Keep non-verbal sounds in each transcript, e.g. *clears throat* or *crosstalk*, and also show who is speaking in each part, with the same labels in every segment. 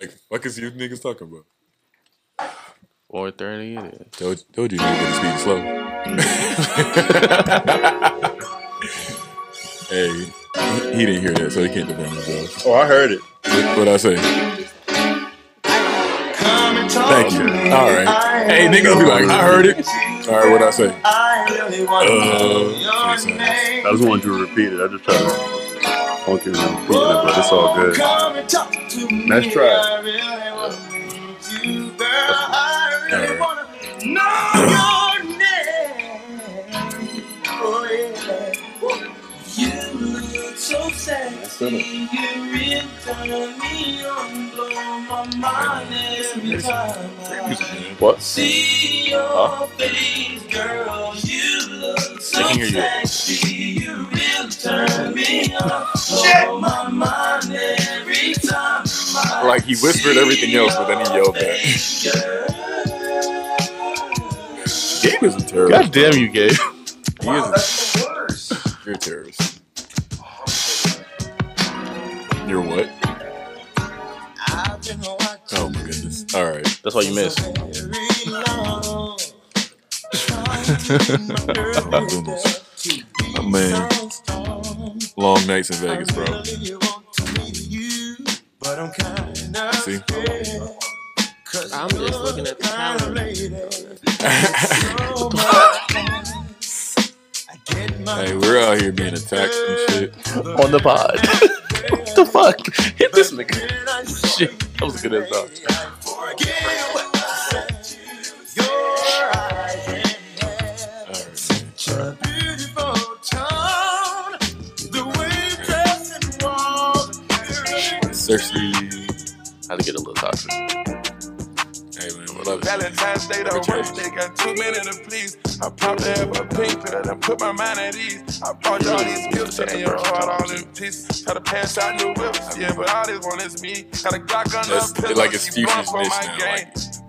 Speaker 1: Like, fuck is you niggas talking about?
Speaker 2: Four thirty it is.
Speaker 1: Told, told you niggas speed slow. *laughs* hey, he, he didn't hear that, so he can't defend himself.
Speaker 3: Oh, I heard it.
Speaker 1: What I say? Thank you. All right. Hey, niggas be like, I heard it. All right, what I say? Uh, what did I say?
Speaker 3: I just wanted you to repeat it. I just tried to funk it and repeat it, but it's all good. Nice try.
Speaker 1: All right. Music, man.
Speaker 3: What? Huh?
Speaker 2: I can hear you. Oh,
Speaker 1: Like he whispered everything else, but then he yelled back. Gabe is a
Speaker 2: God
Speaker 1: terrorist.
Speaker 2: damn you, Gabe.
Speaker 1: He is a, you're a terrorist. You're what? Oh my goodness. All right.
Speaker 2: That's why you missed.
Speaker 1: My goodness. Oh, man. Long nights in Vegas, bro. See? *laughs*
Speaker 4: I'm just looking at the calendar.
Speaker 1: hey, we're out here being attacked and shit.
Speaker 2: *laughs* On the pod. *laughs* what the fuck? Hit this nigga. Shit. That was a good ass dog.
Speaker 1: All right. man. Sexy.
Speaker 2: Had to get a little toxic.
Speaker 1: Hey, man, we love it.
Speaker 5: Valentine's Day,
Speaker 1: Let
Speaker 5: the
Speaker 1: me
Speaker 5: worst
Speaker 1: try
Speaker 5: day, got too many to please. I probably have a pink pill and put my mind at ease. I brought y'all these gifts and your heart all in peace. Had to pass out new whips, yeah, but all this one is me. Got a Glock on
Speaker 1: That's-
Speaker 5: the pillow,
Speaker 1: like, it's
Speaker 5: she brought
Speaker 1: Future's
Speaker 5: for
Speaker 1: this
Speaker 5: my
Speaker 1: now,
Speaker 5: game.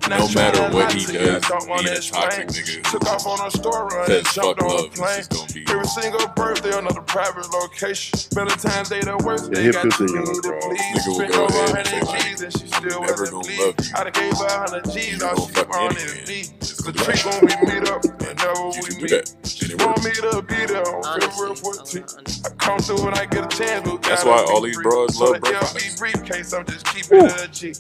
Speaker 1: no
Speaker 5: Not
Speaker 1: matter
Speaker 5: trying
Speaker 1: what
Speaker 5: not
Speaker 1: he
Speaker 5: to,
Speaker 1: does,
Speaker 5: don't wanna
Speaker 1: being a toxic
Speaker 5: explain.
Speaker 1: nigga
Speaker 5: Took off on a store run
Speaker 1: says
Speaker 5: and
Speaker 1: fuck
Speaker 5: jumped on a
Speaker 1: love. It's
Speaker 5: plane.
Speaker 1: just gonna be.
Speaker 5: Every single birthday, another private location. Valentine's Day, the worst
Speaker 3: Yeah,
Speaker 5: day,
Speaker 3: hit
Speaker 5: got too
Speaker 3: 15
Speaker 5: many
Speaker 3: on it,
Speaker 5: to
Speaker 3: bro.
Speaker 5: please.
Speaker 1: Nigga will
Speaker 5: Spent
Speaker 1: go
Speaker 5: over
Speaker 1: ahead and
Speaker 5: 100
Speaker 1: say, like,
Speaker 5: G's and she still
Speaker 1: never
Speaker 5: wasn't
Speaker 1: gonna
Speaker 5: pleased.
Speaker 1: love you.
Speaker 5: I done gave her 100 G's,
Speaker 1: You
Speaker 5: all
Speaker 1: gonna
Speaker 5: she
Speaker 1: fuck
Speaker 5: kept on
Speaker 1: anyway.
Speaker 5: is me.
Speaker 1: It's
Speaker 5: It's a
Speaker 1: gonna
Speaker 5: trick
Speaker 1: be-
Speaker 5: when we meet up, whenever
Speaker 1: You
Speaker 5: we
Speaker 1: should do
Speaker 5: meet.
Speaker 1: that. And
Speaker 5: She
Speaker 1: it
Speaker 5: want
Speaker 1: works.
Speaker 5: me to be there on February
Speaker 4: Honestly,
Speaker 5: 14th.
Speaker 4: I'm not honest.
Speaker 5: I come through when I get a chance, but
Speaker 1: That's why
Speaker 5: gotta be
Speaker 1: all these
Speaker 5: brief.
Speaker 1: bros
Speaker 5: So
Speaker 1: love
Speaker 5: the
Speaker 1: Brooklyn.
Speaker 5: LB briefcase, I'm just keeping it a G.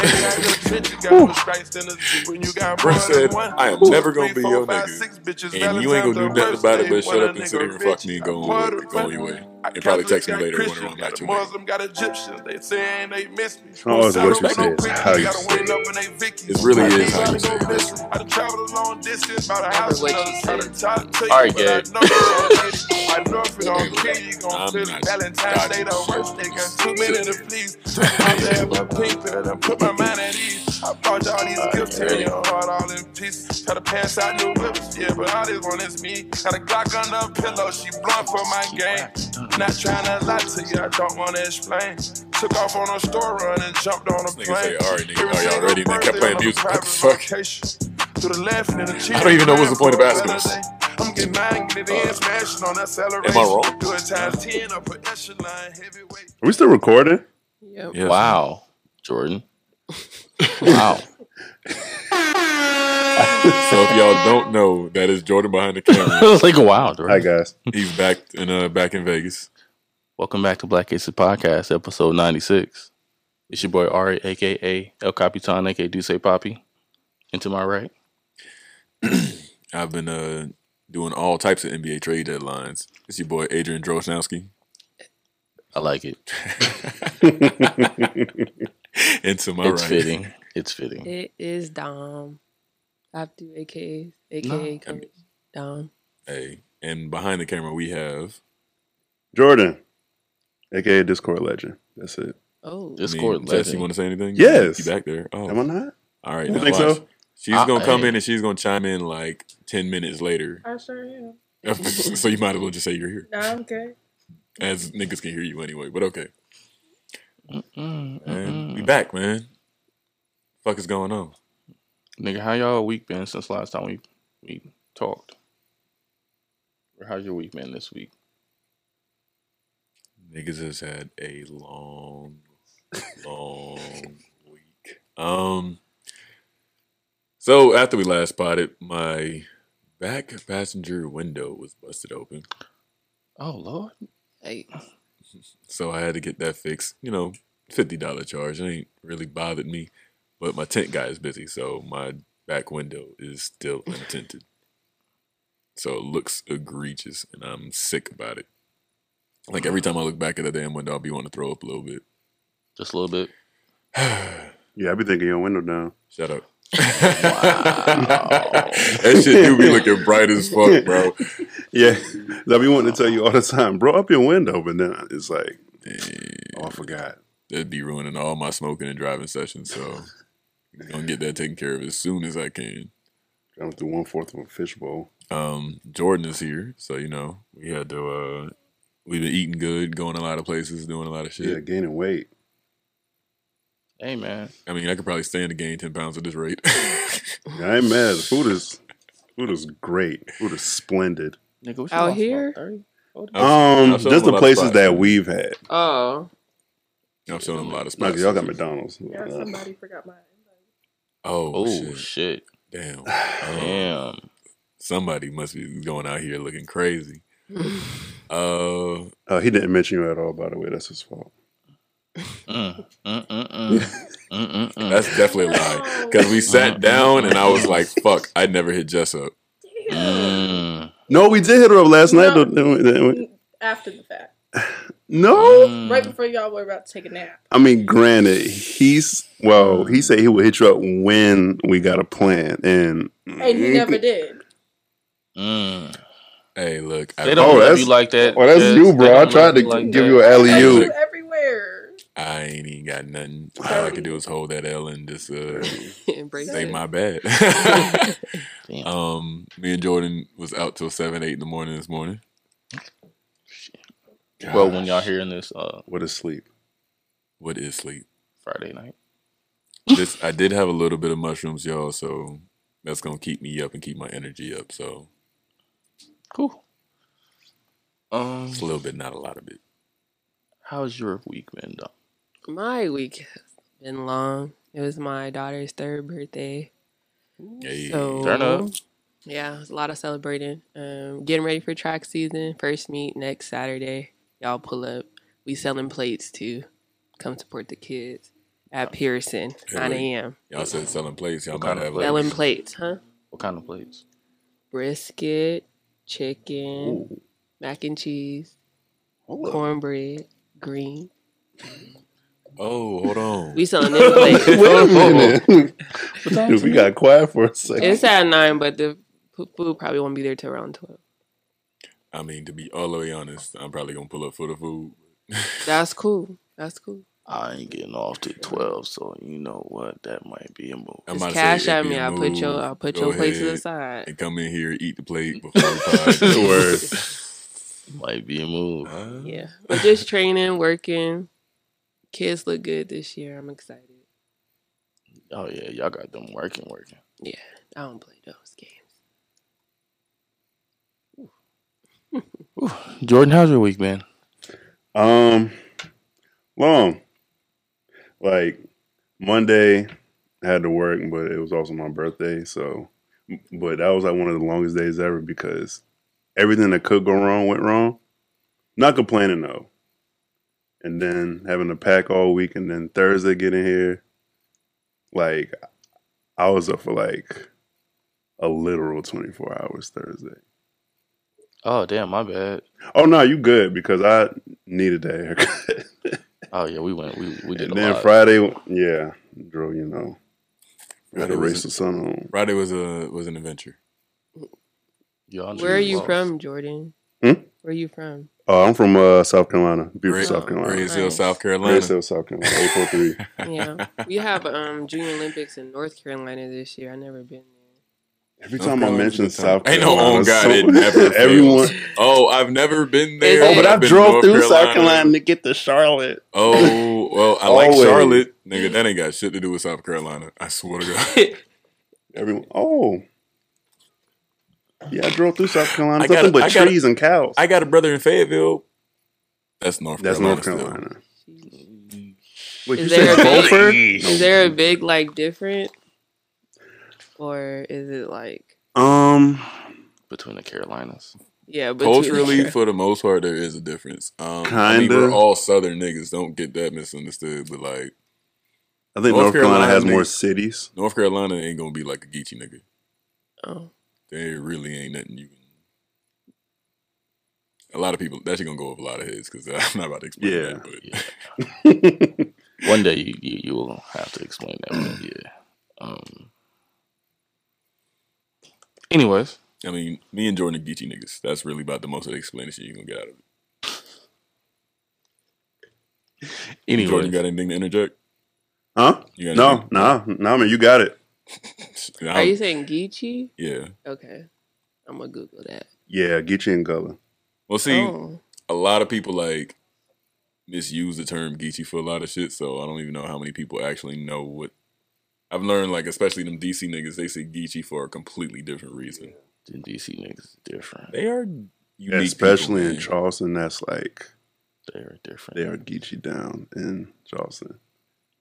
Speaker 5: Maybe I got a
Speaker 1: *laughs*
Speaker 5: bitch, you got more stripes than a G. When you got
Speaker 1: Brooke
Speaker 5: more than
Speaker 1: said,
Speaker 5: one,
Speaker 1: I am
Speaker 5: two,
Speaker 1: never gonna be
Speaker 5: three, four,
Speaker 1: your
Speaker 5: five,
Speaker 1: nigga.
Speaker 5: six bitches.
Speaker 1: And you ain't gonna do
Speaker 5: Valentine's
Speaker 1: nothing
Speaker 5: the
Speaker 1: about it but
Speaker 5: worst day
Speaker 1: shut
Speaker 5: when
Speaker 1: up
Speaker 5: a
Speaker 1: and sit here
Speaker 5: nigga
Speaker 1: and fuck
Speaker 5: rich.
Speaker 1: me and go
Speaker 5: What
Speaker 1: on,
Speaker 5: the
Speaker 1: with it, go on
Speaker 5: fuck?
Speaker 1: your way.
Speaker 5: I
Speaker 1: And probably
Speaker 5: Catholics
Speaker 1: text me
Speaker 5: got
Speaker 1: later wondering
Speaker 5: Christians,
Speaker 1: why I'm
Speaker 5: got
Speaker 1: not your nigga.
Speaker 5: Muslim, got Egyptians. They saying they miss me.
Speaker 3: Oh, it's what you
Speaker 5: Saddam
Speaker 3: said.
Speaker 5: Hussein,
Speaker 3: How you
Speaker 5: gotta
Speaker 3: said
Speaker 5: win
Speaker 3: it.
Speaker 5: up in they Vicky.
Speaker 1: It really
Speaker 5: I
Speaker 1: is
Speaker 5: need
Speaker 1: how
Speaker 5: y'all
Speaker 1: you
Speaker 5: to
Speaker 1: say
Speaker 5: go
Speaker 1: it.
Speaker 5: miss me. I done traveled a long distance, bought a
Speaker 4: I
Speaker 5: house, and
Speaker 4: heard what you
Speaker 5: I'm trying to
Speaker 4: said.
Speaker 5: talk to you,
Speaker 2: All right,
Speaker 5: but I
Speaker 2: Gabe.
Speaker 5: know you don't get it. I know if you
Speaker 1: Hey,
Speaker 5: don't
Speaker 1: look,
Speaker 5: care, you gon'
Speaker 1: I'm
Speaker 5: feel
Speaker 1: not
Speaker 5: it. Valentine's
Speaker 1: dodging
Speaker 5: Day, the worst day, got
Speaker 1: shit.
Speaker 5: too many to please. Took my dad, my pink pill, and put my mind at ease. I bought y'all these gifts, and your heart all in peace. Had to pass out new whips, yeah, but all this one is me. Got a Glock on the pillow, she blunt for my game. Not trying to lie to you, I don't want to explain. Took off on a store run and jumped on a
Speaker 1: This nigga say,
Speaker 5: plane.
Speaker 1: all right, nigga, are
Speaker 5: Every
Speaker 1: Oh, y'all
Speaker 5: single
Speaker 1: ready? And they kept
Speaker 5: birthday
Speaker 1: playing
Speaker 5: on a
Speaker 1: music. What the
Speaker 5: private
Speaker 1: fuck?
Speaker 5: location. To the left and the cheek.
Speaker 1: I don't even know what's the point of asking this. Uh,
Speaker 5: I'm getting mine, get it in, smashing on acceleration.
Speaker 1: wrong?
Speaker 5: Do it times 10 up an echelon, heavyweight.
Speaker 3: Are we still recording?
Speaker 4: Yep.
Speaker 1: Yes.
Speaker 2: Wow. *laughs* Jordan. Wow. *laughs*
Speaker 1: So if y'all don't know, that is Jordan behind the
Speaker 2: I
Speaker 1: camera.
Speaker 2: was like, wow,
Speaker 3: Hi,
Speaker 2: Jordan.
Speaker 3: guys.
Speaker 1: He's back in uh back in Vegas.
Speaker 2: Welcome back to Black Cases Podcast, episode 96. It's your boy Ari, aka El Capitan, aka Duce Poppy. And to my right,
Speaker 1: I've been uh doing all types of NBA trade deadlines. It's your boy Adrian Drosnowski.
Speaker 2: I like it.
Speaker 1: *laughs* and to my
Speaker 2: it's
Speaker 1: right.
Speaker 2: fitting. It's fitting.
Speaker 4: It is Dom. I have to do AKs, AKA
Speaker 2: No,
Speaker 4: Coach Dom.
Speaker 1: Hey. And behind the camera we have
Speaker 5: *laughs*
Speaker 3: Jordan, aka Discord legend. That's it.
Speaker 4: Oh,
Speaker 2: This
Speaker 1: I mean,
Speaker 2: court
Speaker 1: Jess, you
Speaker 2: legend.
Speaker 1: wanna say anything?
Speaker 3: Yes.
Speaker 1: You back there. Oh
Speaker 3: Am I not?
Speaker 1: all right.
Speaker 3: You
Speaker 1: Now
Speaker 3: think
Speaker 1: watch.
Speaker 3: so?
Speaker 1: She's
Speaker 2: I-
Speaker 1: gonna come
Speaker 2: hey.
Speaker 1: in and she's gonna chime in like ten minutes later.
Speaker 6: I sure am.
Speaker 1: *laughs* so you might as well just say you're here.
Speaker 6: No, I'm good.
Speaker 1: As niggas can hear you anyway, but okay.
Speaker 2: Mm, mm,
Speaker 1: And we
Speaker 2: mm.
Speaker 1: back, man. Fuck is going on?
Speaker 2: Nigga, how y'all week been since last time we, we talked? Or how's your week been this week?
Speaker 1: Niggas has had a long, long week. Um. So after we last spotted, my back passenger window was busted open,
Speaker 2: Oh Lord.
Speaker 4: Hey,
Speaker 1: so I had to get that fixed. You know, fifty dollar charge. It ain't really bothered me, but my tent guy is busy, so my back window is still untinted. So it looks egregious, and I'm sick about it. Like every time I look back at the damn window, I'll be wanting to throw up a little bit.
Speaker 2: Just a little bit.
Speaker 3: Yeah, I be thinking your window down.
Speaker 1: Shut up. *laughs* that shit do be looking bright as fuck, bro.
Speaker 3: Yeah, *laughs* I be wanting to tell you all the time, bro, up your window, but then it's like, oh, I forgot.
Speaker 1: That'd be ruining all my smoking and driving sessions. So I'm gonna get that taken care of as soon as I can.
Speaker 3: I went through one fourth of a fishbowl.
Speaker 1: Um, Jordan is here, so you know we had to. uh We've been eating good, going a lot of places, doing a lot of
Speaker 3: Yeah,
Speaker 1: shit.
Speaker 3: gaining weight.
Speaker 2: Hey man.
Speaker 1: I mean, I could probably stand to gain ten pounds at this rate. *laughs*
Speaker 3: Yeah, I ain't mad. The food is food is great. Food is splendid.
Speaker 2: Nigga, what you
Speaker 4: Out
Speaker 2: lost,
Speaker 4: here?
Speaker 2: about 30? Hold on.
Speaker 1: I've-
Speaker 3: Um,
Speaker 1: I've shown them a
Speaker 3: just the
Speaker 1: lot of
Speaker 3: places
Speaker 1: spots.
Speaker 3: that we've had.
Speaker 4: oh,
Speaker 1: I've shown them a lot of
Speaker 3: Like
Speaker 1: spots.
Speaker 3: y'all got McDonald's.
Speaker 6: Yeah, somebody forgot my
Speaker 1: Oh,
Speaker 2: Oh
Speaker 1: shit.
Speaker 2: shit.
Speaker 3: *sighs*
Speaker 1: damn! Oh,
Speaker 2: Damn.
Speaker 1: somebody must be going out here looking
Speaker 3: *sighs*
Speaker 1: crazy. Uh,
Speaker 3: Uh, he didn't mention you at all, by the way. That's his fault.
Speaker 2: Mm, mm, mm,
Speaker 3: *laughs*
Speaker 2: mm. Mm, mm, mm.
Speaker 1: That's definitely a lie. Because we
Speaker 2: Uh-huh.
Speaker 1: sat down and I was like, fuck, I never hit Jess up.
Speaker 6: invite.
Speaker 2: Mm,
Speaker 3: No, we did hit her up last night.
Speaker 6: No.
Speaker 3: though, didn't we? Didn't we?
Speaker 6: After the fact,
Speaker 3: No,
Speaker 4: Oh,
Speaker 2: mm.
Speaker 6: right before y'all were about to take a nap.
Speaker 3: I mean, granted, he's well.
Speaker 2: Uh-huh.
Speaker 3: He said he would hit you up when we got a plan, and
Speaker 6: And he never
Speaker 3: Mm-hmm.
Speaker 6: did.
Speaker 2: Mm.
Speaker 1: Hey, look, I,
Speaker 2: They don't
Speaker 3: Oh,
Speaker 2: love
Speaker 3: that's-
Speaker 2: you like that.
Speaker 3: Oh, that's
Speaker 2: Jess.
Speaker 3: you,
Speaker 2: They
Speaker 3: bro. I
Speaker 2: don't love
Speaker 3: tried to
Speaker 2: like
Speaker 3: give
Speaker 2: that.
Speaker 3: you an alley
Speaker 6: I
Speaker 3: you.
Speaker 6: do everywhere.
Speaker 1: I ain't even got nothing. All I could do is hold that L and just uh,
Speaker 4: embrace
Speaker 1: say
Speaker 4: *laughs* it.
Speaker 1: my bad.
Speaker 4: *laughs*
Speaker 1: *laughs*
Speaker 2: Damn.
Speaker 1: um, me and Jordan was out till 7, 8 in the morning this morning.
Speaker 2: Well, when y'all hearing this uh,
Speaker 3: What a sleep.
Speaker 1: What is sleep?
Speaker 2: Friday night.
Speaker 1: This I did have a little bit of mushrooms, y'all, so that's going to keep me up and keep my energy up. So
Speaker 2: Cool. Um,
Speaker 1: it's a little bit, not a lot of it.
Speaker 2: how's your week been, though?
Speaker 4: My week has been long. It was my daughter's third birthday.
Speaker 1: Hey,
Speaker 4: So
Speaker 2: Fair enough.
Speaker 4: Mm-hmm. Yeah, it was a lot of celebrating. Um, getting ready for track season. First meet next Saturday. Y'all pull up. We selling plates too. Come support the kids at Pearson,
Speaker 1: Hey,
Speaker 4: 9
Speaker 1: wait.
Speaker 4: a.m.
Speaker 1: y'all said selling plates. Y'all
Speaker 2: What
Speaker 1: might
Speaker 2: kind of
Speaker 1: have
Speaker 2: plates?
Speaker 1: like,
Speaker 4: Selling plates, huh?
Speaker 2: What kind of plates?
Speaker 4: Brisket, chicken,
Speaker 3: Ooh,
Speaker 4: mac and cheese,
Speaker 3: hold up.
Speaker 4: cornbread, green.
Speaker 1: oh, hold on.
Speaker 4: We selling
Speaker 1: *laughs*
Speaker 4: them plates.
Speaker 3: Wait a *laughs* minute. Dude, we got quiet for a second.
Speaker 4: It's at nine, but the p- food probably won't be there till around twelve.
Speaker 1: I mean, to be all the way honest, I'm probably gonna pull up for the food.
Speaker 4: That's cool. That's cool.
Speaker 2: I ain't getting off to 12, so you know what? That might be a move.
Speaker 1: I'm
Speaker 4: Just
Speaker 1: about to say,
Speaker 4: cash
Speaker 1: if
Speaker 4: at
Speaker 1: you
Speaker 4: me. I'll put your
Speaker 1: move,
Speaker 4: I'll put
Speaker 1: go
Speaker 4: your places
Speaker 1: ahead
Speaker 4: aside.
Speaker 1: *laughs* And come in here, eat the
Speaker 4: *laughs*
Speaker 1: plate before the
Speaker 3: Mm.
Speaker 2: Might be a move.
Speaker 1: pod.
Speaker 4: Yeah. But just training, working. Kids look good this year. I'm excited.
Speaker 2: Oh, yeah. Y'all got them working, working.
Speaker 4: I don't play those games.
Speaker 2: Ooh, Jordan, how's your week been?
Speaker 3: Um, long. Like Monday, I had to work, but it was also my birthday. So, but that was like one of the longest days ever because everything that could go wrong went wrong. Not complaining though. And then having to pack all week, and then Thursday getting here, like I was up for like a literal twenty four hours Thursday.
Speaker 2: Oh, damn. My bad.
Speaker 3: Oh no, you good because I needed that haircut. *laughs*
Speaker 2: Oh, yeah. We went. We, we did
Speaker 3: And
Speaker 2: a
Speaker 3: then
Speaker 2: lot.
Speaker 3: Friday, yeah, drove, you know, got
Speaker 1: Friday
Speaker 3: to
Speaker 1: was
Speaker 3: race
Speaker 1: a-
Speaker 3: the sun on.
Speaker 1: Friday was a was an adventure.
Speaker 2: Y'all
Speaker 4: Where are
Speaker 2: just
Speaker 4: you
Speaker 2: lost.
Speaker 3: *laughs*
Speaker 4: from, Jordan?
Speaker 3: Hmm?
Speaker 4: Where are you from?
Speaker 1: *laughs*
Speaker 3: Oh, I'm from uh, South Carolina, beautiful
Speaker 1: Great-
Speaker 3: South Carolina.
Speaker 1: Grays Hill,
Speaker 4: Nice.
Speaker 1: South Carolina.
Speaker 3: Grace Hill,
Speaker 1: *laughs*
Speaker 3: South Carolina, eight four three.
Speaker 4: Yeah. we have um Junior Olympics in North Carolina this year. I never been there.
Speaker 3: Every
Speaker 1: South
Speaker 3: time I
Speaker 1: Carolina's a
Speaker 3: mention
Speaker 1: good time.
Speaker 3: South
Speaker 1: Ain't
Speaker 3: Carolina,
Speaker 1: no, oh, God, it
Speaker 3: *laughs*
Speaker 1: never
Speaker 3: everyone.
Speaker 1: Oh, I've never been there.
Speaker 4: Oh,
Speaker 3: Oh, but I
Speaker 1: I've been to
Speaker 3: drove
Speaker 1: North
Speaker 3: through South Carolina to get to Charlotte.
Speaker 1: Oh, well, I
Speaker 3: Always.
Speaker 1: like Charlotte, nigga. That ain't got shit to do with South Carolina. I swear to
Speaker 4: *laughs*
Speaker 1: God. *laughs*
Speaker 3: Everyone, oh, yeah, I drove through South
Speaker 1: I
Speaker 3: Carolina. It's
Speaker 1: gotta-
Speaker 3: nothing but
Speaker 1: I gotta-
Speaker 3: trees and cows.
Speaker 1: I got a brother in Fayetteville. That's North
Speaker 3: That's
Speaker 1: Carolina.
Speaker 3: North
Speaker 1: still.
Speaker 3: Carolina.
Speaker 4: Jeez.
Speaker 3: Wait,
Speaker 4: Is
Speaker 3: you
Speaker 4: there
Speaker 3: said
Speaker 4: a big-
Speaker 3: Beaufort?
Speaker 4: Is there a big like difference, or is it like
Speaker 3: Um,
Speaker 2: between the Carolinas.
Speaker 4: yeah? between-
Speaker 1: Culturally,
Speaker 4: *laughs*
Speaker 1: for the most part, there is a difference. Um, I mean,
Speaker 3: Kinda.
Speaker 1: we're all Southern niggas. Don't get that misunderstood. But like,
Speaker 3: I
Speaker 1: North
Speaker 3: think North, Carolina,
Speaker 1: Carolina
Speaker 3: has more
Speaker 1: niggas. *laughs*
Speaker 3: cities.
Speaker 1: North Carolina ain't gonna be like a Geechee nigga.
Speaker 4: Oh,
Speaker 1: There really ain't nothing you can. A lot of people that shit gonna go over a lot of heads because *laughs* I'm not about to explain
Speaker 3: Yeah.
Speaker 1: that. But
Speaker 2: Yeah. One day you, you you will have to explain that. One. Yeah. Um. Anyways,
Speaker 1: I mean, me and Jordan are Geechee niggas. That's really about the most of the explanation you gonna get out of it. Jordan
Speaker 2: anyways,
Speaker 1: got anything to interject?
Speaker 3: Huh?
Speaker 1: You
Speaker 3: No, no, no, man, you got it.
Speaker 1: anything?
Speaker 4: are you saying Geechee?
Speaker 1: yeah.
Speaker 4: Okay, I'm gonna Google that.
Speaker 3: Yeah, Geechee and Gullah.
Speaker 1: Well, see, *laughs*
Speaker 4: oh,
Speaker 1: a lot of people like misuse the term Geechee for a lot of shit, so I don't even know how many people actually know what I've learned, like especially them DC niggas, they say Geechee for a completely different reason.
Speaker 2: the DC niggas is different.
Speaker 1: They are unique.
Speaker 3: Especially
Speaker 1: people,
Speaker 3: in
Speaker 1: man.
Speaker 3: Charleston, that's like
Speaker 2: They are different.
Speaker 3: they are Geechee down in Charleston.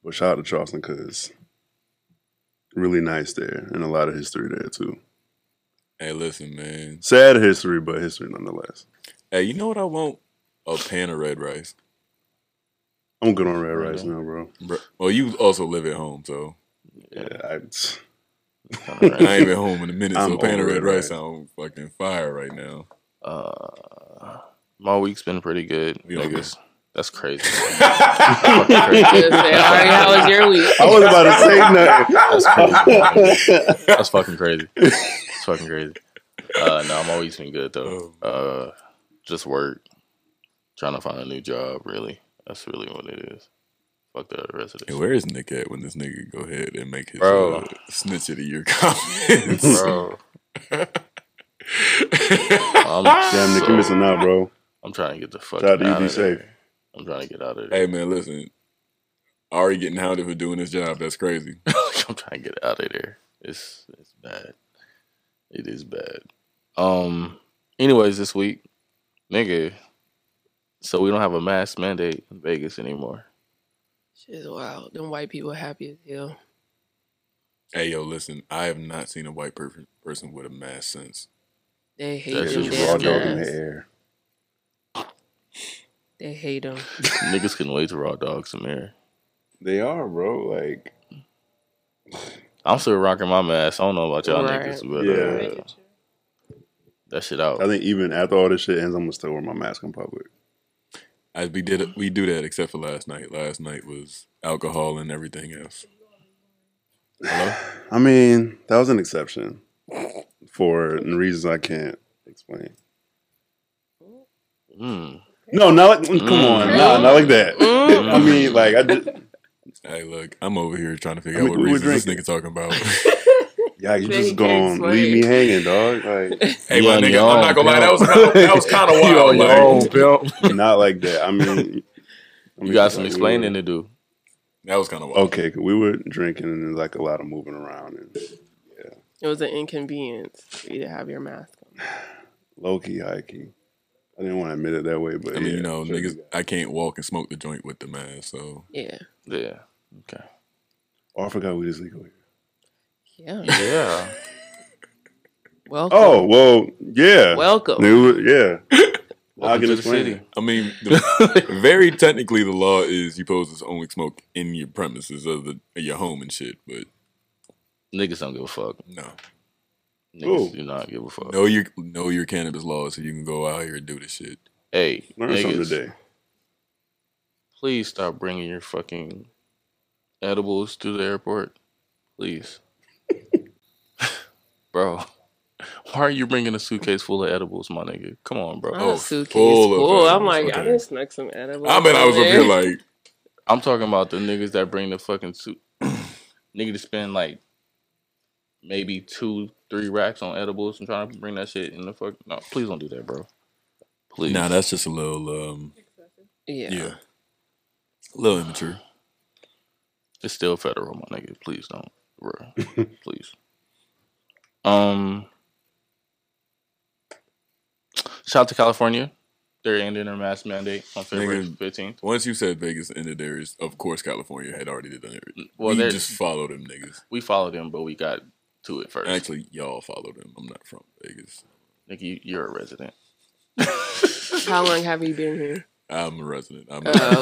Speaker 3: But shout out to Charleston because really nice there and a lot of history there too.
Speaker 1: Hey, listen, man.
Speaker 3: Sad history, but history nonetheless.
Speaker 1: Hey, you know what I want? A pan of red rice.
Speaker 3: I'm good on red
Speaker 2: Right
Speaker 3: rice
Speaker 2: on.
Speaker 3: now, bro.
Speaker 1: Bru- Well, you also live at home, so
Speaker 3: Yeah, I,
Speaker 2: Kinda
Speaker 1: I
Speaker 2: random.
Speaker 1: ain't been home in a minute.
Speaker 3: *laughs* I'm
Speaker 1: so pan of
Speaker 3: over
Speaker 1: red
Speaker 3: red
Speaker 1: rice
Speaker 3: rice.
Speaker 1: sound fucking fire right now.
Speaker 2: uh, my week's been pretty good,
Speaker 1: We don't
Speaker 2: niggas. That's crazy.
Speaker 1: I
Speaker 3: *laughs*
Speaker 2: Fucking
Speaker 4: I was
Speaker 2: crazy.
Speaker 4: gonna say, Ari, how was
Speaker 1: *laughs*
Speaker 4: your week?
Speaker 1: Oh.
Speaker 3: I was about to say nothing.
Speaker 2: That's crazy. That's fucking crazy. That's fucking crazy. Uh, no, I'm always been good though. Uh, just work, trying to find a new job. Really, that's really what it is. Fuck the rest of
Speaker 1: Hey,
Speaker 2: this,
Speaker 1: where is Nick at when this nigga go ahead and make his
Speaker 2: Bro.
Speaker 1: uh, snitch of the year *laughs* comments?
Speaker 2: shit. bro.
Speaker 1: *laughs*
Speaker 2: I'm,
Speaker 3: Damn, Nick,
Speaker 2: so-
Speaker 3: you're missing out, bro.
Speaker 2: I'm trying to get the fuck
Speaker 3: Shout out
Speaker 2: out
Speaker 3: to you. Be
Speaker 2: of
Speaker 3: safe.
Speaker 2: there. I'm trying to get out of there.
Speaker 1: hey man, listen. Ari getting hounded for doing his job. That's crazy.
Speaker 2: I'm trying to get out of there. It's it's bad. It is bad. Um. Anyways, this week, nigga. So we don't have a mask mandate in Vegas anymore.
Speaker 4: Shit, wow, them white people happy as hell.
Speaker 1: Hey yo, listen. I have not seen a white per- person with a mask since.
Speaker 4: They hate
Speaker 2: That's
Speaker 4: them.
Speaker 2: just
Speaker 3: raw
Speaker 4: damn
Speaker 2: scary.
Speaker 3: dog in the
Speaker 4: masks.
Speaker 3: air.
Speaker 4: They hate them.
Speaker 2: Niggas can wait to raw dogs in there.
Speaker 3: They are, bro. Like,
Speaker 2: I'm still rocking my mask. I don't know about y'all all
Speaker 4: Right.
Speaker 2: niggas, but
Speaker 3: Yeah.
Speaker 2: uh, that shit out.
Speaker 3: I think even after all this shit ends, I'm gonna still wear my mask in public.
Speaker 1: As we did, we do that except for last night. Last night was alcohol and everything else. Hello?
Speaker 3: I mean, that was an exception for reasons I can't explain.
Speaker 2: Mm.
Speaker 3: No, not like, come on, no, not like that.
Speaker 4: Mm.
Speaker 3: I mean, like I just,
Speaker 1: Hey, look, I'm over here trying to figure
Speaker 3: I mean,
Speaker 1: out what
Speaker 3: we were
Speaker 1: reasons this nigga talking
Speaker 3: drinking.
Speaker 1: about.
Speaker 3: *laughs* yeah, you
Speaker 4: Say he
Speaker 3: just
Speaker 4: can't
Speaker 3: gonna leave me hanging, dog. Like,
Speaker 1: hey,
Speaker 2: You
Speaker 1: my
Speaker 2: on
Speaker 1: nigga,
Speaker 2: your
Speaker 1: I'm
Speaker 2: own,
Speaker 1: not gonna lie.
Speaker 2: bro.
Speaker 1: That was kinda- that was kind of wild.
Speaker 2: on your
Speaker 1: *laughs* like,
Speaker 3: *laughs*
Speaker 2: own,
Speaker 3: not like that. I mean, I
Speaker 2: You
Speaker 3: mean,
Speaker 2: got some
Speaker 3: like, we
Speaker 2: explaining
Speaker 3: were-
Speaker 2: to do.
Speaker 1: That was kind of wild.
Speaker 3: Okay, 'cause we were drinking and there's like a lot of moving around and
Speaker 4: It was an inconvenience for you to have your mask on.
Speaker 3: low key, high key. I didn't want to admit it that way, but
Speaker 1: I mean,
Speaker 3: yeah,
Speaker 1: you know,
Speaker 3: sure.
Speaker 1: niggas, I can't walk and smoke the joint with the mask. So
Speaker 4: Yeah.
Speaker 2: Yeah. Okay.
Speaker 3: Oh, I forgot we just legal here.
Speaker 4: Yeah.
Speaker 2: Yeah.
Speaker 4: Welcome.
Speaker 3: Oh, well, yeah,
Speaker 4: Welcome.
Speaker 3: Nigga, yeah.
Speaker 2: Welcome
Speaker 3: can
Speaker 2: to the
Speaker 3: explain
Speaker 2: city.
Speaker 3: it.
Speaker 1: I
Speaker 4: *laughs*
Speaker 1: mean, the, very technically, the law is you supposed to only smoke in your premises of the of your home and shit. But
Speaker 2: *laughs* Niggas don't give a fuck.
Speaker 1: no,
Speaker 2: Niggas
Speaker 3: Cool.
Speaker 2: do not give a fuck.
Speaker 1: know your know your cannabis laws so you can go out here and do this shit.
Speaker 2: Hey,
Speaker 3: Learn something
Speaker 2: niggas,
Speaker 3: today. *laughs*
Speaker 2: please stop bringing your fucking edibles to the airport. Please. bro, why are you bringing a suitcase full of edibles, my nigga? Come on, bro.
Speaker 4: Not
Speaker 1: Oh,
Speaker 4: a suitcase
Speaker 1: full of
Speaker 4: full.
Speaker 1: edibles,
Speaker 4: I'm like, I
Speaker 1: okay.
Speaker 4: just snuck some edibles.
Speaker 1: I mean, I was
Speaker 4: over
Speaker 1: up here like,
Speaker 2: I'm talking about the niggas that bring the fucking suit. *clears throat* nigga to spend like maybe two, three racks on edibles and trying to bring that shit in the fuck. No, please don't do that, bro. Please.
Speaker 1: nah, that's just a little, um,
Speaker 4: yeah.
Speaker 1: yeah, a little immature.
Speaker 2: It's still federal, my nigga. Please don't, bro.
Speaker 1: *laughs*
Speaker 2: Please. Um. Shout out to California. They're ending their mask mandate on February
Speaker 1: Nigga.
Speaker 2: fifteenth.
Speaker 1: Once you said Vegas ended theirs, of course California had already done it.
Speaker 2: Well,
Speaker 1: Well,
Speaker 2: they're-
Speaker 1: they just follow them niggas.
Speaker 2: We followed them, but we got to it first.
Speaker 1: Actually, y'all follow them. I'm not from Vegas.
Speaker 2: Nick, you, you're a resident.
Speaker 4: How long have you been here?
Speaker 1: I'm a resident. I'm
Speaker 4: Oh,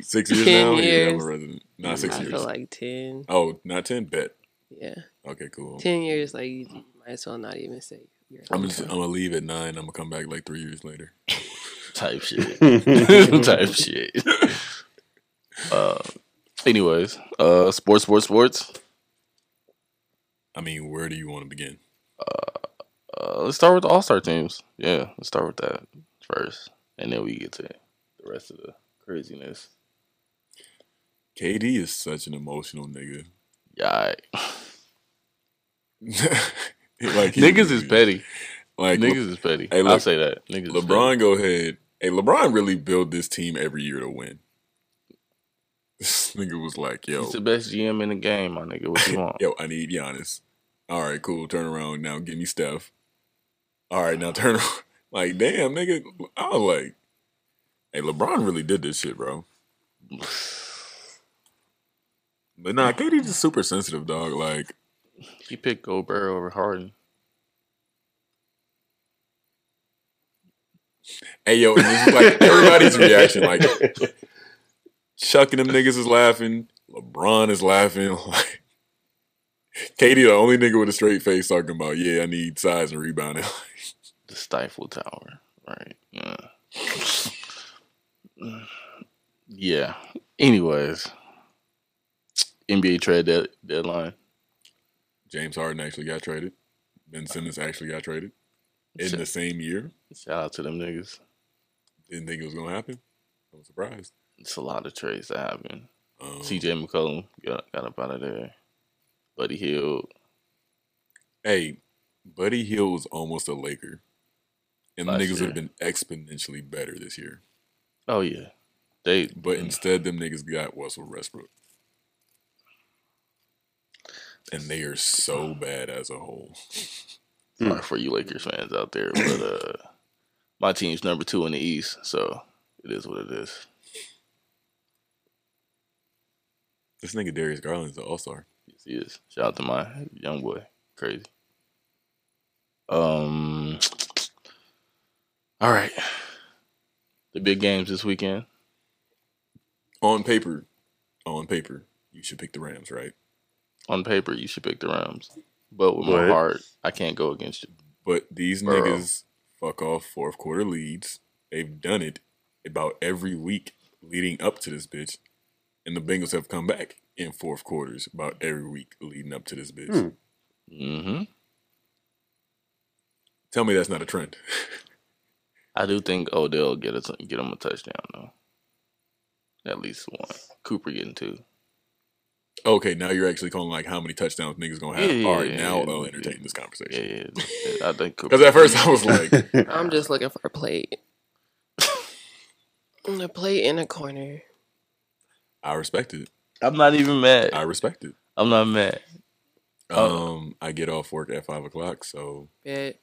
Speaker 1: *laughs*
Speaker 4: *laughs*
Speaker 1: six years
Speaker 4: 10
Speaker 1: now. Yeah, I'm
Speaker 4: years.
Speaker 1: a resident. Not six
Speaker 4: I
Speaker 1: years.
Speaker 4: feel like ten.
Speaker 1: oh, not ten. Bet.
Speaker 4: Yeah,
Speaker 1: Okay, cool.
Speaker 4: ten years. Like you might as well not even say. You're
Speaker 1: Oh. I'm just, I'm gonna leave at nine. I'm gonna come back like three years later. *laughs*
Speaker 2: Type shit. *laughs*
Speaker 3: Type
Speaker 2: type shit. Uh, anyways, uh, sports, sports, sports.
Speaker 1: I mean, where do you want to begin?
Speaker 2: Uh, let's start with the All Star teams. Yeah, let's start with that first, and then we get to the rest of the craziness.
Speaker 1: KD is such an emotional nigga. *laughs*
Speaker 2: Yeah,
Speaker 1: like he-
Speaker 2: niggas is petty.
Speaker 1: Like
Speaker 2: niggas is petty.
Speaker 1: Hey,
Speaker 2: I'll
Speaker 1: look,
Speaker 2: say that. Niggas is petty.
Speaker 1: LeBron, go ahead. Hey, LeBron really built this team every year to win. *laughs* This nigga was like, yo,
Speaker 2: He's the best GM in the game, my
Speaker 1: *laughs*
Speaker 2: nigga. What you want?
Speaker 1: yo, I need Giannis. All right, cool. Turn around now. Give me Steph. All right, now turn around. *laughs* Like, damn, nigga. I was like, hey, LeBron really did this shit, bro. But nah, KD just super sensitive, dog. Like,
Speaker 2: He picked Gobert over Harden.
Speaker 1: hey, yo, and this is like everybody's reaction. Like, Chuck and them niggas is laughing. LeBron is laughing. *laughs* Like, Katie, the only nigga with a straight face, talking about, yeah, I need size and rebounding.
Speaker 2: The Stifle Tower, right? Yeah. yeah. Anyways, NBA trade dead deadline.
Speaker 1: James Harden actually got traded.
Speaker 2: Uh,
Speaker 1: Ben Simmons actually got traded in the same year.
Speaker 2: Shout out to them niggas.
Speaker 1: Didn't think it was gonna happen. I'm surprised.
Speaker 2: It's a lot of trades that happen.
Speaker 1: Um,
Speaker 2: CJ McCollum got, got up out of there. Buddy Hill.
Speaker 1: Hey, Buddy Hill was almost a Laker, and the
Speaker 2: Last
Speaker 1: niggas
Speaker 2: year.
Speaker 1: would have been exponentially better this year.
Speaker 2: Oh yeah, they.
Speaker 1: But instead, them niggas got Russell Westbrook, and they are so bad as a whole.
Speaker 2: sorry for you Lakers fans out there, but uh, *clears throat* my team's number two in the East, so it is what it is.
Speaker 1: This nigga Darius Garland's an all star.
Speaker 2: Yes, he is. Shout out to my young boy. Crazy. Um. All right. The big games this weekend.
Speaker 1: On paper, on paper, you should pick the Rams, right?
Speaker 2: On paper, you should pick the Rams, but with my
Speaker 3: What?
Speaker 2: heart, I can't go against you.
Speaker 1: But these
Speaker 2: Bro.
Speaker 1: niggas fuck off fourth quarter leads. They've done it about every week leading up to this bitch, and the Bengals have come back in fourth quarters about every week leading up to this bitch.
Speaker 3: Hmm.
Speaker 2: hmm
Speaker 1: Tell me that's not a trend.
Speaker 2: I do think Odell get us get him a touchdown though. At least one. Cooper getting two.
Speaker 1: Okay, now you're actually calling like how many touchdowns niggas gonna have.
Speaker 2: Yeah, yeah,
Speaker 1: All right,
Speaker 2: yeah,
Speaker 1: now
Speaker 2: yeah,
Speaker 1: I'll
Speaker 2: yeah.
Speaker 1: entertain this
Speaker 2: Yeah,
Speaker 1: conversation.
Speaker 2: yeah. yeah.
Speaker 1: *laughs*
Speaker 2: I think Cooper.
Speaker 1: Because at first I was like,
Speaker 4: I'm just looking for a plate. a plate in a corner.
Speaker 1: I respect it.
Speaker 2: I'm not even mad.
Speaker 1: I respect it.
Speaker 2: I'm not mad. Oh.
Speaker 1: Um, I get off work at five o'clock, so
Speaker 4: Bet.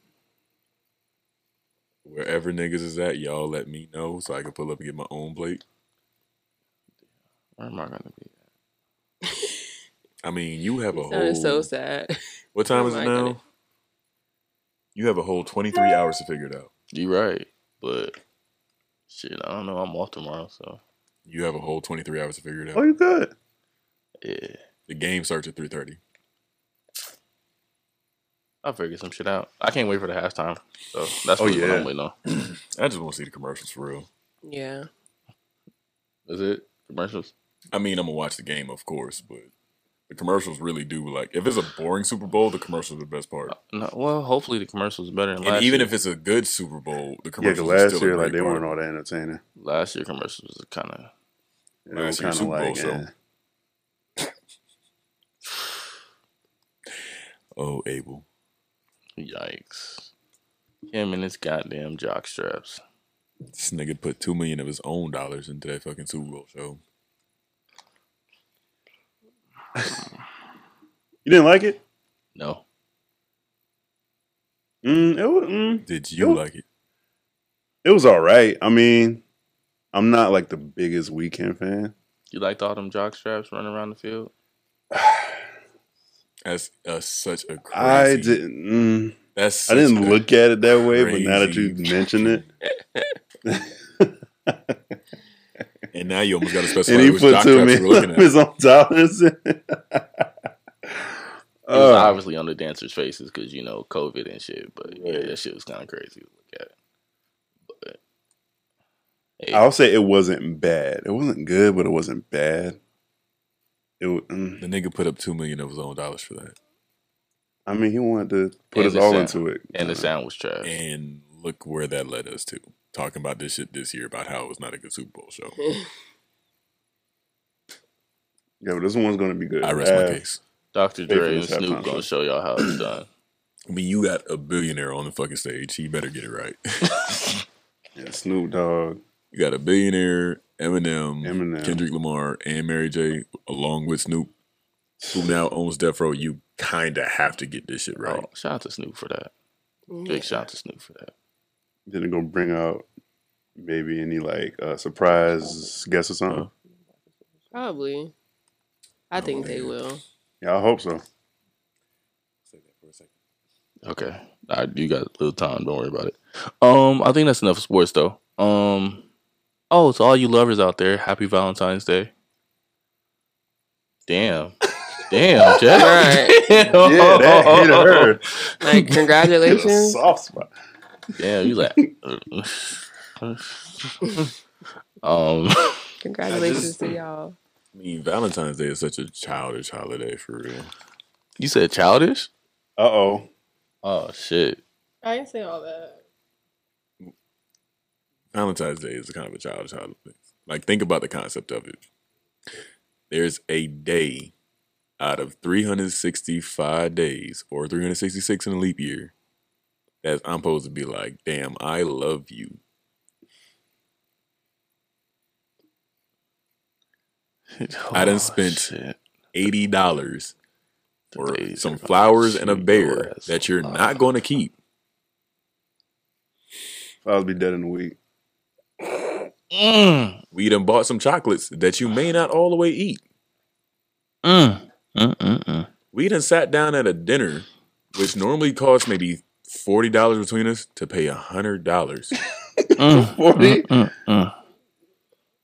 Speaker 1: wherever niggas is at, y'all let me know so I can pull up and get my own plate.
Speaker 2: Where am I gonna be?
Speaker 1: I mean, you have a
Speaker 4: That
Speaker 1: whole.
Speaker 4: is so sad. *laughs*
Speaker 1: What time is
Speaker 4: Oh
Speaker 1: it
Speaker 4: my
Speaker 1: now?
Speaker 4: goodness.
Speaker 1: You have a whole twenty three hours to figure it out.
Speaker 2: You right, but shit, I don't know. I'm off tomorrow, so
Speaker 1: You have a whole twenty three hours to figure it
Speaker 3: oh,
Speaker 1: out.
Speaker 3: you good?
Speaker 2: yeah,
Speaker 1: The game starts at three thirty.
Speaker 2: I'll figure some shit out. I can't wait for the halftime. So that's
Speaker 3: Oh,
Speaker 2: really what
Speaker 3: yeah.
Speaker 2: I'm waiting on.
Speaker 1: I just want to see the commercials for real.
Speaker 4: Yeah.
Speaker 2: Is it commercials?
Speaker 1: I mean, I'm gonna watch the game, of course, but the commercials really do like if it's a boring Super Bowl, the commercials are the best
Speaker 4: Uh,
Speaker 1: part.
Speaker 2: No. Well, hopefully the commercials better than last
Speaker 1: And even
Speaker 2: year.
Speaker 1: if it's a good Super Bowl, the
Speaker 3: Yeah, 'cause
Speaker 1: commercials are
Speaker 3: last
Speaker 1: still
Speaker 3: year
Speaker 1: a
Speaker 3: like
Speaker 1: great
Speaker 3: they
Speaker 1: part.
Speaker 3: weren't all that entertaining.
Speaker 2: last year commercials was kind of
Speaker 3: It
Speaker 1: Last
Speaker 3: was
Speaker 1: year's
Speaker 3: kind of like,
Speaker 1: Super Bowl,
Speaker 3: eh.
Speaker 1: *sighs* Oh, Abel.
Speaker 2: yikes. Him and his goddamn jock straps.
Speaker 1: This nigga put two million of his own dollars into that fucking Super Bowl show.
Speaker 3: you didn't like it?
Speaker 2: No,
Speaker 3: Mm, it was, mm,
Speaker 1: Did you
Speaker 3: Nope.
Speaker 1: like it?
Speaker 3: It was all right. I mean, I'm not like the biggest weekend fan.
Speaker 2: You liked all them jock straps running around the field?
Speaker 1: That's uh, such a crazy.
Speaker 3: I didn't. mm,
Speaker 1: That's
Speaker 3: I
Speaker 1: such
Speaker 3: didn't
Speaker 1: a-
Speaker 3: look at it that way, but now that you
Speaker 1: crazy
Speaker 3: mention it,
Speaker 1: And now you almost got to specify
Speaker 3: and he
Speaker 1: which
Speaker 3: put
Speaker 1: jock
Speaker 3: two
Speaker 1: straps we're
Speaker 3: *laughs*
Speaker 1: looking at.
Speaker 3: million on Donaldson.
Speaker 2: It was
Speaker 3: Uh,
Speaker 2: obviously on the dancers' faces because you know COVID and shit. But yeah, that shit was kind of crazy to look at. But hey,
Speaker 3: I'll say it wasn't bad. It wasn't good, but it wasn't bad. It. wa- mm.
Speaker 1: The nigga put up two million of his own dollars for that,
Speaker 3: I mean, he wanted to put
Speaker 2: And
Speaker 3: us
Speaker 2: the
Speaker 3: all
Speaker 2: sound.
Speaker 3: into it.
Speaker 2: and the sound was trash.
Speaker 1: and look where that led us to. Talking about this shit this year about how it was not a good Super Bowl show.
Speaker 3: Yeah, but this one's gonna be good.
Speaker 1: I rest
Speaker 3: Uh,
Speaker 1: my case.
Speaker 2: Dr.
Speaker 3: Pay for
Speaker 2: Dre and
Speaker 3: this halftime
Speaker 2: Snoop
Speaker 3: show.
Speaker 2: gonna show y'all how it's
Speaker 3: *clears throat*
Speaker 2: done.
Speaker 1: I mean, you got a billionaire on the fucking stage. He better get it right. *laughs*
Speaker 3: Yeah, Snoop Dogg.
Speaker 1: you got a billionaire, Eminem,
Speaker 3: Eminem.
Speaker 1: Mm. Kendrick Lamar, and Mary J. Along with Snoop, who now owns Death Row. You kind of have to get this shit right.
Speaker 2: Oh, shout out to Snoop for that.
Speaker 4: Mm-hmm.
Speaker 2: Big shout out to Snoop for that.
Speaker 3: Didn't gonna bring out maybe any like uh, surprise guests or something.
Speaker 1: Uh-huh.
Speaker 4: Probably. I
Speaker 1: No
Speaker 4: think they
Speaker 1: way.
Speaker 4: will.
Speaker 3: Yeah, I
Speaker 1: *laughs*
Speaker 3: hope so.
Speaker 1: Say that for a second.
Speaker 2: Okay, All right, you got a little time. Don't worry about it. Um, I think that's enough sports though. Um, oh, to all you lovers out there, happy Valentine's Day. Damn,
Speaker 3: *laughs*
Speaker 2: damn, Jeff.
Speaker 4: Right.
Speaker 2: *laughs* Damn.
Speaker 3: Yeah, that hit her.
Speaker 4: Like,
Speaker 3: Hit a
Speaker 4: congratulations.
Speaker 3: soft spot.
Speaker 2: Damn, you like. uh, *laughs* um,
Speaker 4: Congratulations
Speaker 1: just-
Speaker 4: to y'all.
Speaker 1: I mean, Valentine's Day is such a childish holiday for real.
Speaker 2: you said childish.
Speaker 3: Uh oh.
Speaker 2: Oh shit.
Speaker 6: I didn't say all that.
Speaker 1: Valentine's Day is kind of a childish holiday. Like, think about the concept of it. There's a day out of 365 days or 366 in a leap year that I'm supposed to be like, damn, I love you. I done
Speaker 2: Oh,
Speaker 1: spent
Speaker 2: shit.
Speaker 1: $80 for
Speaker 2: Today's
Speaker 1: some
Speaker 2: about
Speaker 1: flowers and a
Speaker 2: sweet
Speaker 1: bear
Speaker 2: ass.
Speaker 1: that you're
Speaker 2: Wow.
Speaker 1: not going to keep.
Speaker 3: I'll be dead in a week.
Speaker 2: Mm,
Speaker 1: We done bought some chocolates that you may not all the way eat.
Speaker 2: mm, mm, mm, mm.
Speaker 1: We done sat down at a dinner, which normally costs maybe forty dollars between us, to pay hundred dollars,
Speaker 2: *laughs* Mm,
Speaker 3: 40?
Speaker 2: mm,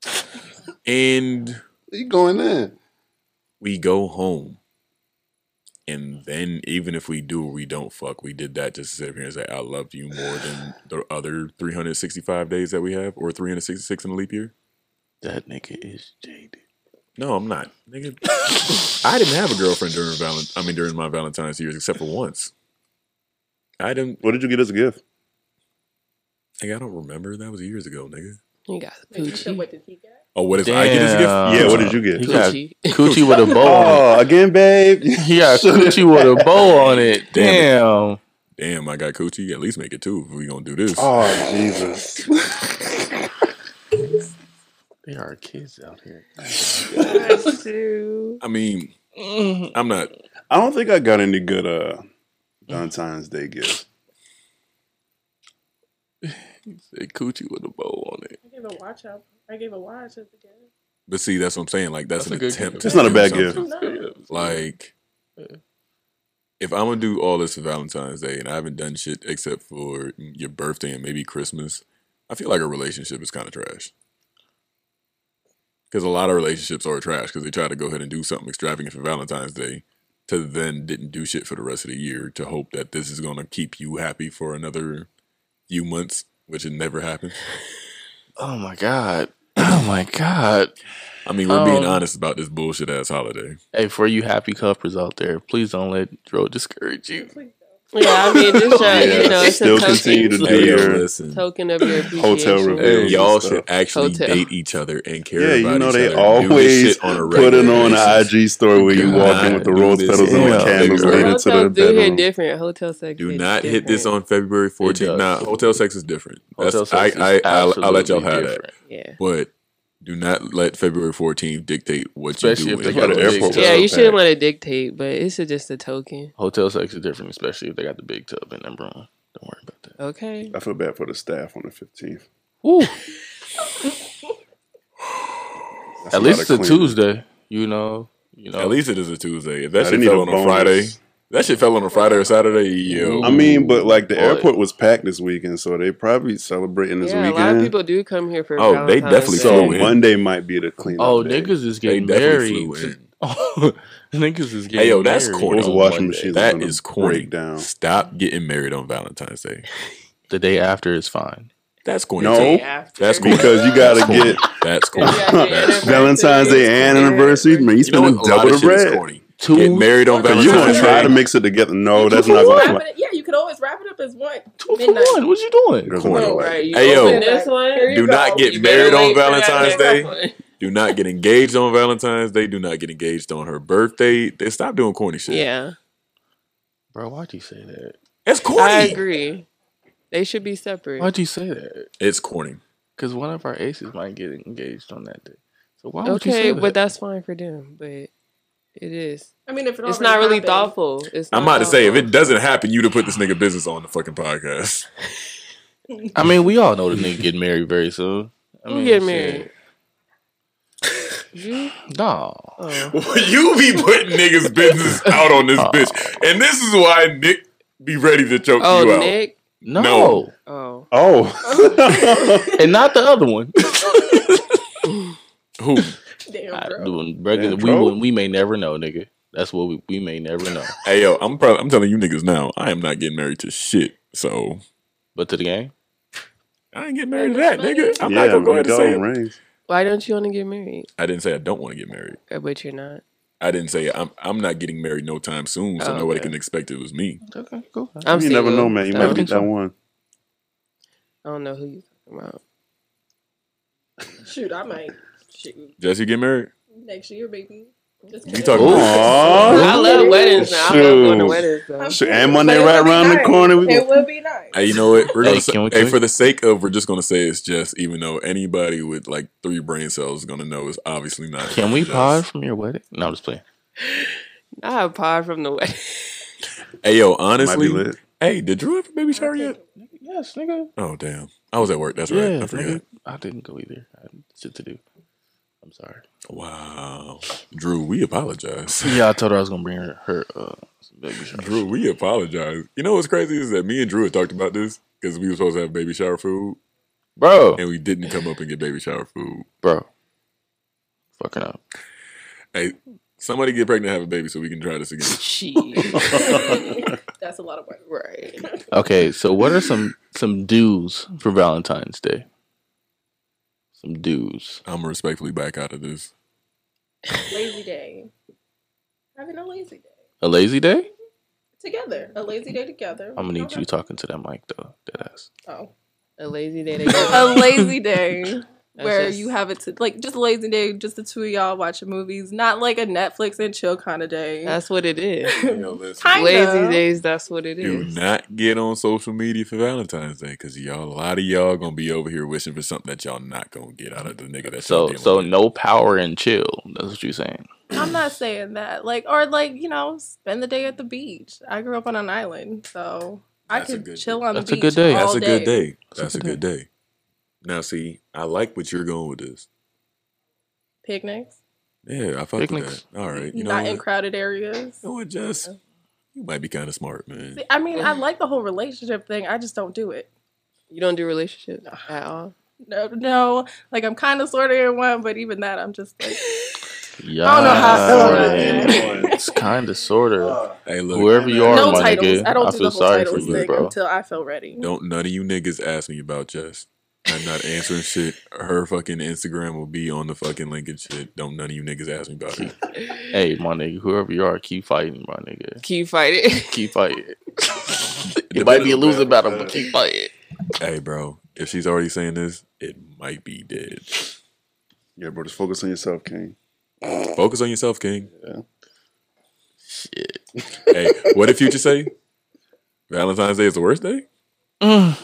Speaker 2: mm.
Speaker 1: and
Speaker 3: You going in.
Speaker 1: we go home. And then even if we do, we don't fuck. We did that just to sit here and say, "I loved you more than the other 365 days that we have, or 366 in a leap year."
Speaker 2: That nigga is jaded.
Speaker 1: No, I'm not, nigga. I didn't have a girlfriend during Valent. I mean, during my Valentine's years, except for once. I didn't.
Speaker 3: What did you get as a gift?
Speaker 1: Like, I don't remember. That was years ago, nigga.
Speaker 4: You got
Speaker 6: Wait, you said
Speaker 4: Poochie.
Speaker 6: what did he get?
Speaker 1: Oh, what if I get his gift?
Speaker 2: Damn.
Speaker 3: yeah, what did you get?
Speaker 2: He got
Speaker 4: Poochie. *laughs*
Speaker 2: coochie with a bow. on
Speaker 3: Oh, again, babe.
Speaker 2: it. He got coochie with a bow on it. Damn.
Speaker 1: *laughs* Damn Damn, I got coochie. At least make it two if we gonna do this.
Speaker 3: *laughs* Oh Jesus.
Speaker 2: There are kids out here.
Speaker 1: I mean,
Speaker 2: Mm-hmm.
Speaker 1: I'm not.
Speaker 3: I don't think I got any good uh Valentine's Day gifts.
Speaker 2: A coochie with a bow on it.
Speaker 6: I gave a watch out. I gave a watch as a gift.
Speaker 1: But see, that's what I'm saying. Like that's,
Speaker 2: That's a
Speaker 1: an
Speaker 2: good
Speaker 1: attempt.
Speaker 2: gift.
Speaker 1: to
Speaker 3: It's not a
Speaker 1: do
Speaker 3: bad
Speaker 1: something.
Speaker 3: gift.
Speaker 1: Like, if I'm gonna do all this for Valentine's Day and I haven't done shit except for your birthday and maybe Christmas, I feel like a relationship is kind of trash. Because a lot of relationships are trash because they try to go ahead and do something extravagant for Valentine's Day, to then didn't do shit for the rest of the year to hope that this is gonna keep you happy for another few months, which it never happens.
Speaker 2: Oh my god. *clears throat* Oh my god.
Speaker 1: I mean, we're being
Speaker 2: Um,
Speaker 1: honest about this bullshit ass holiday.
Speaker 2: Hey, for you happy couples out there, please don't let Dro discourage you.
Speaker 6: Please though.
Speaker 4: Yeah, I mean, just try, you know, it's
Speaker 3: Still
Speaker 4: a token,
Speaker 3: continue to
Speaker 1: Hey,
Speaker 3: do
Speaker 1: yo,
Speaker 3: your
Speaker 1: listen.
Speaker 4: token of your appreciation.
Speaker 3: hotel
Speaker 1: Hey,
Speaker 3: reviews.
Speaker 1: y'all
Speaker 3: and
Speaker 1: should
Speaker 3: stuff.
Speaker 1: actually
Speaker 4: Hotel.
Speaker 1: date each other and care
Speaker 3: Yeah,
Speaker 1: about
Speaker 3: you know
Speaker 1: each
Speaker 3: they
Speaker 1: other. Do this
Speaker 3: always
Speaker 1: shit on a
Speaker 3: put it
Speaker 1: regular
Speaker 3: on
Speaker 1: basis.
Speaker 3: the IG story where you
Speaker 1: God,
Speaker 3: walk in with the
Speaker 1: do
Speaker 3: rose
Speaker 1: this
Speaker 3: petals on
Speaker 2: in
Speaker 3: the
Speaker 2: the
Speaker 3: candles
Speaker 1: living room.
Speaker 3: leading
Speaker 4: Hotels
Speaker 3: to the
Speaker 4: do hit
Speaker 3: bedroom.
Speaker 4: different. Hotel sex.
Speaker 1: Do
Speaker 4: hit
Speaker 1: not hit this
Speaker 4: different.
Speaker 1: on February 14th.
Speaker 2: does.
Speaker 1: Nah, hotel sex is different. That's,
Speaker 2: Hotel sex
Speaker 1: I, I,
Speaker 2: is
Speaker 1: I'll, I'll let y'all
Speaker 2: absolutely
Speaker 1: have that.
Speaker 2: different.
Speaker 4: Yeah.
Speaker 1: But do not let February 14th dictate what you
Speaker 2: Especially if
Speaker 1: do.
Speaker 2: they
Speaker 1: in
Speaker 3: got
Speaker 1: your
Speaker 3: an
Speaker 1: relationship.
Speaker 3: airport
Speaker 4: Yeah, you
Speaker 3: Okay.
Speaker 4: shouldn't let it dictate, but it's a- just a token.
Speaker 2: Hotel sex is different, especially if they got the big tub in them room. Don't worry about that.
Speaker 4: Okay.
Speaker 3: I feel bad for the staff on the 15th.
Speaker 2: Woo.
Speaker 3: That's a
Speaker 2: At
Speaker 3: lot
Speaker 2: least
Speaker 3: of
Speaker 2: the
Speaker 3: cleaning.
Speaker 2: Tuesday, you know, you know.
Speaker 1: At least it is a Tuesday. If
Speaker 3: I
Speaker 1: that shit
Speaker 3: didn't
Speaker 1: fell on
Speaker 3: even
Speaker 1: a
Speaker 3: bonus.
Speaker 1: Friday, that shit fell on a Friday or Saturday. Yo,
Speaker 3: I mean, but like the
Speaker 2: Boy.
Speaker 3: airport was packed this weekend, so they probably celebrating this
Speaker 4: yeah,
Speaker 3: weekend.
Speaker 4: a lot of people do come here for.
Speaker 1: Oh, they
Speaker 4: Valentine's
Speaker 1: definitely
Speaker 4: Day.
Speaker 3: so
Speaker 1: flew in.
Speaker 3: Monday might be the cleanup.
Speaker 2: oh,
Speaker 3: day.
Speaker 2: niggas is
Speaker 1: they
Speaker 2: getting
Speaker 1: definitely
Speaker 2: married.
Speaker 1: flew in.
Speaker 2: *laughs* niggas is getting
Speaker 1: Hey yo, that's
Speaker 2: married
Speaker 1: corny.
Speaker 3: Those
Speaker 2: on
Speaker 3: washing
Speaker 2: Monday.
Speaker 3: machines.
Speaker 1: That
Speaker 3: gonna
Speaker 1: is corny.
Speaker 3: break down.
Speaker 1: Stop getting married on Valentine's Day.
Speaker 2: The day after is fine.
Speaker 1: That's corny.
Speaker 3: No.
Speaker 4: Day
Speaker 1: too.
Speaker 4: after.
Speaker 1: That's corny.
Speaker 3: Because you gotta get-
Speaker 1: That's corny.
Speaker 4: Yeah, yeah,
Speaker 1: That's-
Speaker 3: Valentine's Day and anniversary. Man, you
Speaker 1: You know
Speaker 3: spending
Speaker 1: what? A lot
Speaker 3: double
Speaker 1: of
Speaker 3: the
Speaker 1: shit is
Speaker 3: bread.
Speaker 1: corny.
Speaker 2: Two
Speaker 1: Get married on
Speaker 6: Cause
Speaker 3: Because
Speaker 1: Valentine's
Speaker 3: you
Speaker 6: Valentine's
Speaker 3: gonna try
Speaker 1: Day.
Speaker 3: to mix it together. No, that's
Speaker 6: You
Speaker 3: not
Speaker 6: could
Speaker 3: gonna
Speaker 6: wrap
Speaker 3: fly.
Speaker 6: it- Yeah, you could always wrap it up as one.
Speaker 2: Two for
Speaker 6: Midnight.
Speaker 2: one. What you doing?
Speaker 3: Girls
Speaker 1: Corny.
Speaker 3: don't
Speaker 6: No,
Speaker 3: like
Speaker 4: right.
Speaker 3: it.
Speaker 4: You
Speaker 1: Hey, yo.
Speaker 4: open this one.
Speaker 6: Here you
Speaker 1: Do not
Speaker 6: go.
Speaker 1: get
Speaker 4: You better
Speaker 1: married on
Speaker 4: wait for that
Speaker 1: Valentine's
Speaker 4: next
Speaker 1: Day.
Speaker 4: one.
Speaker 1: Do not get engaged on Valentine's Day. Do not get engaged on her birthday. They stop doing corny shit.
Speaker 4: Yeah,
Speaker 2: Bro, why'd you say that?
Speaker 1: It's
Speaker 4: I
Speaker 1: corny.
Speaker 4: agree. They should be separate.
Speaker 2: Why'd you say that?
Speaker 1: It's corny.
Speaker 2: Because one of our aces might get engaged on that day. So why would you
Speaker 4: okay,
Speaker 2: say that?
Speaker 4: but that's fine for them. But it is.
Speaker 6: I mean, if it
Speaker 4: It's
Speaker 6: already
Speaker 4: not really
Speaker 6: happened.
Speaker 4: thoughtful. It's
Speaker 1: I'm
Speaker 4: not
Speaker 1: about to say, if
Speaker 4: thoughtful.
Speaker 1: it doesn't happen, you to put this nigga business on the fucking *laughs* podcast.
Speaker 2: I mean, we all know the nigga getting married very soon. I
Speaker 4: Who
Speaker 2: mean,
Speaker 4: get
Speaker 2: shit.
Speaker 4: married? You?
Speaker 2: Nah.
Speaker 4: Oh.
Speaker 1: you be putting niggas' business *laughs* out on this bitch, and this is why Nick be ready to choke
Speaker 4: Oh,
Speaker 1: you out.
Speaker 4: Nick.
Speaker 2: No.
Speaker 1: No.
Speaker 4: Oh.
Speaker 3: Oh,
Speaker 2: And not the other one.
Speaker 4: *laughs*
Speaker 1: Who?
Speaker 6: Damn,
Speaker 2: I-
Speaker 6: bro.
Speaker 2: doing regular,
Speaker 3: Damn,
Speaker 2: we,
Speaker 3: bro.
Speaker 2: will- we may never know, nigga. That's what we, we may never know.
Speaker 1: Hey yo, I'm probably, I'm telling you niggas now, I am not getting married to shit. So
Speaker 2: But to the game,
Speaker 1: I ain't getting married to that, nigga. I'm
Speaker 3: yeah,
Speaker 1: not gonna go
Speaker 3: we
Speaker 1: ahead and
Speaker 3: got
Speaker 1: say
Speaker 3: them
Speaker 1: it.
Speaker 3: rings.
Speaker 4: Why don't you want to get married?
Speaker 1: I didn't say I don't want to get married.
Speaker 4: I bet you're not.
Speaker 1: I didn't say I'm I'm not getting married no time soon, so
Speaker 4: Oh,
Speaker 1: nobody
Speaker 4: okay.
Speaker 1: can expect it was me.
Speaker 2: okay, cool.
Speaker 4: I'm
Speaker 3: you
Speaker 4: single.
Speaker 3: never know, man. You
Speaker 4: so
Speaker 3: might
Speaker 2: be-
Speaker 3: get
Speaker 2: think so.
Speaker 3: that one.
Speaker 4: I don't know who you're talking about.
Speaker 6: Shoot, I might shoot
Speaker 1: Jesse get married?
Speaker 6: next year, baby. Just
Speaker 1: You
Speaker 6: kidding.
Speaker 1: talking
Speaker 4: I
Speaker 3: Aww.
Speaker 4: love weddings now. I love going to
Speaker 3: Shoot.
Speaker 4: weddings. Though.
Speaker 6: I'm
Speaker 3: And Monday
Speaker 6: But it
Speaker 3: right
Speaker 6: would be
Speaker 3: around the
Speaker 6: nice.
Speaker 3: corner. We
Speaker 6: It
Speaker 3: gonna-
Speaker 6: would be nice.
Speaker 1: Hey, you know *laughs* what? We're
Speaker 2: *laughs* Hey,
Speaker 1: gonna say,
Speaker 2: can we
Speaker 1: hey
Speaker 2: click?
Speaker 1: for the sake of we're just gonna say it's Jess, even though anybody with like three brain cells is gonna know it's obviously not.
Speaker 2: Can we
Speaker 1: Jess.
Speaker 2: pause from your wedding? No, I'm just playing.
Speaker 4: I apart from the wedding. *laughs*
Speaker 1: Hey yo,
Speaker 3: Might be
Speaker 1: honestly,
Speaker 3: lit.
Speaker 1: hey, did Drew have a baby shower yet?
Speaker 2: Yes, nigga.
Speaker 1: Oh damn, I was at work. That's
Speaker 2: yeah,
Speaker 1: right. I forgot.
Speaker 2: nigga. I didn't go either. I had shit to do. I'm sorry.
Speaker 1: Wow, Drew, we apologize. *laughs*
Speaker 2: Yeah, I told her I was gonna bring her, her uh, some baby shower.
Speaker 1: Drew, we apologize. You know what's crazy is that me and Drew had talked about this because we were supposed to have baby shower food
Speaker 2: bro,
Speaker 1: and we didn't come up and get baby shower food.
Speaker 2: bro, fucking up.
Speaker 1: Hey, somebody get pregnant, and have a baby, so we can try this again.
Speaker 6: *laughs* *laughs* That's a lot of work.
Speaker 4: right.
Speaker 2: Okay, so what are some some dues for Valentine's Day? Some dues.
Speaker 1: I'm respectfully back out of this.
Speaker 6: Lazy day. Having a lazy day.
Speaker 2: A lazy day?
Speaker 6: Together. A lazy day together.
Speaker 2: I'm gonna need
Speaker 6: Okay.
Speaker 2: you talking to that mic though. Deadass.
Speaker 6: Oh.
Speaker 4: A lazy
Speaker 6: *laughs*
Speaker 4: day. To
Speaker 6: a
Speaker 4: go.
Speaker 6: lazy *laughs* day
Speaker 4: That's
Speaker 6: where
Speaker 4: just-
Speaker 6: you have it to like just a lazy day, just the two of y'all watching movies, not like a Netflix and chill kind of day.
Speaker 4: That's what it is.
Speaker 6: I
Speaker 4: Lazy
Speaker 6: know.
Speaker 4: days. That's what it
Speaker 1: Do
Speaker 4: is.
Speaker 1: not get on social media for Valentine's Day because y'all, a lot of y'all, gonna be over here wishing for something that y'all not gonna get out of the nigga that y'all
Speaker 2: So
Speaker 1: dealing
Speaker 2: so
Speaker 1: with.
Speaker 2: no power and chill. That's what you're saying.
Speaker 6: I'm not saying that. Like or like, you know, spend the day at the beach. I grew up on an island, so
Speaker 1: That's a
Speaker 6: I could
Speaker 1: good
Speaker 6: chill
Speaker 1: day.
Speaker 6: on the
Speaker 2: That's a
Speaker 6: beach.
Speaker 2: good day.
Speaker 6: all
Speaker 1: That's a good day.
Speaker 2: That's a
Speaker 1: That's a good
Speaker 2: good
Speaker 1: day. Now, see, I like what you're going with this.
Speaker 6: Picnics.
Speaker 1: Yeah, I fuck
Speaker 2: Picnics.
Speaker 1: with that. All right, you know,
Speaker 6: not
Speaker 1: what?
Speaker 6: in crowded areas.
Speaker 1: You know what, Jess? You might be kind of smart, man.
Speaker 6: See, I mean, I like the whole relationship thing. I just don't do it.
Speaker 4: You don't do relationships at all.
Speaker 6: No, no. Like I'm kind of sort of in one, but even that, I'm just *laughs* like,
Speaker 2: Yeah.
Speaker 6: don't know how to
Speaker 3: sort it.
Speaker 2: It's kinda sorta.
Speaker 1: Hey, look,
Speaker 2: Whoever you are,
Speaker 6: no
Speaker 2: my
Speaker 6: titles.
Speaker 2: nigga.
Speaker 6: I don't do
Speaker 2: feel
Speaker 6: the whole
Speaker 2: sorry for
Speaker 6: titles
Speaker 2: you,
Speaker 6: thing
Speaker 2: bro.
Speaker 6: until I feel ready.
Speaker 1: don't none of you niggas ask me about Jess. I'm not answering shit. Her fucking Instagram will be on the fucking link and shit. Don't none of you niggas ask me about it.
Speaker 2: Hey, my nigga, whoever you are, keep fighting, my nigga.
Speaker 4: Keep fighting. *laughs*
Speaker 2: Keep fighting. it might be a losing battle, but keep fighting.
Speaker 1: hey, bro, if she's already saying this, it might be dead.
Speaker 3: Yeah, bro, just focus on yourself, King.
Speaker 1: Focus on yourself, King.
Speaker 2: Shit.
Speaker 1: Hey, what did Future say? Valentine's Day is the worst day?
Speaker 2: Mm.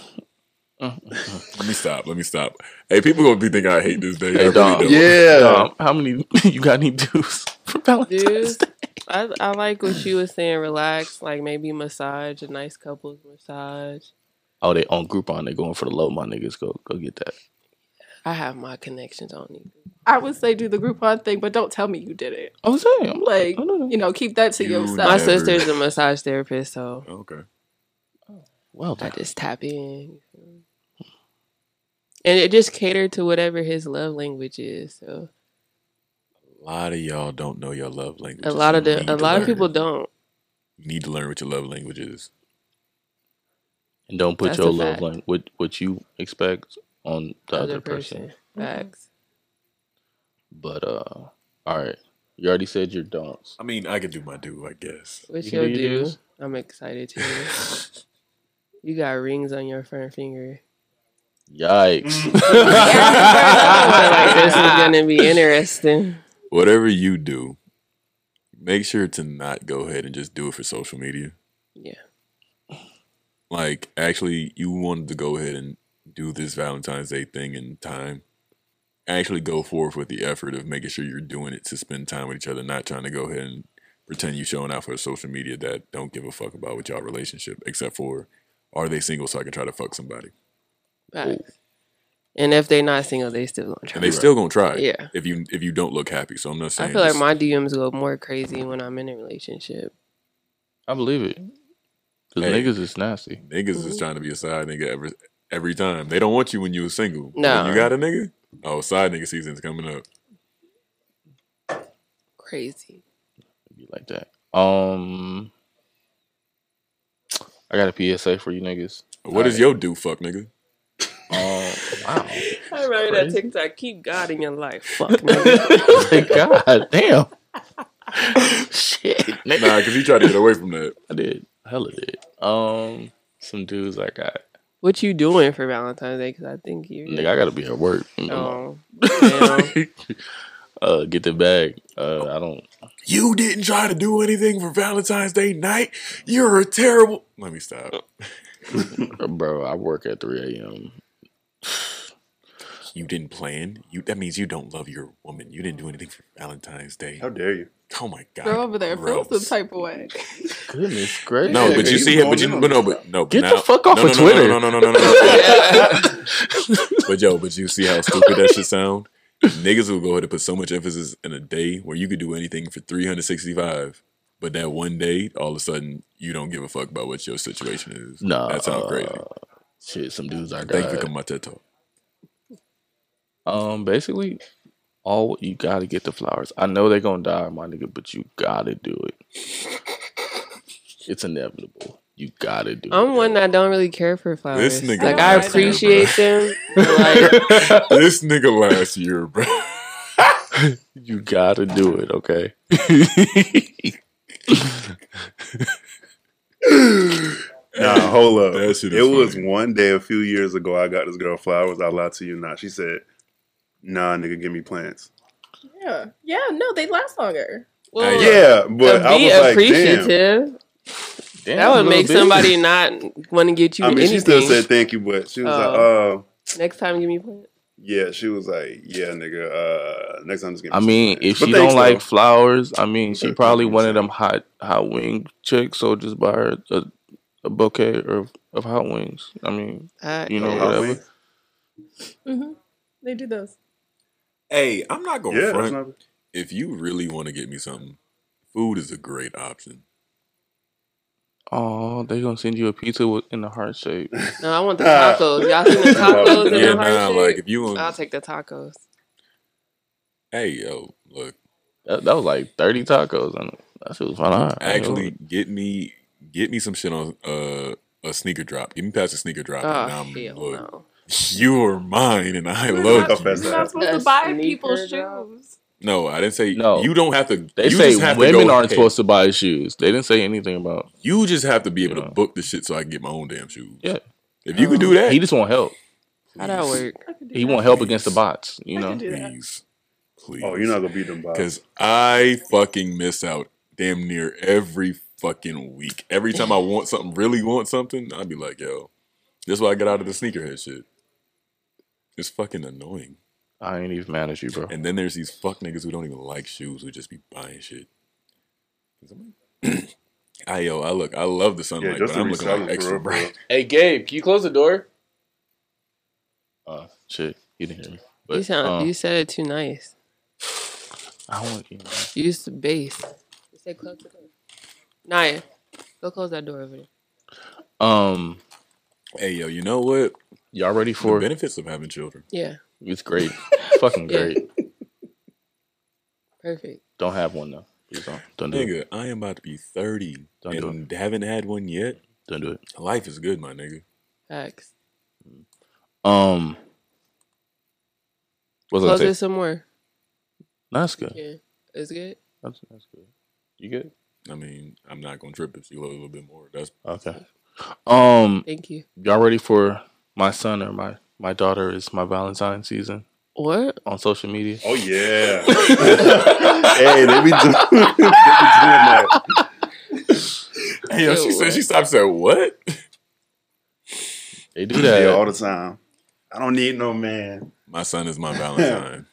Speaker 1: Let me stop. Let me stop. Hey, people gonna be thinking I hate this day. I
Speaker 2: Hey,
Speaker 1: really
Speaker 2: dog.
Speaker 1: don't.
Speaker 3: Yeah,
Speaker 2: Um, how many *laughs* you got any dues for Valentine's
Speaker 4: Dudes,
Speaker 2: Day?
Speaker 4: I, I like what you were saying. Relax, like maybe massage, a nice couples massage.
Speaker 2: Oh, they on Groupon. They're going for the low. My niggas, go go get that.
Speaker 4: I have my connections on you.
Speaker 6: I would say do the Groupon thing, but don't tell me you did it.
Speaker 2: I'm saying, I'm
Speaker 6: Like,
Speaker 2: I don't know.
Speaker 6: you know, keep that to
Speaker 1: You
Speaker 6: yourself.
Speaker 4: My
Speaker 1: never-
Speaker 4: sister's a massage therapist, so
Speaker 1: Okay.
Speaker 2: well,
Speaker 4: I
Speaker 2: done.
Speaker 4: just tap in. And it just catered to whatever his love language is. So
Speaker 1: A lot of y'all don't know your love language.
Speaker 4: a lot of the a lot of people don't.
Speaker 1: You need to learn what your love language is.
Speaker 2: and don't put
Speaker 4: That's
Speaker 2: your
Speaker 4: a
Speaker 2: love
Speaker 4: fact.
Speaker 2: language what what you expect on the other, person.
Speaker 4: Mm-hmm. Facts.
Speaker 2: But uh, all right, you already said your don'ts.
Speaker 1: I mean, I could do my do, I guess.
Speaker 4: Which
Speaker 2: You can
Speaker 4: you'll
Speaker 2: do your
Speaker 4: do.
Speaker 2: dues.
Speaker 4: I'm *laughs* excited to hear. You got rings on your front *laughs* finger.
Speaker 2: Yikes!
Speaker 4: like this is gonna be interesting.
Speaker 1: Whatever you do, make sure to not go ahead and just do it for social media.
Speaker 4: Yeah.
Speaker 1: Like, actually, you wanted to go ahead and do this Valentine's Day thing in time. Actually, go forth with the effort of making sure you're doing it to spend time with each other, not trying to go ahead and pretend you showing out for social media that don't give a fuck about what y'all relationship, except for are they single so I can try to fuck somebody.
Speaker 4: Facts. And if they're not single, they still gonna try.
Speaker 1: and they still gonna try.
Speaker 4: Yeah.
Speaker 1: If you if you don't look happy, so I'm not
Speaker 4: I
Speaker 1: saying.
Speaker 4: feel like
Speaker 1: just-
Speaker 4: my DMs go more crazy when I'm in a relationship.
Speaker 2: *laughs* I believe it. Cause
Speaker 1: Hey.
Speaker 2: niggas is nasty.
Speaker 1: niggas is trying to be a side nigga every every time. They don't want you when you were single.
Speaker 4: No.
Speaker 1: When you got a nigga. Oh, side nigga season's coming up.
Speaker 4: Crazy.
Speaker 2: Be like that. Um, I got a PSA for you niggas.
Speaker 1: What is your do fuck nigga?
Speaker 2: Um, wow. *laughs*
Speaker 4: I remember
Speaker 2: that Crazy.
Speaker 4: TikTok. Keep God in your life. Fuck. *laughs*
Speaker 2: Like, God damn. Shit. Nigga.
Speaker 1: Nah, because he tried to get away from that.
Speaker 2: I did. Hella did. Um, some dudes I got.
Speaker 4: what you doing for Valentine's Day? Because I think you.
Speaker 2: Nigga, I gotta be at work. you know.
Speaker 4: Oh, *laughs* damn.
Speaker 2: uh, get the bag. Uh, I don't.
Speaker 1: You didn't try to do anything for Valentine's Day night. You're a terrible. Let me stop.
Speaker 2: Bro, I work at 3 a.m.
Speaker 1: You didn't plan. You that means you don't love your woman. You didn't do anything for Valentine's Day.
Speaker 3: How dare you?
Speaker 1: Oh my god.
Speaker 6: Throw over there. Feels
Speaker 1: gross.
Speaker 6: some type of way.
Speaker 2: Goodness gracious.
Speaker 1: No,
Speaker 3: Yeah,
Speaker 1: but
Speaker 3: yeah,
Speaker 1: you
Speaker 2: *laughs*
Speaker 3: you
Speaker 1: see him.
Speaker 3: going
Speaker 1: But you,
Speaker 3: in on
Speaker 1: but
Speaker 3: this
Speaker 1: no, but no. But
Speaker 2: Get the
Speaker 1: now,
Speaker 2: fuck off
Speaker 1: no, no,
Speaker 2: of
Speaker 1: no,
Speaker 2: Twitter.
Speaker 1: No, no, no, no, no, no. no. but yo, but you see
Speaker 3: *laughs*
Speaker 1: how stupid that should sound. Niggas will go ahead and put so much emphasis in a day where you could do anything for 365, but that one day, all of a sudden, you don't give a fuck about what your situation is.
Speaker 2: Nah,
Speaker 1: that sounds crazy.
Speaker 2: uh, Shit, some dudes I
Speaker 1: Thank you for
Speaker 2: got.
Speaker 1: coming my TED talk. *laughs*
Speaker 2: Um, basically, all you gotta get the flowers. I know they're gonna die, my nigga, but you gotta do it. it's inevitable. You gotta do
Speaker 4: I'm
Speaker 2: it.
Speaker 4: one that don't really care for flowers.
Speaker 1: nigga
Speaker 4: like I
Speaker 6: last year,
Speaker 4: appreciate
Speaker 3: *laughs*
Speaker 4: them. but, like
Speaker 1: This nigga last year, bro.
Speaker 2: You gotta do it, okay?
Speaker 3: Nah, hold up.
Speaker 1: That shit is
Speaker 3: it was
Speaker 1: funny.
Speaker 3: one day a few years ago. I got this girl flowers. I lied to you not. She said, "Nah, nigga, give me plants."
Speaker 6: Yeah. Yeah, no, they last longer.
Speaker 1: Hey,
Speaker 4: well,
Speaker 3: Yeah,
Speaker 4: to
Speaker 3: but I
Speaker 4: be
Speaker 3: was like, "Damn."
Speaker 4: appreciative.
Speaker 2: Damn,
Speaker 4: That would
Speaker 2: little
Speaker 4: make
Speaker 2: bitch.
Speaker 4: somebody not want to get you
Speaker 3: I mean,
Speaker 4: anything. Oh.
Speaker 3: she still said thank you, but she was like, "Uh,
Speaker 4: Next time, give me plants.
Speaker 3: yeah." She was like, "Yeah, nigga. Uh, next time, just give me."
Speaker 2: I
Speaker 3: some
Speaker 2: mean, if
Speaker 3: plants." But
Speaker 2: she
Speaker 3: thanks,
Speaker 2: don't like
Speaker 3: though.
Speaker 2: flowers, I mean, she
Speaker 3: Okay,
Speaker 2: probably
Speaker 3: okay,
Speaker 2: one of
Speaker 3: so-
Speaker 2: them hot hot wing chicks. So just buy her a, a bouquet of of hot wings. I mean,
Speaker 4: Uh,
Speaker 2: You know
Speaker 4: yeah.
Speaker 3: Hot
Speaker 2: whatever.
Speaker 3: wings?
Speaker 6: Mm-hmm. They do those.
Speaker 1: Hey, I'm not gonna
Speaker 3: yeah, that's
Speaker 1: front.
Speaker 3: not
Speaker 1: if you really want to get me something, food is a great option.
Speaker 2: oh, they gonna send you a pizza with, in the heart shape.
Speaker 4: No, I
Speaker 3: *laughs*
Speaker 4: want the tacos. Y'all seen the tacos in
Speaker 1: Yeah,
Speaker 4: the
Speaker 1: nah,
Speaker 4: heart
Speaker 1: like
Speaker 4: shape?
Speaker 1: if you want,
Speaker 3: Uh,
Speaker 4: I'll take the tacos.
Speaker 1: hey, yo, look.
Speaker 2: That, that was like thirty tacos. And that shit was fun. I- I
Speaker 1: Actually, get me get me some shit on uh, a sneaker drop. Get me past the sneaker drop.
Speaker 6: Ah,
Speaker 4: Oh,
Speaker 1: and I'm,
Speaker 4: hell
Speaker 1: look,
Speaker 4: no.
Speaker 1: *laughs* You are mine, and I
Speaker 3: how
Speaker 1: love you.
Speaker 3: fast
Speaker 6: You're
Speaker 3: that-
Speaker 6: not supposed to
Speaker 4: The
Speaker 6: buy
Speaker 4: sneaker
Speaker 6: people's
Speaker 4: drop.
Speaker 6: shoes.
Speaker 1: No, I didn't say.
Speaker 2: No.
Speaker 1: you don't have to.
Speaker 2: they
Speaker 1: you
Speaker 2: say
Speaker 1: just have to
Speaker 2: women
Speaker 1: go,
Speaker 2: aren't
Speaker 1: hey,
Speaker 2: supposed to buy shoes. They didn't say anything about.
Speaker 1: You just have to be able
Speaker 2: Yeah.
Speaker 1: to book the shit so I can get my own damn shoes.
Speaker 2: Yeah.
Speaker 1: If you
Speaker 6: Oh.
Speaker 1: can do that,
Speaker 2: He just want help.
Speaker 4: How that work?
Speaker 6: I could do
Speaker 2: He
Speaker 6: that.
Speaker 2: want help against the bots. You
Speaker 6: I could
Speaker 2: know.
Speaker 6: do that.
Speaker 1: please, please.
Speaker 3: Oh, you're not gonna beat them by.
Speaker 1: Because I fucking miss out damn near every fucking week. Every time I
Speaker 3: *laughs*
Speaker 1: want something, really want something, I'd be like, yo, this is why I got out of the sneakerhead shit. It's fucking annoying.
Speaker 2: I ain't even mad at you, bro.
Speaker 1: And then there's *clears throat* these fuck niggas who don't even like shoes who just be buying shit. 'Cause I'm like, I yo, I look, I love the sunlight,
Speaker 3: just
Speaker 1: but
Speaker 3: to
Speaker 1: I'm
Speaker 3: be
Speaker 1: looking like
Speaker 3: silent
Speaker 1: extra
Speaker 3: for real, for
Speaker 1: bright.
Speaker 2: Hey, Gabe, can you close the door? Uh, shit, you didn't hear me. But,
Speaker 4: you sound.
Speaker 3: uh,
Speaker 2: um,
Speaker 4: you said it too nice.
Speaker 2: I want you. man.
Speaker 4: You used the bass. You said close the door. Naya, go close that door over there.
Speaker 2: Um,
Speaker 1: Hey yo, you know what?
Speaker 2: y'all ready
Speaker 1: The
Speaker 2: for it?
Speaker 1: benefits of having children.
Speaker 4: Yeah,
Speaker 2: It's great, fucking
Speaker 4: Yeah.
Speaker 2: great.
Speaker 4: perfect.
Speaker 2: Don't have one though. Please don't. Don't do it.
Speaker 1: Nigga, I am about to be 30
Speaker 2: Don't do
Speaker 1: and haven't had one yet.
Speaker 2: Don't do it.
Speaker 1: Life is good, my nigga.
Speaker 4: Facts.
Speaker 2: Um, what's
Speaker 4: Close
Speaker 2: up?
Speaker 4: it some more.
Speaker 2: No, that's good.
Speaker 4: Yeah, it's good.
Speaker 2: That's, that's good. You good?
Speaker 1: I mean, I'm not gonna trip if she loves a little bit more. That's
Speaker 2: Okay. Um,
Speaker 4: Thank you.
Speaker 2: y'all ready for my son or my my daughter is my Valentine season
Speaker 4: What?
Speaker 2: on social media?
Speaker 3: Oh yeah.
Speaker 1: *laughs*
Speaker 3: *laughs* hey, they be, doing, they be
Speaker 2: *laughs*
Speaker 3: doing that.
Speaker 1: hey, yo, *laughs* she
Speaker 4: Ew.
Speaker 1: said she stopped said what? *laughs*
Speaker 2: They do
Speaker 3: Yeah.
Speaker 2: that.
Speaker 3: all the time. I don't need no man.
Speaker 1: My son is my Valentine.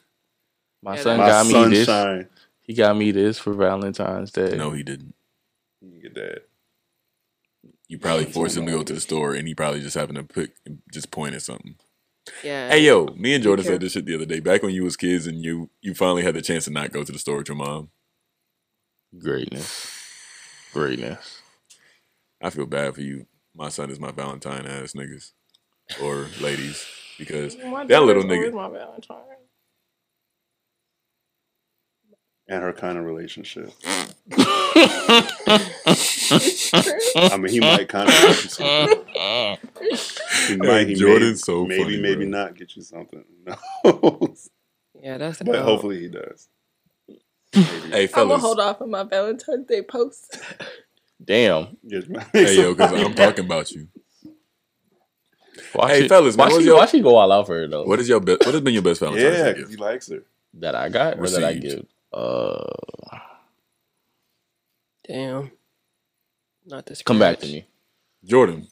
Speaker 2: My
Speaker 4: Yeah,
Speaker 2: son
Speaker 4: that's-
Speaker 3: My
Speaker 2: got me this.
Speaker 3: sunshine.
Speaker 2: He got me this for Valentine's Day.
Speaker 1: no, he didn't.
Speaker 3: You can get that.
Speaker 1: You probably forced him to go to the store, and he probably just happened to pick, just point at something.
Speaker 4: Yeah.
Speaker 1: Hey yo, me and Jordan
Speaker 4: Take care.
Speaker 1: said this shit the other day. Back when you was kids, and you you finally had the chance to not go to the store with your mom.
Speaker 2: Greatness. Greatness.
Speaker 1: I feel bad for you. My son is my Valentine ass niggas or ladies because
Speaker 6: My
Speaker 1: that little
Speaker 6: daughter's always
Speaker 1: nigga.
Speaker 6: My
Speaker 2: *laughs*
Speaker 6: Valentine.
Speaker 3: and her kind
Speaker 4: *laughs*
Speaker 3: of relationship. I mean, he might kind
Speaker 4: *laughs*
Speaker 3: of get you something. He might, he
Speaker 1: Jordan's
Speaker 3: may,
Speaker 1: so
Speaker 3: maybe,
Speaker 1: funny,
Speaker 3: maybe
Speaker 1: bro.
Speaker 3: not get you something. *laughs* No, but
Speaker 4: Yeah, that's. dope.
Speaker 3: hopefully he does.
Speaker 1: Hey
Speaker 6: I'm gonna
Speaker 1: fellas,
Speaker 6: hold off on my Valentine's Day post.
Speaker 2: *laughs* Damn.
Speaker 3: *laughs* Yes, man.
Speaker 1: hey yo, because I'm talking about you.
Speaker 2: Why
Speaker 1: Hey,
Speaker 2: she-
Speaker 1: fellas, man,
Speaker 2: why
Speaker 1: what's
Speaker 2: she,
Speaker 1: your-
Speaker 2: why she go all out for her though?
Speaker 1: What is your be- what has been your best Valentine's
Speaker 3: *laughs* yeah,
Speaker 1: Day
Speaker 3: 'cause he
Speaker 1: gift?
Speaker 3: likes her.
Speaker 2: that I got or that I give?
Speaker 1: Received.
Speaker 2: Uh,
Speaker 4: Damn. Not this.
Speaker 2: come back to
Speaker 4: crash.
Speaker 2: me.
Speaker 1: Jordan,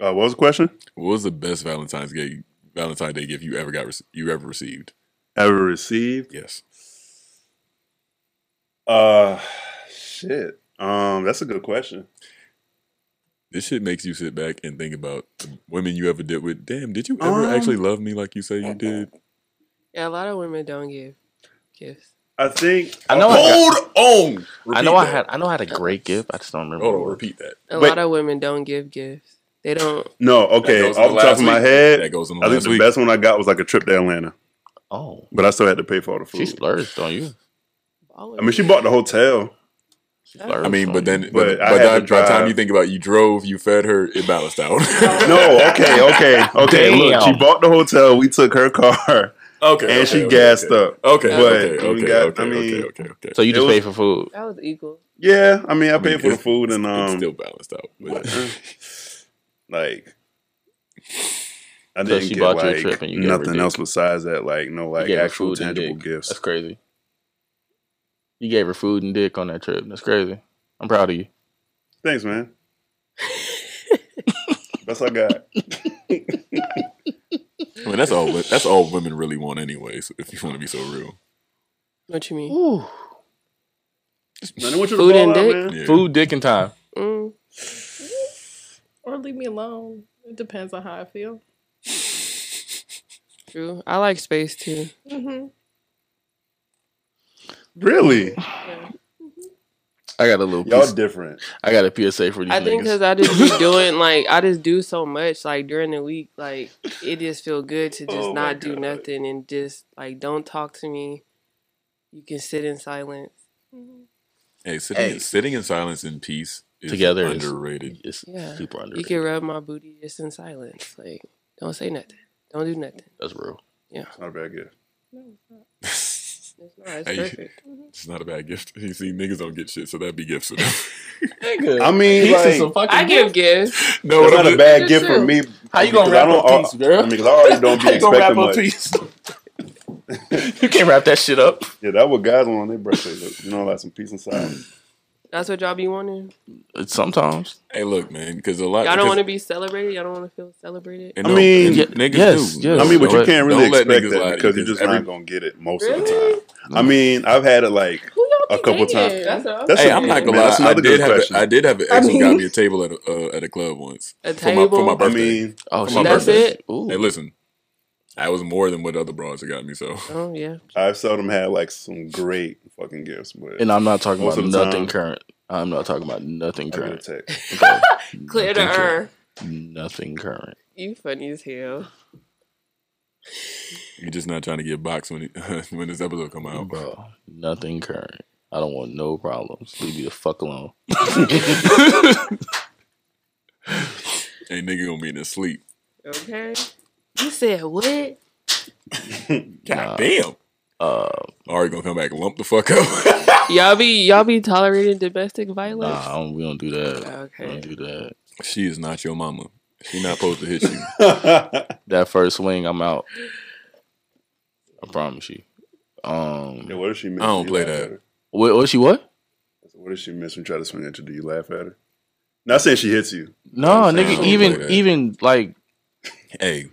Speaker 3: Uh, what was the question?
Speaker 1: what was the best Valentine's Day Valentine's Day gift you ever got rec- you ever received?
Speaker 3: Ever received?
Speaker 1: Yes,
Speaker 3: Uh, shit. Um, that's a good question.
Speaker 1: this shit makes you sit back and think about the women you ever did with. Damn, did you ever
Speaker 3: Um,
Speaker 1: actually love me like you say you did?
Speaker 4: Yeah, a lot of women don't give gifts.
Speaker 3: I think
Speaker 2: I know. I, got,
Speaker 1: Hold on.
Speaker 2: I
Speaker 1: Repeat
Speaker 2: know. I
Speaker 1: that.
Speaker 2: had. I know I had a great gift. I just don't remember.
Speaker 1: Hold
Speaker 2: what
Speaker 1: on,
Speaker 2: it was.
Speaker 1: repeat that.
Speaker 4: A
Speaker 3: Wait.
Speaker 4: lot of women don't give gifts. They don't.
Speaker 3: no.
Speaker 1: That
Speaker 3: Okay,
Speaker 1: goes
Speaker 3: off
Speaker 1: in
Speaker 3: the top
Speaker 1: last
Speaker 3: of my
Speaker 1: week.
Speaker 3: head,
Speaker 1: That goes in the
Speaker 3: I think
Speaker 1: last
Speaker 3: the
Speaker 1: week.
Speaker 3: best one I got was like a trip to Atlanta,
Speaker 2: Oh,
Speaker 3: but I still had to pay for all the
Speaker 2: she
Speaker 3: food.
Speaker 2: splurged on you.
Speaker 3: I mean, she bought the hotel.
Speaker 2: She
Speaker 4: I
Speaker 2: splurged
Speaker 1: I mean,
Speaker 2: on
Speaker 1: but
Speaker 2: you.
Speaker 1: then, but,
Speaker 3: But
Speaker 1: by
Speaker 3: I had to
Speaker 1: the- by the time
Speaker 3: drive.
Speaker 1: you think about, it, you drove, you fed her, it balanced out. *laughs*
Speaker 3: No, okay, okay, okay. Look, she
Speaker 2: Damn.
Speaker 3: bought the hotel. We took her car,
Speaker 1: okay,
Speaker 3: and she
Speaker 1: okay, okay,
Speaker 3: gassed
Speaker 1: okay.
Speaker 3: up.
Speaker 1: Okay,
Speaker 3: But
Speaker 1: okay,
Speaker 3: you
Speaker 1: okay,
Speaker 3: got-
Speaker 1: okay,
Speaker 3: I mean-
Speaker 1: okay, okay, okay.
Speaker 2: so you
Speaker 3: it
Speaker 2: just
Speaker 3: was-
Speaker 2: paid for food.
Speaker 4: That was equal.
Speaker 3: Yeah, I mean, I
Speaker 1: I mean,
Speaker 3: paid for the
Speaker 1: it's-
Speaker 3: food and
Speaker 1: it's
Speaker 3: um, uh,
Speaker 1: still balanced out. but-
Speaker 3: like, I
Speaker 2: So
Speaker 3: didn't
Speaker 2: she
Speaker 3: get
Speaker 2: bought you a
Speaker 3: like
Speaker 2: trip and you gave her
Speaker 3: nothing
Speaker 2: dick.
Speaker 3: else besides that. Like no, like
Speaker 2: gave her
Speaker 3: actual
Speaker 2: food and
Speaker 3: tangible
Speaker 2: dick.
Speaker 3: gifts.
Speaker 2: That's crazy. You gave her food and dick on that trip. That's crazy. I'm proud of you.
Speaker 3: Thanks, man.
Speaker 2: *laughs*
Speaker 3: That's all I got.
Speaker 1: I mean, that's all. wo- That's all women really want, anyway. So if you want to be so real,
Speaker 4: What you mean?
Speaker 2: Ooh.
Speaker 3: Man, I want you
Speaker 4: Food
Speaker 3: to
Speaker 4: and
Speaker 3: ball out,
Speaker 4: dick?
Speaker 3: man.
Speaker 1: yeah.
Speaker 2: Food, dick, and time.
Speaker 4: Mm.
Speaker 6: Or leave me alone. It depends on how I feel.
Speaker 4: True. I like space too.
Speaker 6: hmm
Speaker 3: Really,
Speaker 2: I got a little.
Speaker 3: y'all
Speaker 2: piece-
Speaker 3: different.
Speaker 2: I got a PSA for these
Speaker 4: I think
Speaker 2: niggas.
Speaker 4: because I just be doing like I just do so much like during the week like it just feel good to just
Speaker 3: Oh my
Speaker 4: not do
Speaker 3: God.
Speaker 4: nothing and just like don't talk to me. You can sit in silence.
Speaker 1: Hey, sitting,
Speaker 2: Hey.
Speaker 1: sitting in silence in peace is
Speaker 2: Together is-
Speaker 1: underrated.
Speaker 2: It's
Speaker 4: Yeah.
Speaker 2: super
Speaker 4: You
Speaker 2: underrated.
Speaker 4: can rub my booty just in silence. Like don't say nothing. Don't do nothing.
Speaker 2: That's real.
Speaker 3: It's not a bad gift.
Speaker 6: No, it's not.
Speaker 1: it's
Speaker 4: It's not. It's
Speaker 1: Hey, you-
Speaker 4: perfect.
Speaker 1: not a bad gift. *laughs* You see, niggas don't get shit, so that'd be gifts for
Speaker 3: *laughs*
Speaker 1: them.
Speaker 3: I mean, like,
Speaker 4: I give gifts.
Speaker 1: no,
Speaker 3: it's
Speaker 1: what
Speaker 3: not
Speaker 1: I'm-
Speaker 3: a bad
Speaker 4: Good
Speaker 3: gift for
Speaker 4: too.
Speaker 3: me.
Speaker 2: How you
Speaker 3: because
Speaker 2: gonna wrap
Speaker 3: I don't
Speaker 2: up
Speaker 3: al-
Speaker 2: peace, girl?
Speaker 3: I mean, 'cause I
Speaker 2: *laughs*
Speaker 3: already don't be
Speaker 2: You gonna wrap
Speaker 3: expecting
Speaker 2: up
Speaker 3: much.
Speaker 2: peace?
Speaker 1: *laughs*
Speaker 2: you can't wrap that shit up.
Speaker 3: Yeah, that what guys want on their birthday. Look, you know, like
Speaker 2: *clears throat*
Speaker 3: some peace and silence.
Speaker 4: That's what y'all be wanting.
Speaker 2: Sometimes.
Speaker 1: hey, look, man, because a lot.
Speaker 4: Y'all don't
Speaker 1: because-
Speaker 4: want to be celebrated. Y'all don't want to feel celebrated.
Speaker 1: and
Speaker 3: I mean,
Speaker 1: and
Speaker 3: Ye-
Speaker 1: niggas
Speaker 2: yes,
Speaker 1: do.
Speaker 2: yes.
Speaker 3: I mean, but
Speaker 2: Don't
Speaker 3: you
Speaker 2: let-
Speaker 1: don't
Speaker 3: can't really
Speaker 1: let
Speaker 3: expect
Speaker 1: niggas lie
Speaker 3: that
Speaker 1: to you
Speaker 3: because you're
Speaker 1: 'cause
Speaker 3: just
Speaker 1: every-
Speaker 3: not gonna get it most of
Speaker 4: Really?
Speaker 3: the time. I mean, I've had it like
Speaker 6: Who y'all
Speaker 3: a couple times.
Speaker 6: That's all.
Speaker 3: That's
Speaker 1: hey,
Speaker 3: a-
Speaker 1: I'm not gonna
Speaker 3: man,
Speaker 1: lie.
Speaker 3: that's
Speaker 1: I
Speaker 3: another
Speaker 1: did,
Speaker 3: good
Speaker 1: have
Speaker 3: question.
Speaker 1: a, I did have an
Speaker 6: I
Speaker 1: ex who got
Speaker 6: mean-
Speaker 1: me a table at a, uh, at a club once.
Speaker 4: A
Speaker 1: For my, for
Speaker 4: table?
Speaker 1: my
Speaker 4: I
Speaker 3: I
Speaker 1: birthday.
Speaker 3: mean,
Speaker 2: Oh,
Speaker 1: For
Speaker 2: she
Speaker 1: my
Speaker 2: does
Speaker 1: birthday.
Speaker 2: it. Ooh.
Speaker 1: Hey, listen, I was more than what other broads that got me. So *laughs*
Speaker 4: Oh yeah.
Speaker 3: I've seldom had like some great fucking gifts, but
Speaker 2: and I'm not talking
Speaker 3: Most
Speaker 2: about
Speaker 3: of the
Speaker 2: nothing
Speaker 3: time.
Speaker 2: current. I'm not talking about nothing
Speaker 3: I get a
Speaker 2: current.
Speaker 3: text.
Speaker 2: Okay.
Speaker 4: Clear the
Speaker 2: Nothing current.
Speaker 4: air.
Speaker 2: Nothing current.
Speaker 4: You funny as hell.
Speaker 1: you're just not trying to get boxed when it, *laughs* when this episode come out.
Speaker 2: Bro, nothing current. I don't want no problems. Leave me the fuck alone.
Speaker 1: Hey, nigga gonna be in his sleep.
Speaker 4: Okay. You said what?
Speaker 1: God
Speaker 2: Nah.
Speaker 1: damn.
Speaker 2: Uh,
Speaker 1: Ari gonna come back and lump the fuck up. *laughs*
Speaker 4: Y'all be y'all be tolerating domestic violence?
Speaker 2: nah, I don't, we don't do that. We
Speaker 4: Okay.
Speaker 2: don't do that.
Speaker 1: she is not your mama. She not supposed to
Speaker 2: *laughs*
Speaker 1: hit you.
Speaker 3: *laughs*
Speaker 2: That first swing, I'm out. I promise you. Um,
Speaker 3: Yeah, what if she miss?
Speaker 1: I don't
Speaker 3: when you
Speaker 1: play
Speaker 3: laugh
Speaker 1: that.
Speaker 3: at her?
Speaker 2: what, what she what?
Speaker 3: What if she miss when you try to swing at you? Do you laugh at her? Not saying she hits you.
Speaker 2: No,
Speaker 1: I'm saying
Speaker 2: nigga.
Speaker 1: don't play
Speaker 2: Even
Speaker 1: that.
Speaker 2: even like
Speaker 1: hey,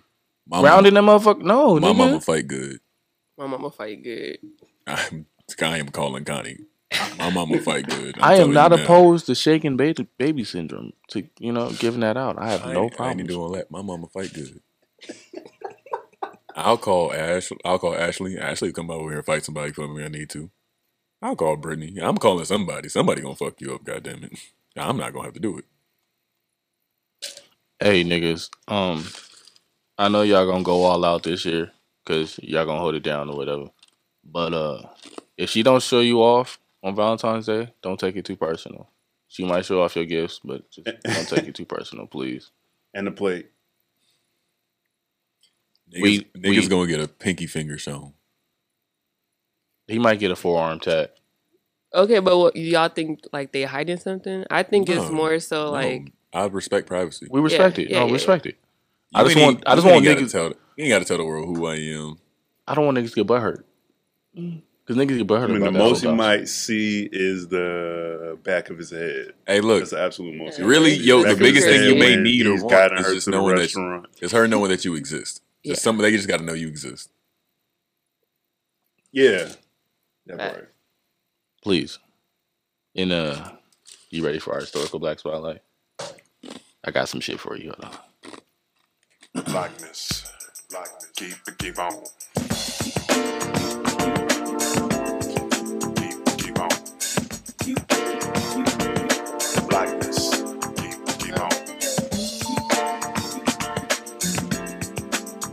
Speaker 1: my
Speaker 2: rounding that motherfucker.
Speaker 1: mama,
Speaker 2: No,
Speaker 1: my
Speaker 2: nigga.
Speaker 1: mama fight good. *laughs*
Speaker 4: My mama fight good.
Speaker 1: I'm, I am calling Connie. My mama fight good. I'm
Speaker 2: I am
Speaker 1: telling
Speaker 2: not
Speaker 1: you now.
Speaker 2: opposed to shaking baby baby syndrome. To you know, giving that out, I have
Speaker 1: I
Speaker 2: no
Speaker 1: ain't- I ain't
Speaker 2: problem.
Speaker 1: doing all that. My mama fight good. I'll call Ash. I'll call Ashley. Ashley will come over here and fight somebody for me. I need to. I'll call Brittany. I'm calling somebody. Somebody gonna fuck you up. God damn it. I'm not gonna have to do it.
Speaker 2: Hey, niggas. Um, I know y'all gonna go all out this year because y'all gonna hold it down or whatever. But uh, if she don't show you off on Valentine's Day, don't take it too personal. She might show off your gifts, but just don't take it too personal, please.
Speaker 3: And the plate.
Speaker 1: Niggas,
Speaker 2: We-
Speaker 1: niggas
Speaker 2: we-
Speaker 1: gonna get a pinky finger shown.
Speaker 2: He might get a forearm tat.
Speaker 4: Okay, but what, y'all think like they hiding something? I think
Speaker 1: No,
Speaker 4: it's more so
Speaker 1: No,
Speaker 4: like
Speaker 1: I respect privacy.
Speaker 2: We respect
Speaker 4: Yeah,
Speaker 2: it.
Speaker 4: yeah,
Speaker 2: no,
Speaker 4: yeah,
Speaker 2: respect it. I
Speaker 1: You
Speaker 2: just
Speaker 1: ain't-
Speaker 2: want- I
Speaker 1: you
Speaker 2: just
Speaker 1: ain't
Speaker 2: want
Speaker 1: gotta
Speaker 2: niggas-
Speaker 1: Tell, you ain't got to tell the world who I am.
Speaker 2: I don't want niggas to get butt hurt. Cause niggas get butt
Speaker 3: I
Speaker 2: hurt.
Speaker 3: mean, the
Speaker 2: about that
Speaker 3: most you
Speaker 2: sometimes.
Speaker 3: might see is the back of his head.
Speaker 1: Hey, look,
Speaker 3: That's the absolute most. you
Speaker 4: Really,
Speaker 3: might see.
Speaker 4: yo,
Speaker 3: Back
Speaker 4: the
Speaker 3: of his
Speaker 4: biggest thing
Speaker 3: head
Speaker 4: you may
Speaker 3: when
Speaker 1: need or
Speaker 3: he's
Speaker 1: want
Speaker 3: gotten
Speaker 1: is
Speaker 3: her
Speaker 1: just
Speaker 3: to the
Speaker 1: knowing that-
Speaker 3: restaurant.
Speaker 1: it's her knowing that you exist.
Speaker 4: Yeah.
Speaker 1: Just some they just got to know you exist.
Speaker 3: Yeah,
Speaker 4: Right.
Speaker 3: that part.
Speaker 2: please. And uh, you ready for our historical black spotlight? I got some shit for you. Hold on.
Speaker 5: Likeness. Likeness. Keep it, keep on. Keep it, keep on. Likeness. Keep it, keep on.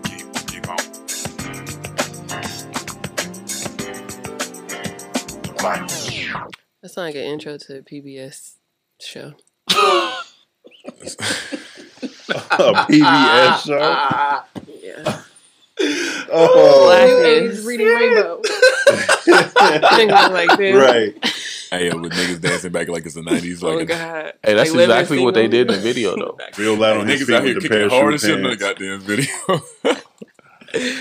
Speaker 5: Keep it, keep on. Likeness.
Speaker 4: that sounds like an intro to a PBS show.
Speaker 3: A PBS *laughs* show.
Speaker 4: Yeah,
Speaker 3: Oh,
Speaker 4: blackness.
Speaker 6: Babies reading rainbow.
Speaker 4: Things like this.
Speaker 3: *laughs* right.
Speaker 1: Hey, yo, with niggas dancing back like it's the
Speaker 2: *laughs*
Speaker 1: nineties,
Speaker 4: Oh
Speaker 1: like a-
Speaker 4: god.
Speaker 2: Hey, that's
Speaker 4: Like, living
Speaker 2: exactly what they
Speaker 4: single.
Speaker 2: did in the video, though.
Speaker 3: Real loud on his
Speaker 1: niggas
Speaker 3: feet
Speaker 1: out here
Speaker 3: with the
Speaker 1: kicking
Speaker 3: parachute
Speaker 1: it hard as shit in the
Speaker 3: pants.
Speaker 1: goddamn video.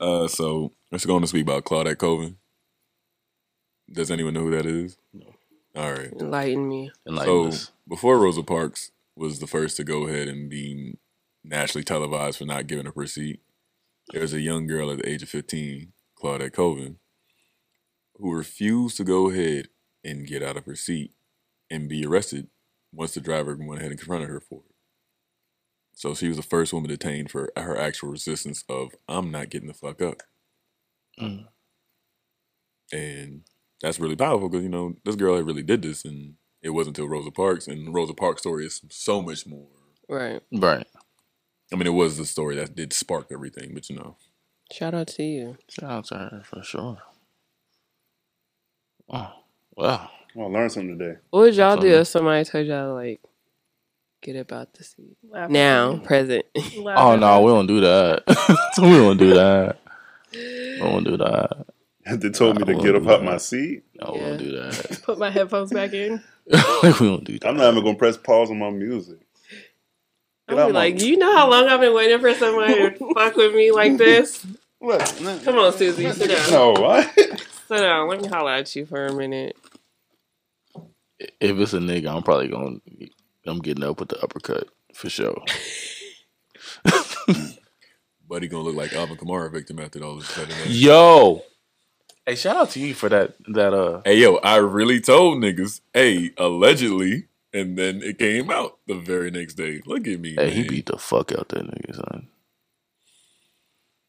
Speaker 1: *laughs* uh, so let's go on to speak about Claudette Coven. Does anyone know who that is? No. All right.
Speaker 4: *laughs* Enlighten me.
Speaker 1: So
Speaker 2: Enlightenment.
Speaker 1: before Rosa Parks was the first to go ahead and be nationally televised for not giving up her seat, there was a young girl at the age of 15, Claudette Coven, who refused to go ahead and get out of her seat and be arrested once the driver went ahead and confronted her for it. So she was the first woman detained for her actual resistance of "I'm not getting the fuck up,"
Speaker 2: Mm.
Speaker 1: and that's really powerful because you know this girl had really did this, and it wasn't until Rosa Parks, and Rosa Parks' story is so much more.
Speaker 4: Right.
Speaker 2: Right.
Speaker 1: I mean, it was the story that did spark everything, but you know,
Speaker 4: Shout out to you.
Speaker 2: Shout out to her for sure. Oh, wow.
Speaker 3: Well, I learned something today. *laughs*
Speaker 4: What would y'all do
Speaker 2: Something.
Speaker 4: if somebody told y'all like get about the seat?
Speaker 6: Laugh.
Speaker 4: Now, present. *laughs*
Speaker 6: Laugh.
Speaker 2: Oh, no, we don't do that. *laughs* we don't do that. We don't do that.
Speaker 3: They told me to
Speaker 1: Oh,
Speaker 2: I
Speaker 3: get up
Speaker 2: love
Speaker 3: out
Speaker 2: that.
Speaker 3: my seat.
Speaker 2: No, we don't
Speaker 4: Yeah.
Speaker 2: do that. *laughs*
Speaker 6: Put my headphones back in.
Speaker 2: we don't do that.
Speaker 3: I'm not even gonna press pause on my music. Get
Speaker 4: I'll
Speaker 3: out
Speaker 4: be
Speaker 3: my-
Speaker 4: like, you know how long I've been waiting for someone to fuck with me like this?
Speaker 3: What?
Speaker 4: Come on, Susie, sit down.
Speaker 3: No, what?
Speaker 4: Sit down. Let me holler at you for a minute.
Speaker 2: If it's a nigga, I'm probably going to. I'm getting up with the uppercut for sure.
Speaker 1: Buddy gonna look like Alvin Kamara victim after all this.
Speaker 2: Yo, Hey, shout out to you for that. That uh,
Speaker 1: Hey yo, I really told niggas, hey, allegedly, and then it came out the very next day. Look at me.
Speaker 2: hey, he
Speaker 1: man.
Speaker 2: beat the fuck out that nigga, son.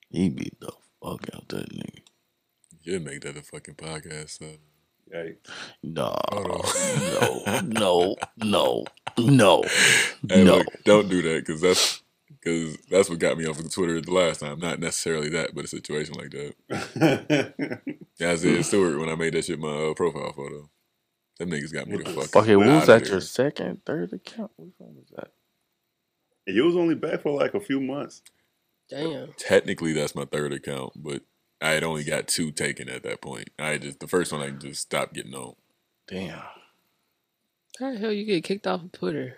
Speaker 2: He beat the fuck out that nigga.
Speaker 1: You make that a fucking podcast. son.
Speaker 3: Yikes. *laughs*
Speaker 2: No,
Speaker 1: Hold
Speaker 2: no,
Speaker 1: on. *laughs*
Speaker 2: no, no, no,
Speaker 1: Hey,
Speaker 2: no.
Speaker 1: look, don't do that because that's because that's what got me off of Twitter the last time. Not necessarily that, but a situation like that. As is Stewart when I made that shit my uh, profile photo. That niggas got me the fuck.
Speaker 2: Okay, what was
Speaker 1: outta
Speaker 2: that?
Speaker 1: there.
Speaker 2: Your second, third account? Which one was that?
Speaker 3: you was only back for like a few months.
Speaker 4: Damn.
Speaker 1: Technically, that's my third account, but I had only got two taken at that point. I just the first one I just stopped getting on.
Speaker 2: Damn.
Speaker 4: How the hell you get kicked off of Twitter?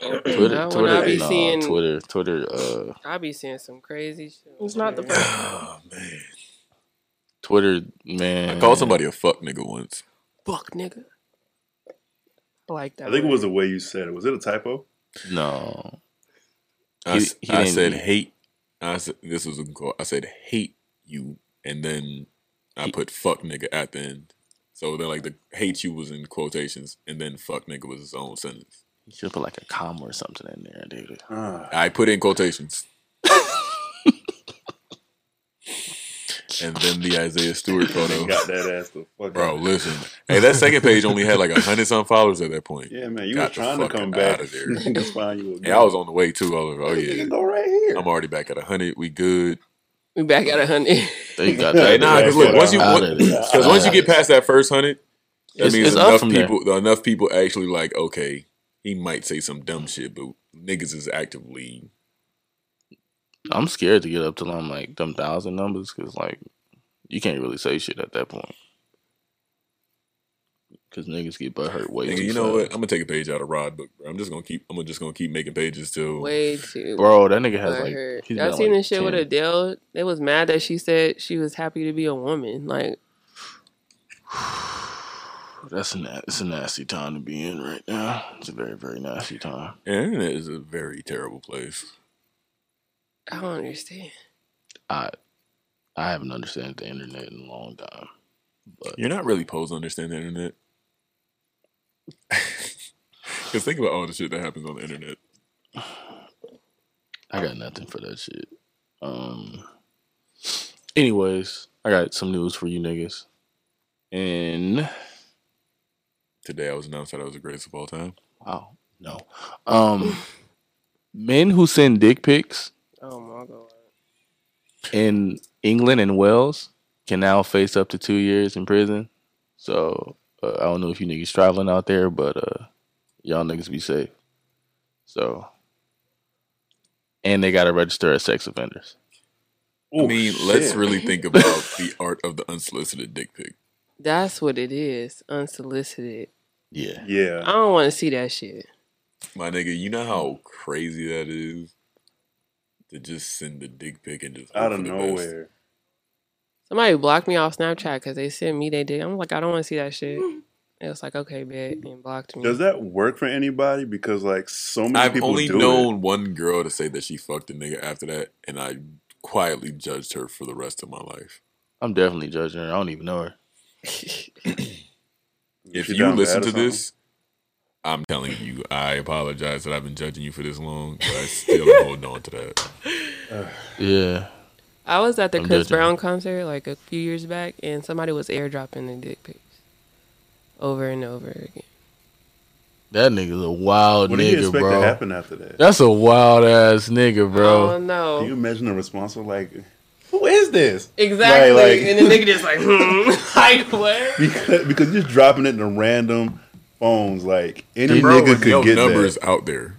Speaker 2: Twitter,
Speaker 4: Not when I
Speaker 2: Twitter,
Speaker 4: be
Speaker 2: nah,
Speaker 4: seeing-
Speaker 2: Twitter, Twitter, uh,
Speaker 4: I be seeing some crazy shit.
Speaker 6: It's not the first.
Speaker 1: *clears throat* Oh man,
Speaker 2: Twitter, man.
Speaker 1: I called somebody a fuck nigga once.
Speaker 4: fuck nigga. I like that.
Speaker 3: I think it
Speaker 4: word.
Speaker 3: was the way you said it. Was it a typo?
Speaker 2: No,
Speaker 1: I,
Speaker 2: He-
Speaker 1: s-
Speaker 2: he
Speaker 1: I
Speaker 2: didn't-
Speaker 1: said hate. I said this was a call. I said hate you, and then I
Speaker 2: He-
Speaker 1: put fuck nigga at the end. So then, like the hate you was in quotations, and then fuck nigga was its own sentence.
Speaker 2: you should put like a comma or something in there, dude.
Speaker 3: Ah,
Speaker 1: I put in
Speaker 2: *laughs*
Speaker 1: quotations. and then the Isaiah Stewart
Speaker 3: they
Speaker 1: photo.
Speaker 3: got that ass the fuck
Speaker 1: Bro,
Speaker 3: out.
Speaker 1: listen. Hey, that second page only had like a hundred some followers at that point.
Speaker 3: Yeah, man, you
Speaker 1: Got
Speaker 3: was
Speaker 1: the
Speaker 3: trying to
Speaker 1: fuck
Speaker 3: come
Speaker 1: outta
Speaker 3: back. *laughs*
Speaker 1: there.
Speaker 3: That's fine. You were
Speaker 1: Hey, I was on the way too. I was like, oh
Speaker 3: This nigga
Speaker 1: yeah,
Speaker 3: go right here.
Speaker 1: I'm already back at hundred. We good.
Speaker 4: we back at a hundred.
Speaker 1: *laughs*
Speaker 2: They got that.
Speaker 1: Hey, nah,
Speaker 3: that's
Speaker 1: because look,
Speaker 3: what
Speaker 1: once
Speaker 3: I'm
Speaker 1: you
Speaker 2: out
Speaker 1: once,
Speaker 2: of there.
Speaker 1: cause once you get past that first hundred, that
Speaker 2: It's-
Speaker 1: means
Speaker 2: it's up
Speaker 1: enough
Speaker 2: from there.
Speaker 1: people enough people actually like, okay, he might say some dumb shit, but niggas is actively
Speaker 2: I'm scared to get up to them like them thousand numbers because like you can't really say shit at that point because niggas get butt hurt way
Speaker 1: Nigga,
Speaker 2: too
Speaker 1: you know what? I'm
Speaker 2: fast.
Speaker 1: gonna take a page out of Rod book, bro. I'm just gonna keep I'm just gonna keep making pages till
Speaker 4: *laughs* Way too.
Speaker 2: Bro, that nigga has
Speaker 4: I
Speaker 2: like.
Speaker 4: heard.
Speaker 2: he's
Speaker 4: Y'all
Speaker 2: got,
Speaker 4: seen
Speaker 2: like,
Speaker 4: this shit with
Speaker 2: 10.
Speaker 4: Adele? They was mad that she said she was happy to be a woman. Like,
Speaker 2: *sighs* That's a na- it's a nasty time to be in right now. It's a very very nasty time.
Speaker 1: Yeah, internet is a very terrible place.
Speaker 4: I don't understand.
Speaker 2: I I haven't understood the internet in a long time. But
Speaker 1: You're not really posed to understand the internet. *laughs* Cause think about all the shit that happens on the internet.
Speaker 2: I got nothing for that shit. Um. Anyways, I got some news for you niggas. And
Speaker 1: Today I was announced that I was the greatest of all time.
Speaker 2: wow, no, um, men who send dick pics
Speaker 4: Oh my god.
Speaker 2: in England and Wales can now face up to two years in prison. So uh, I don't know if you niggas traveling out there, but uh, y'all niggas be safe. So, and they gotta register as sex offenders.
Speaker 1: I
Speaker 3: Oh,
Speaker 1: mean, let's
Speaker 3: shit.
Speaker 1: really think about the art of the unsolicited dick pic.
Speaker 4: That's what it is. Unsolicited.
Speaker 2: Yeah,
Speaker 4: I
Speaker 3: Yeah,
Speaker 4: don't want to see that shit.
Speaker 1: My nigga, you know how crazy that is? To just send a dick pic and just hope
Speaker 3: out of
Speaker 1: for the best.
Speaker 3: nowhere.
Speaker 4: Somebody blocked me off Snapchat because they sent me they did. I'm like, I don't want to see that shit. It was like, okay, bet, and blocked me.
Speaker 3: Does that work for anybody? Because like so many
Speaker 1: I've
Speaker 3: people
Speaker 1: only
Speaker 3: do
Speaker 1: known one girl to say that she fucked a nigga after that, and I quietly judged her for the rest of my life.
Speaker 2: I'm definitely judging her. I don't even know her.
Speaker 3: it.
Speaker 1: If
Speaker 3: she
Speaker 1: you
Speaker 3: done bad
Speaker 1: listen
Speaker 3: or
Speaker 1: to
Speaker 3: something?
Speaker 1: this, I'm telling you, I apologize that I've been judging you for this long, but I still am holding on to that.
Speaker 2: Yeah.
Speaker 4: I was at the
Speaker 2: I'm
Speaker 4: Chris
Speaker 2: judging.
Speaker 4: Brown concert like a few years back, and somebody was airdropping the dick pics over and over again.
Speaker 2: That nigga's a wild
Speaker 3: what do you
Speaker 2: nigga,
Speaker 3: expect
Speaker 2: bro.
Speaker 3: to happen after that?
Speaker 2: That's a wild ass nigga, bro.
Speaker 4: Oh no,
Speaker 3: Can you imagine a response of like, "Who is this?" *laughs*
Speaker 4: exactly.
Speaker 3: Right, like-
Speaker 4: and the nigga just like, hmm, *laughs*
Speaker 3: *laughs*
Speaker 4: like what?
Speaker 3: Because because you're dropping it in random phones. Like any
Speaker 1: Bro,
Speaker 3: nigga
Speaker 1: with no
Speaker 3: could get
Speaker 1: numbers
Speaker 3: that.
Speaker 1: out there.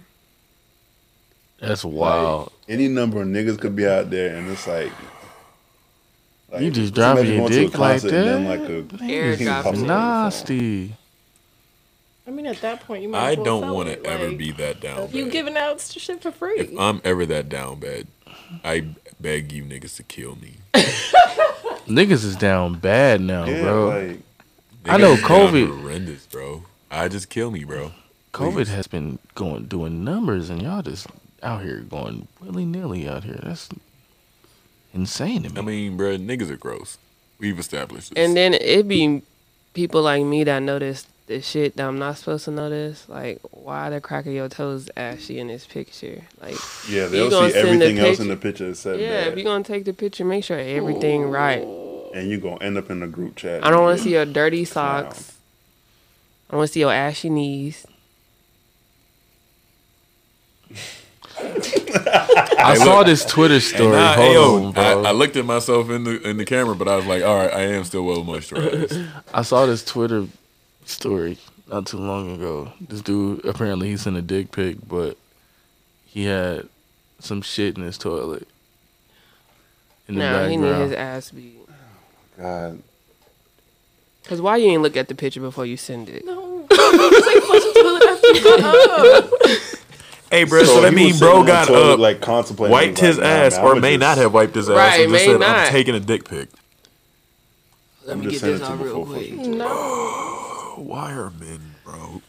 Speaker 2: That's wild.
Speaker 3: Any number of niggas could be out there, and it's like. like,
Speaker 2: you just driving
Speaker 3: imagine
Speaker 2: your
Speaker 3: going to a
Speaker 2: dick like
Speaker 3: concert and
Speaker 2: that.
Speaker 3: then, like,
Speaker 2: Nigga's
Speaker 4: Airdropping it.
Speaker 2: nasty.
Speaker 6: I mean, at that point, you might.
Speaker 1: I
Speaker 6: as well
Speaker 1: don't
Speaker 6: sell
Speaker 1: want
Speaker 6: it,
Speaker 1: to ever
Speaker 6: like,
Speaker 1: be that down.
Speaker 6: You
Speaker 1: bad.
Speaker 6: giving out st- shit for free.
Speaker 1: If I'm ever that down bad, I beg you niggas to kill me.
Speaker 2: Niggas is down bad now,
Speaker 3: a, yeah,
Speaker 2: bro.
Speaker 3: like
Speaker 2: I know
Speaker 1: Niggas down
Speaker 2: COVID-
Speaker 1: horrendous, bro. I just kill me, bro.
Speaker 2: COVID
Speaker 1: Please.
Speaker 2: has been going doing numbers, and y'all just out here going willy nilly out here. That's insane to me.
Speaker 1: I mean, bro, niggas are gross. We've established this.
Speaker 4: And then it be people like me that notice the shit that I'm not supposed to notice. Like, why the crack of your toes ashy in this picture?
Speaker 3: *sighs*
Speaker 4: Like,
Speaker 3: Yeah,
Speaker 4: You
Speaker 3: they'll
Speaker 4: gonna
Speaker 3: see
Speaker 4: send the
Speaker 3: everything else in
Speaker 4: picture-
Speaker 3: the picture except
Speaker 4: yeah, if
Speaker 3: that,
Speaker 4: you're gonna take the picture, make sure everything right.
Speaker 3: and you're gonna end up in the group chat.
Speaker 4: I don't want to see your dirty socks. I want to see your ashy knees.
Speaker 2: I
Speaker 1: Hey,
Speaker 2: saw
Speaker 1: look.
Speaker 2: this Twitter
Speaker 1: And
Speaker 2: story.
Speaker 1: now,
Speaker 2: Hold
Speaker 1: ayo,
Speaker 2: on,
Speaker 1: I,
Speaker 2: bro.
Speaker 1: I looked at myself in the in the camera, but I was like, all right, I am still well moisturized.
Speaker 2: I saw this Twitter story not too long ago. This dude apparently he sent a dick pic, but he had some shit in his toilet. In the
Speaker 4: Nah, he need
Speaker 2: background.
Speaker 4: his ass beat.
Speaker 3: God,
Speaker 4: Cause why you ain't look at the picture before you send it?
Speaker 6: No. *laughs* It's like flush the toilet after you
Speaker 1: *laughs*
Speaker 6: go up.
Speaker 1: hey, bro, so, that
Speaker 3: he was
Speaker 1: means
Speaker 3: sitting
Speaker 1: bro
Speaker 3: in the
Speaker 1: got
Speaker 3: toilet,
Speaker 1: up,
Speaker 3: like contemplating,
Speaker 1: wiped
Speaker 3: he was
Speaker 1: his
Speaker 3: like, nah,
Speaker 1: ass,
Speaker 3: man,
Speaker 1: or
Speaker 3: I'ma
Speaker 1: may
Speaker 3: just-
Speaker 1: not have wiped his ass,
Speaker 4: Right,
Speaker 1: and just
Speaker 4: may
Speaker 1: said,
Speaker 4: not.
Speaker 1: "I'm taking a dick pic."
Speaker 4: Let
Speaker 3: I'm
Speaker 4: me
Speaker 3: just
Speaker 4: get
Speaker 3: sending
Speaker 4: this
Speaker 3: it to
Speaker 4: out
Speaker 3: him
Speaker 4: real
Speaker 3: before
Speaker 4: quick.
Speaker 6: No.
Speaker 1: Oh, Wireman, bro.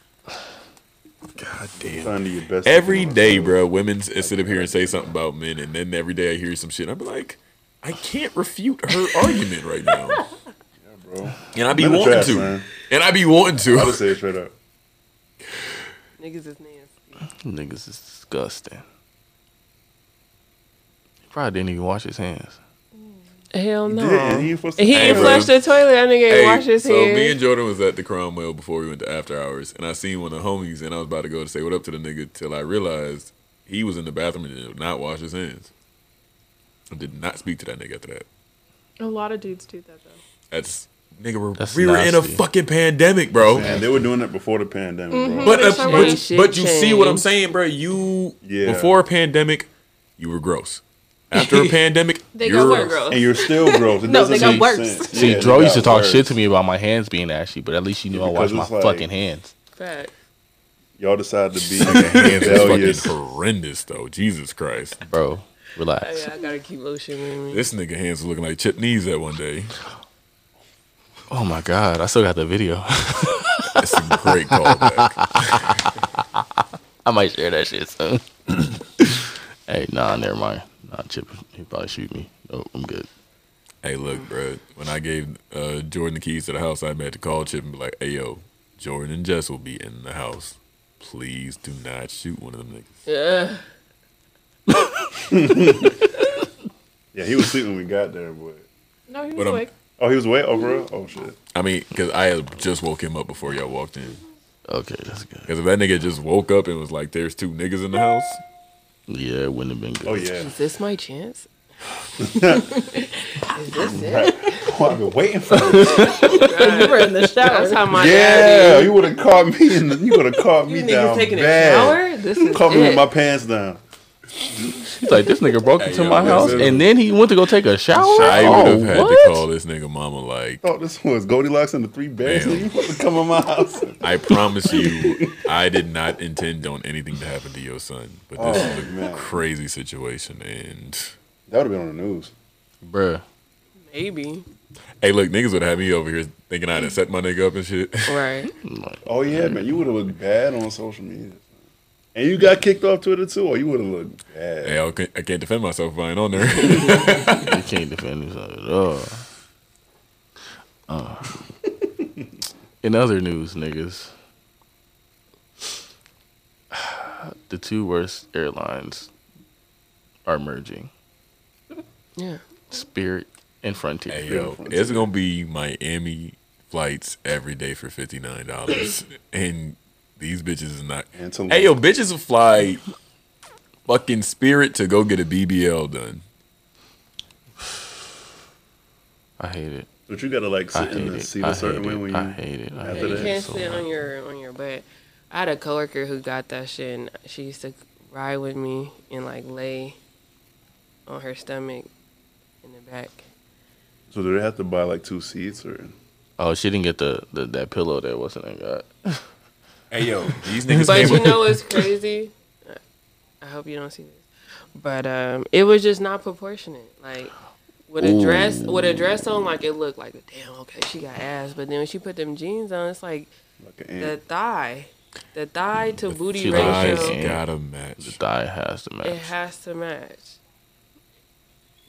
Speaker 1: God damn.
Speaker 3: Find your best
Speaker 1: Every
Speaker 3: Pokemon.
Speaker 1: day, bro, women s- sit up here and say something about men, and then every day I hear some shit. I'm like, I can't refute her argument right
Speaker 3: *laughs*
Speaker 1: now,
Speaker 3: bro.
Speaker 1: and I be
Speaker 3: Men are
Speaker 1: wanting
Speaker 3: trash,
Speaker 1: to,
Speaker 3: man.
Speaker 1: and I be wanting
Speaker 3: I would
Speaker 1: to.
Speaker 3: say it straight up.
Speaker 4: Niggas is nasty.
Speaker 2: Niggas is disgusting. He probably didn't even wash his hands.
Speaker 4: Hell no.
Speaker 3: Yeah,
Speaker 4: he
Speaker 3: he was supposed to-
Speaker 4: ain't
Speaker 1: Hey,
Speaker 4: flushed
Speaker 1: bro.
Speaker 4: the toilet. That nigga ain't
Speaker 1: Hey,
Speaker 4: washed his
Speaker 1: so me
Speaker 4: hands.
Speaker 1: and Jordan was at the Cromwell before we went to after hours, and I seen one of the homies, and I was about to go to say what up to the nigga till I realized he was in the bathroom and did not wash his hands. I did not speak to that nigga after that.
Speaker 6: A lot of dudes do that though.
Speaker 1: That's nigga. We're,
Speaker 2: That's
Speaker 1: we were in a
Speaker 2: nasty.
Speaker 1: fucking pandemic, bro.
Speaker 3: Man, they were doing that before the pandemic, bro.
Speaker 1: But
Speaker 6: It's
Speaker 1: uh,
Speaker 6: alright.
Speaker 1: but,
Speaker 4: Shit
Speaker 1: but you see what I'm
Speaker 4: changed.
Speaker 1: saying, bro. You
Speaker 3: Yeah.
Speaker 1: before pandemic, you were gross. After a pandemic,
Speaker 6: They
Speaker 1: you're
Speaker 6: got work girls.
Speaker 3: and you're still gross. It
Speaker 6: No,
Speaker 3: doesn't
Speaker 6: they got
Speaker 3: make
Speaker 6: worse.
Speaker 3: sense.
Speaker 2: See,
Speaker 3: Yeah,
Speaker 2: Dro
Speaker 3: they
Speaker 2: used to
Speaker 3: got
Speaker 2: talk shit
Speaker 3: worse.
Speaker 2: to me about my hands being ashy, but at least you knew I
Speaker 3: Because
Speaker 2: washed my
Speaker 3: it's like-
Speaker 2: fucking hands.
Speaker 4: Fact.
Speaker 3: Y'all decided to be *laughs*
Speaker 1: Hands is fucking
Speaker 3: rebellious.
Speaker 1: horrendous though. Jesus Christ,
Speaker 2: Bro, relax.
Speaker 4: Oh, Yeah, I gotta keep lotion with me.
Speaker 1: this nigga hands was looking like Chip Knees that one day.
Speaker 2: Oh my god, I still got the video. *laughs*
Speaker 1: That's a great callback.
Speaker 2: I might share that shit
Speaker 3: *coughs*
Speaker 2: soon. hey, nah, never mind. Nah, Chip, he probably shoot me. Nope, I'm good.
Speaker 1: hey, look, bro. When I gave uh, Jordan the keys to the house, I had to call Chip and be like, "Hey, yo, Jordan and Jess will be in the house. Please do not shoot one of them niggas."
Speaker 4: Yeah.
Speaker 3: Yeah, he was sleeping when we got there, but
Speaker 6: No, he was
Speaker 1: But I'm-
Speaker 6: awake.
Speaker 3: oh, he was way over. Oh shit.
Speaker 1: I mean, because I had just woke him up before y'all walked in.
Speaker 2: Okay, that's good.
Speaker 1: Because if that nigga just woke up and was like, "There's two niggas in the house,"
Speaker 2: Yeah, it wouldn't have been good.
Speaker 3: Oh yeah.
Speaker 4: Is this my chance? Is this it?
Speaker 3: Right. Oh, I've been waiting *laughs* for this.
Speaker 6: You were in the shower.
Speaker 4: That's how my
Speaker 3: Yeah,
Speaker 4: dad
Speaker 3: you would have caught me. In the, you would have caught
Speaker 4: is.
Speaker 3: me
Speaker 4: You niggas
Speaker 3: down
Speaker 4: taking
Speaker 3: bad.
Speaker 4: a shower? This is
Speaker 3: Caught me with
Speaker 4: it.
Speaker 3: my pants down.
Speaker 2: He's like, this nigga broke into
Speaker 1: yo,
Speaker 2: my
Speaker 1: this
Speaker 2: house,
Speaker 1: is-
Speaker 2: and then he went to go take a shower.
Speaker 1: I
Speaker 2: oh,
Speaker 1: would have had
Speaker 2: what?
Speaker 1: to call this nigga mama. Like,
Speaker 3: Thought this was Goldilocks and the Three Bears.
Speaker 1: Damn.
Speaker 3: *laughs* Nigga, you supposed to come in my house?
Speaker 1: I promise you, I did not intend on anything to happen to your son, but this
Speaker 3: Oh,
Speaker 1: is a
Speaker 3: man.
Speaker 1: crazy situation. And
Speaker 3: That would have been on the news.
Speaker 2: Bruh.
Speaker 4: Maybe.
Speaker 1: hey, look, niggas would have me over here thinking I would set my nigga up and shit.
Speaker 4: Right.
Speaker 2: I'm like,
Speaker 3: Oh yeah, man, you would have looked bad on social media. And you got kicked off Twitter too, or you would have looked bad.
Speaker 1: Hey, I can't, I can't defend myself if I ain't on there.
Speaker 2: you can't defend yourself at all. Uh, in other news, niggas, the two worst airlines are merging
Speaker 4: Yeah.
Speaker 2: Spirit and
Speaker 1: *laughs*
Speaker 2: Frontier.
Speaker 1: hey, *laughs* yo, it's gonna be Miami flights every day for fifty nine *laughs* dollars, and these bitches is not.
Speaker 3: And to
Speaker 1: Hey, yo, bitches will fly fucking Spirit to go get a BBL done.
Speaker 2: I hate it.
Speaker 3: but you gotta like
Speaker 2: I
Speaker 3: sit
Speaker 2: hate
Speaker 3: in the
Speaker 2: it.
Speaker 3: seat
Speaker 2: I
Speaker 3: a certain
Speaker 2: hate
Speaker 3: way when
Speaker 2: it.
Speaker 3: you.
Speaker 2: I hate it. I
Speaker 3: after
Speaker 2: hate
Speaker 4: You
Speaker 3: that.
Speaker 2: it
Speaker 4: can't
Speaker 2: so
Speaker 4: sit
Speaker 2: much.
Speaker 4: on your on your butt. I had a coworker who got that shit and she used to ride with me and like lay on her stomach in the back.
Speaker 3: So do they have to buy like two seats or?
Speaker 2: Oh, she didn't get the, the that pillow that wasn't in got.
Speaker 1: Hey yo, *laughs* these niggas
Speaker 4: But
Speaker 1: came
Speaker 4: you
Speaker 1: up.
Speaker 4: know what's crazy? I hope you don't see this. But um it was just not proportionate. Like with a dress with a dress on, like it looked like damn, okay, she got ass. But then when she put them jeans on, it's like
Speaker 3: Like an
Speaker 4: the
Speaker 3: ant?
Speaker 4: thigh. The thigh to booty
Speaker 2: she lies.
Speaker 4: ratio
Speaker 1: Eyes
Speaker 2: Ratio.
Speaker 1: gotta
Speaker 2: The
Speaker 1: match.
Speaker 2: thigh has to match.
Speaker 4: it has to match.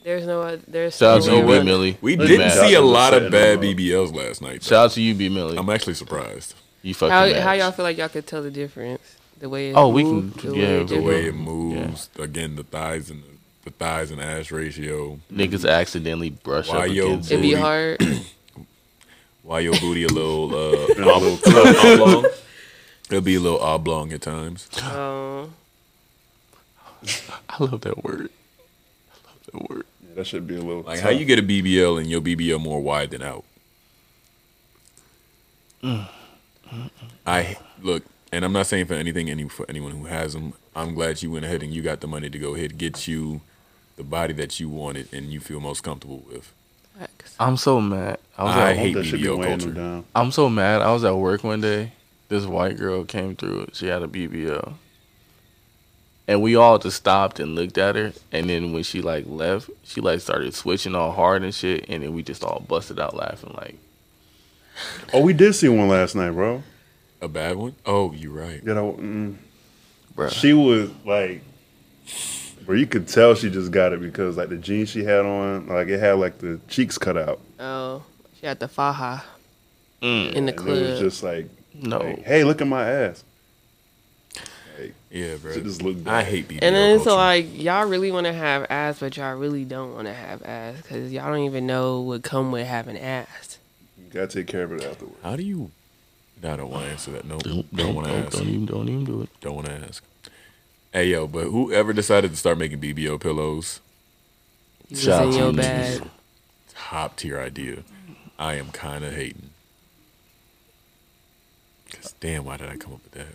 Speaker 4: There's no other. There's
Speaker 2: Shout out to
Speaker 4: no
Speaker 2: you,
Speaker 4: way
Speaker 1: what?
Speaker 2: B
Speaker 4: around it.
Speaker 2: Millie.
Speaker 1: We
Speaker 2: You
Speaker 3: Look,
Speaker 1: didn't
Speaker 2: mad.
Speaker 1: see a
Speaker 3: Shout out
Speaker 1: lot
Speaker 3: to
Speaker 1: of
Speaker 3: Satan,
Speaker 1: bad
Speaker 3: bro.
Speaker 1: BBLs last night. though.
Speaker 2: Shout out to you, B Millie.
Speaker 1: I'm actually surprised.
Speaker 2: You fucking
Speaker 4: How,
Speaker 2: mad.
Speaker 4: how y'all feel like y'all could tell the difference? The way it
Speaker 2: Oh, we can-
Speaker 4: moved, the way
Speaker 2: yeah,
Speaker 4: it
Speaker 2: the
Speaker 1: The
Speaker 4: different?
Speaker 1: way it moves, again the thighs and the, the thighs and ass ratio.
Speaker 2: Niggas accidentally brush
Speaker 1: Why
Speaker 2: up
Speaker 1: yo,
Speaker 2: against
Speaker 4: It'd be
Speaker 1: Booty.
Speaker 4: hard.
Speaker 2: *clears throat*
Speaker 1: Why your booty a little uh,
Speaker 3: And a little
Speaker 1: oblong? It'll be a little oblong at times.
Speaker 4: Um,
Speaker 2: I love that word. I love that word.
Speaker 3: Yeah, that should be a little.
Speaker 1: Like how you get a BBL and your BBL more wide than out. I look, and I'm not saying for anything any for anyone who has them. I'm glad you went ahead and you got the money to go ahead get you the body that you wanted and you feel most comfortable with.
Speaker 4: facts.
Speaker 2: I'm so mad. I was
Speaker 1: I
Speaker 2: at,
Speaker 1: hate
Speaker 3: that should be
Speaker 1: BBL
Speaker 3: weighing
Speaker 1: culture.
Speaker 3: them down.
Speaker 2: I'm so mad. I was at work one day. This white girl came through. She had a BBL. And we all just stopped and looked at her. And then when she like left, she like started switching all hard and shit. And then we just all busted out laughing like,
Speaker 3: Oh, we did see one last night, bro.
Speaker 1: A bad one? Oh, you're right.
Speaker 3: That I, mm,
Speaker 2: bruh.
Speaker 3: she was like, bro, you could tell she just got it because like the jeans she had on, like it had like the cheeks cut out.
Speaker 4: Oh, she had the faja
Speaker 2: Mm,
Speaker 4: in the
Speaker 3: and it was
Speaker 4: club.
Speaker 3: just like,
Speaker 2: no.
Speaker 3: like, hey, look at my ass.
Speaker 1: Yeah, bro.
Speaker 3: It just looked
Speaker 1: I
Speaker 3: bad.
Speaker 1: hate BBL
Speaker 4: and then it's
Speaker 1: culture.
Speaker 4: like y'all really want to have ass, but y'all really don't want to have ass because y'all don't even know what come with having ass.
Speaker 3: You gotta take care of it afterwards.
Speaker 1: how do you? I don't want to answer that. No,
Speaker 2: Don't,
Speaker 1: don't
Speaker 2: don't,
Speaker 1: want to
Speaker 2: don't,
Speaker 1: ask.
Speaker 2: don't even, don't even do it.
Speaker 1: Don't want to ask. Hey yo, but whoever decided to start making BBL pillows,
Speaker 4: You was
Speaker 2: Shout
Speaker 4: in
Speaker 2: out
Speaker 4: your
Speaker 2: to you,
Speaker 4: bag.
Speaker 2: niggas.
Speaker 1: top tier idea. I am kind of hating. Cause damn, why did I come up with that?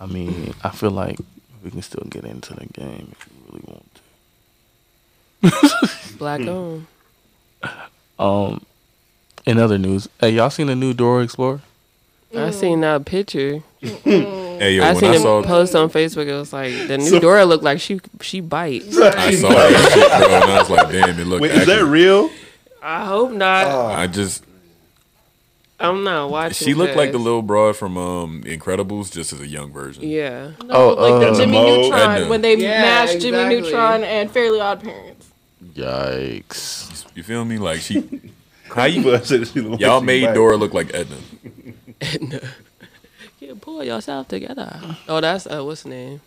Speaker 2: I mean, I feel like we can still get into the game if you really want to.
Speaker 4: Black
Speaker 2: Hmm.
Speaker 4: on.
Speaker 2: Um, in other news, hey, y'all seen the new Dora Explorer?
Speaker 4: I seen that picture.
Speaker 1: Hey yo,
Speaker 4: I
Speaker 1: when
Speaker 4: seen
Speaker 1: I
Speaker 4: him
Speaker 1: saw,
Speaker 4: post on Facebook. It was like the new Dora looked like she she bite.
Speaker 1: I saw that shit, bro, and I was like, damn, it looked.
Speaker 3: Wait, is that
Speaker 1: accurate.
Speaker 3: real?
Speaker 4: I hope not.
Speaker 1: I just
Speaker 4: I'm not watching.
Speaker 1: she looked like the
Speaker 4: this.
Speaker 1: little broad from um Incredibles, just as a young version.
Speaker 4: Yeah.
Speaker 6: No,
Speaker 2: Oh,
Speaker 6: like the
Speaker 2: uh,
Speaker 6: Jimmy
Speaker 3: Mo-
Speaker 1: and,
Speaker 6: Neutron
Speaker 1: uh,
Speaker 6: when they
Speaker 4: Yeah,
Speaker 6: mashed Jimmy
Speaker 4: exactly.
Speaker 6: Neutron and Fairly Odd Parents.
Speaker 2: Yikes!
Speaker 1: You feel me? Like
Speaker 3: *laughs*
Speaker 1: she, how you?
Speaker 3: But I said she
Speaker 1: *laughs*
Speaker 3: looked
Speaker 1: Y'all
Speaker 3: like she
Speaker 1: made
Speaker 3: black.
Speaker 1: Dora look like Edna.
Speaker 4: You pull yourself together. Oh, that's uh, what's the name?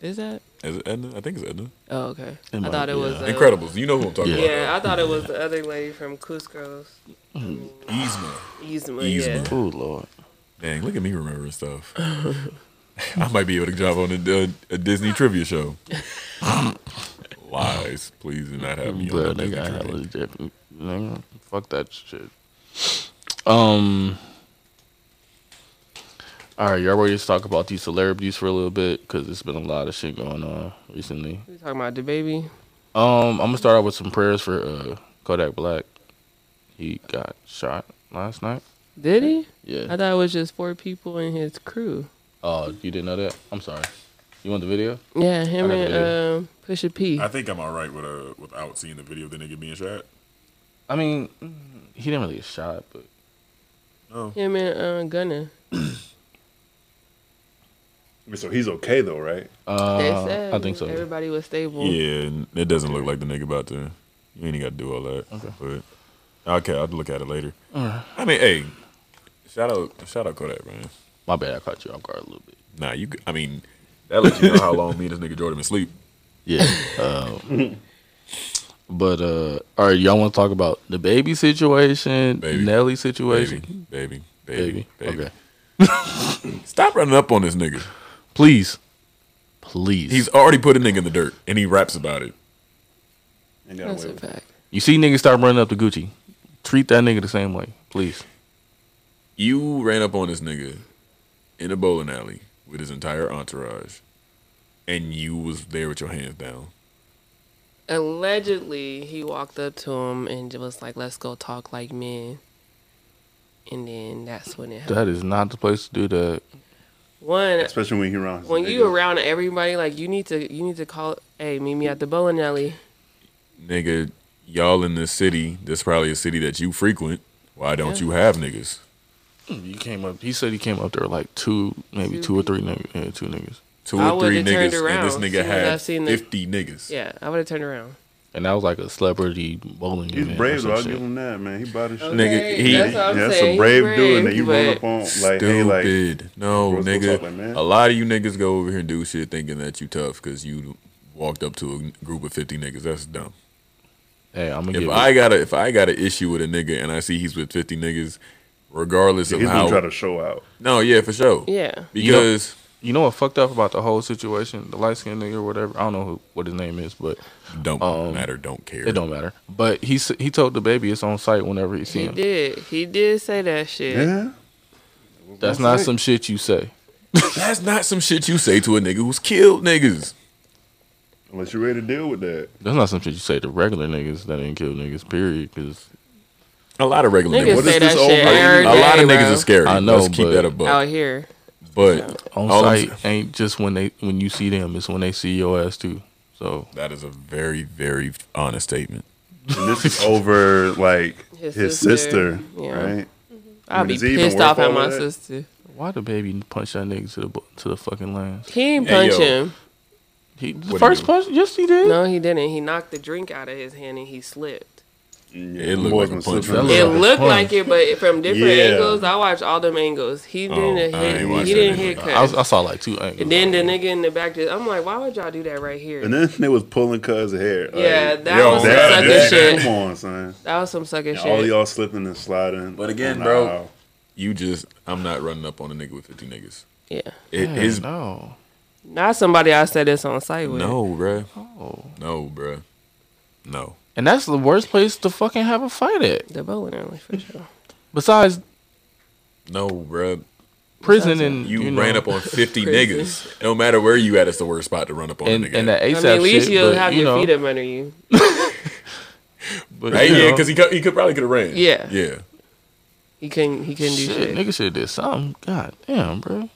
Speaker 4: Is that?
Speaker 1: Is it Edna? I think it's Edna.
Speaker 4: Oh, okay.
Speaker 2: It
Speaker 4: I
Speaker 2: might
Speaker 4: thought it
Speaker 2: be,
Speaker 4: was
Speaker 2: yeah.
Speaker 4: uh,
Speaker 1: Incredibles. You know who I'm talking
Speaker 4: Yeah, I thought it was the other lady from Cusco's
Speaker 1: about. Yzma. Yzma.
Speaker 4: Yzma. Yeah.
Speaker 2: Oh lord.
Speaker 1: Dang, look at me remembering stuff. *laughs* I might be able to jump on a, a, a Disney trivia show. Lies, please do not have me on
Speaker 2: Bro,
Speaker 1: a Disney
Speaker 2: nigga, I had
Speaker 1: trivia.
Speaker 2: legit- nigga, fuck that shit. Um. All right, y'all ready to talk about these celebrities for a little bit because it's been a lot of shit going on recently.
Speaker 4: We talking about the baby.
Speaker 2: Um, I'm gonna start out with some prayers for uh, Kodak Black. He got shot last night.
Speaker 4: Did he? I
Speaker 2: Yeah.
Speaker 4: thought it was just four people in his crew.
Speaker 2: Oh, you didn't know that? I'm sorry. You want the video?
Speaker 4: Yeah,
Speaker 2: I
Speaker 4: him
Speaker 2: got the
Speaker 4: and
Speaker 2: video.
Speaker 4: um, Pusha P.
Speaker 1: I think I'm all right with uh, without seeing the video of the nigga being shot.
Speaker 2: I mean, mm, he didn't really get shot, but
Speaker 1: No.
Speaker 4: Him and uh, Gunna.
Speaker 3: So he's okay though, right?
Speaker 4: They
Speaker 2: uh,
Speaker 4: said
Speaker 2: I think so.
Speaker 4: Everybody was stable.
Speaker 1: Yeah, and it doesn't look like the nigga about to. You ain't got to do all that. Okay. But okay, I'll look at it later. I mean, hey, shout out, shout out Kodak, man.
Speaker 2: My bad, I caught you off guard a little bit.
Speaker 1: Nah, you. I mean, that lets you know how long me and this nigga Jordan been sleep.
Speaker 2: Yeah. Um,
Speaker 1: *laughs*
Speaker 2: but uh, all right, y'all want to talk about the baby situation,
Speaker 1: Baby.
Speaker 2: Nelly
Speaker 1: Baby,
Speaker 2: situation,
Speaker 1: baby, baby, baby.
Speaker 2: Okay,
Speaker 1: Stop running up on this nigga.
Speaker 2: please, please.
Speaker 1: He's already put a nigga in the dirt, and he raps about it.
Speaker 3: Ain't got
Speaker 4: That's
Speaker 3: away
Speaker 4: a
Speaker 3: with it.
Speaker 4: fact.
Speaker 2: you see niggas start running up to Gucci. Treat that nigga the same way, please.
Speaker 1: You ran up on this nigga in a bowling alley with his entire entourage, and you was there with your hands down.
Speaker 4: Allegedly, he walked up to him and was like, "Let's go talk like men." And then that's when it happened.
Speaker 2: That is not the place to do that.
Speaker 4: One,
Speaker 3: Especially when he around. his
Speaker 4: when
Speaker 3: niggas.
Speaker 4: you around everybody, like you need to, you need to call. Hey, meet me at the bowling alley.
Speaker 1: Nigga, y'all in this city, this probably a city that you frequent. Why don't you have niggas? Hmm.
Speaker 2: You came up. He said he came up there like two, maybe two, or three niggas, yeah, two niggas.
Speaker 1: Two
Speaker 4: I
Speaker 1: or three
Speaker 4: would've turned
Speaker 1: niggas, and this
Speaker 4: around
Speaker 1: nigga
Speaker 4: soon as I
Speaker 1: had
Speaker 4: seen the-
Speaker 1: fifty niggas.
Speaker 4: Yeah, I would have turned around.
Speaker 2: and that was like a celebrity bowling
Speaker 3: He's
Speaker 2: event.
Speaker 3: brave
Speaker 2: or
Speaker 3: though. I'll
Speaker 2: some shit.
Speaker 3: give him that, man. He bought his shit.
Speaker 1: Okay, Nigga, he- that's
Speaker 4: what I'm
Speaker 3: Yeah, that's
Speaker 4: saying.
Speaker 3: a
Speaker 4: He's
Speaker 3: brave, dude, and then you
Speaker 4: brave,
Speaker 3: run up
Speaker 4: but-
Speaker 3: on like, hey, like,
Speaker 1: Stupid. no,
Speaker 3: bro, what's up,
Speaker 1: nigga.
Speaker 3: like, man?
Speaker 1: a lot of you niggas go over here and do shit thinking that you tough because you walked up to a group of fifty niggas. That's dumb.
Speaker 2: Hey, I'm gonna
Speaker 1: If
Speaker 2: give.
Speaker 1: I got a if I got an issue with a nigga and I see he's with fifty niggas, regardless
Speaker 3: he's
Speaker 1: of
Speaker 3: gonna try
Speaker 1: how.
Speaker 3: to show out.
Speaker 1: No, yeah, for sure.
Speaker 4: Yeah.
Speaker 2: You know-
Speaker 1: Because
Speaker 2: you know what fucked up about the whole situation? The light skinned nigga or whatever. I don't know who, what his name is, but
Speaker 1: don't
Speaker 2: Um,
Speaker 1: matter, don't care.
Speaker 2: it don't matter. But he s- he told the baby it's on site whenever he see
Speaker 4: He
Speaker 2: him.
Speaker 4: did. He did say that shit.
Speaker 3: Yeah,
Speaker 2: That's not some shit you say.
Speaker 1: That's not some shit you say to a nigga who's killed niggas.
Speaker 3: unless you're ready to deal with that.
Speaker 2: That's not some shit you say to regular niggas that ain't kill niggas. Period. Because
Speaker 1: A lot of regular
Speaker 4: Niggas
Speaker 1: niggas.
Speaker 3: What is
Speaker 4: say
Speaker 3: this
Speaker 4: that
Speaker 3: old
Speaker 4: shit
Speaker 3: lady?
Speaker 1: A
Speaker 4: every day,
Speaker 1: lot of
Speaker 4: bro. Oh,
Speaker 1: niggas is scary.
Speaker 2: I know,
Speaker 1: Let's keep
Speaker 2: but-
Speaker 1: that above.
Speaker 4: out here.
Speaker 1: But
Speaker 2: on
Speaker 1: All I'm
Speaker 2: site ain't just when they when you see them. It's when they see your ass too. So
Speaker 1: that is a very, very honest statement.
Speaker 3: And this is over like
Speaker 4: *laughs* His
Speaker 3: his,
Speaker 4: sister.
Speaker 3: sister,
Speaker 4: Yeah.
Speaker 3: right?
Speaker 4: I'd be
Speaker 3: does he even
Speaker 4: pissed
Speaker 3: work
Speaker 4: off at
Speaker 3: all
Speaker 4: my
Speaker 3: that?
Speaker 4: sister.
Speaker 2: why the baby punch that nigga to the bu- to the fucking lines?
Speaker 4: He didn't
Speaker 1: Hey, yo.
Speaker 4: punch him.
Speaker 2: He the
Speaker 1: What
Speaker 2: first
Speaker 1: do?
Speaker 2: punch. Yes, he did.
Speaker 4: No, he didn't. He knocked the drink out of his hand and he slipped.
Speaker 3: Yeah,
Speaker 1: It looked like
Speaker 3: boy's
Speaker 1: a
Speaker 3: been
Speaker 1: punch.
Speaker 3: slipping.
Speaker 2: That
Speaker 4: It
Speaker 2: like a
Speaker 4: looked
Speaker 2: punch.
Speaker 4: like it, but from different
Speaker 3: Yeah.
Speaker 4: angles, I watched all them angles. He
Speaker 1: Oh,
Speaker 4: didn't
Speaker 1: I ain't
Speaker 4: hit.
Speaker 1: watched
Speaker 4: He
Speaker 1: that
Speaker 4: didn't
Speaker 1: angle.
Speaker 4: hit cut.
Speaker 2: I, was, I saw like two angles.
Speaker 4: and then the nigga in the back, just, I'm like, why would y'all do that right here?
Speaker 3: And then they was pulling cuz hair. Like,
Speaker 4: yeah, that
Speaker 1: yo,
Speaker 4: was some
Speaker 1: that-
Speaker 4: sucker
Speaker 1: that-
Speaker 4: shit.
Speaker 3: Come on, son.
Speaker 4: That was some sucker
Speaker 3: And all
Speaker 4: shit.
Speaker 3: y'all slipping and sliding.
Speaker 1: But again,
Speaker 3: Nah.
Speaker 1: bro. You just, I'm not running up on a nigga with 50 niggas.
Speaker 4: Yeah,
Speaker 1: It
Speaker 2: Yeah,
Speaker 1: is
Speaker 2: no.
Speaker 4: not somebody I said this on site with.
Speaker 1: no, bruh.
Speaker 2: Oh.
Speaker 1: No, bruh. No.
Speaker 2: And that's the worst place to fucking have a fight at.
Speaker 4: the bowling alley for sure.
Speaker 2: Besides
Speaker 1: No, bruh.
Speaker 2: prison and
Speaker 1: You,
Speaker 2: you,
Speaker 1: ran
Speaker 2: know, *laughs*
Speaker 1: up on 50
Speaker 4: Crazy.
Speaker 1: niggas. No matter where you at, it's the worst spot to run up on
Speaker 2: and,
Speaker 1: a nigga.
Speaker 2: and the
Speaker 4: I
Speaker 2: ASAP
Speaker 4: mean, at least
Speaker 2: shit,
Speaker 4: you'll
Speaker 2: but,
Speaker 4: have
Speaker 2: you
Speaker 4: your
Speaker 2: know,
Speaker 4: feet up under you.
Speaker 2: But,
Speaker 1: right?
Speaker 2: you
Speaker 1: Yeah,
Speaker 2: know,
Speaker 1: because he could, he could probably could have ran.
Speaker 4: Yeah.
Speaker 1: Yeah.
Speaker 4: He couldn't. He couldn't do
Speaker 2: shit,
Speaker 4: shit.
Speaker 2: nigga should have did something. God damn, bro.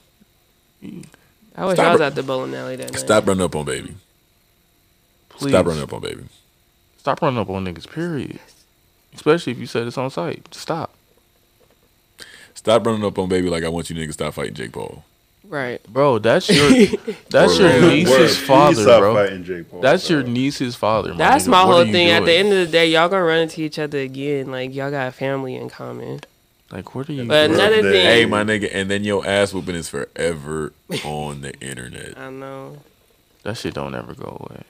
Speaker 4: I wish
Speaker 1: Stop
Speaker 4: I was
Speaker 1: it.
Speaker 4: at the bowling alley that night.
Speaker 1: Stop running up on baby.
Speaker 2: Please
Speaker 1: Stop running up on baby.
Speaker 2: Stop running up on niggas. Period. Especially if you said it's on site. Stop.
Speaker 1: Stop running up on baby like I want you niggas to stop fighting Jake Paul.
Speaker 4: Right.
Speaker 2: Bro, that's
Speaker 4: *laughs*
Speaker 2: your that's your
Speaker 4: Word.
Speaker 2: niece's
Speaker 3: Word. Please
Speaker 2: father,
Speaker 3: stop
Speaker 2: bro.
Speaker 3: fighting Jake Paul,
Speaker 2: That's your
Speaker 3: dog.
Speaker 2: niece's father. My
Speaker 4: That's
Speaker 2: nigga.
Speaker 4: my
Speaker 2: What
Speaker 4: whole
Speaker 2: are you
Speaker 4: thing. At the
Speaker 2: doing?
Speaker 4: end of the day, y'all gonna run into each other again. Like y'all got family in common.
Speaker 2: like, what are you?
Speaker 4: But
Speaker 2: doing?
Speaker 4: another
Speaker 3: Birthday.
Speaker 4: thing,
Speaker 1: Hey, my nigga, and then your ass whooping is forever on the internet.
Speaker 4: I know.
Speaker 2: That shit don't ever go away.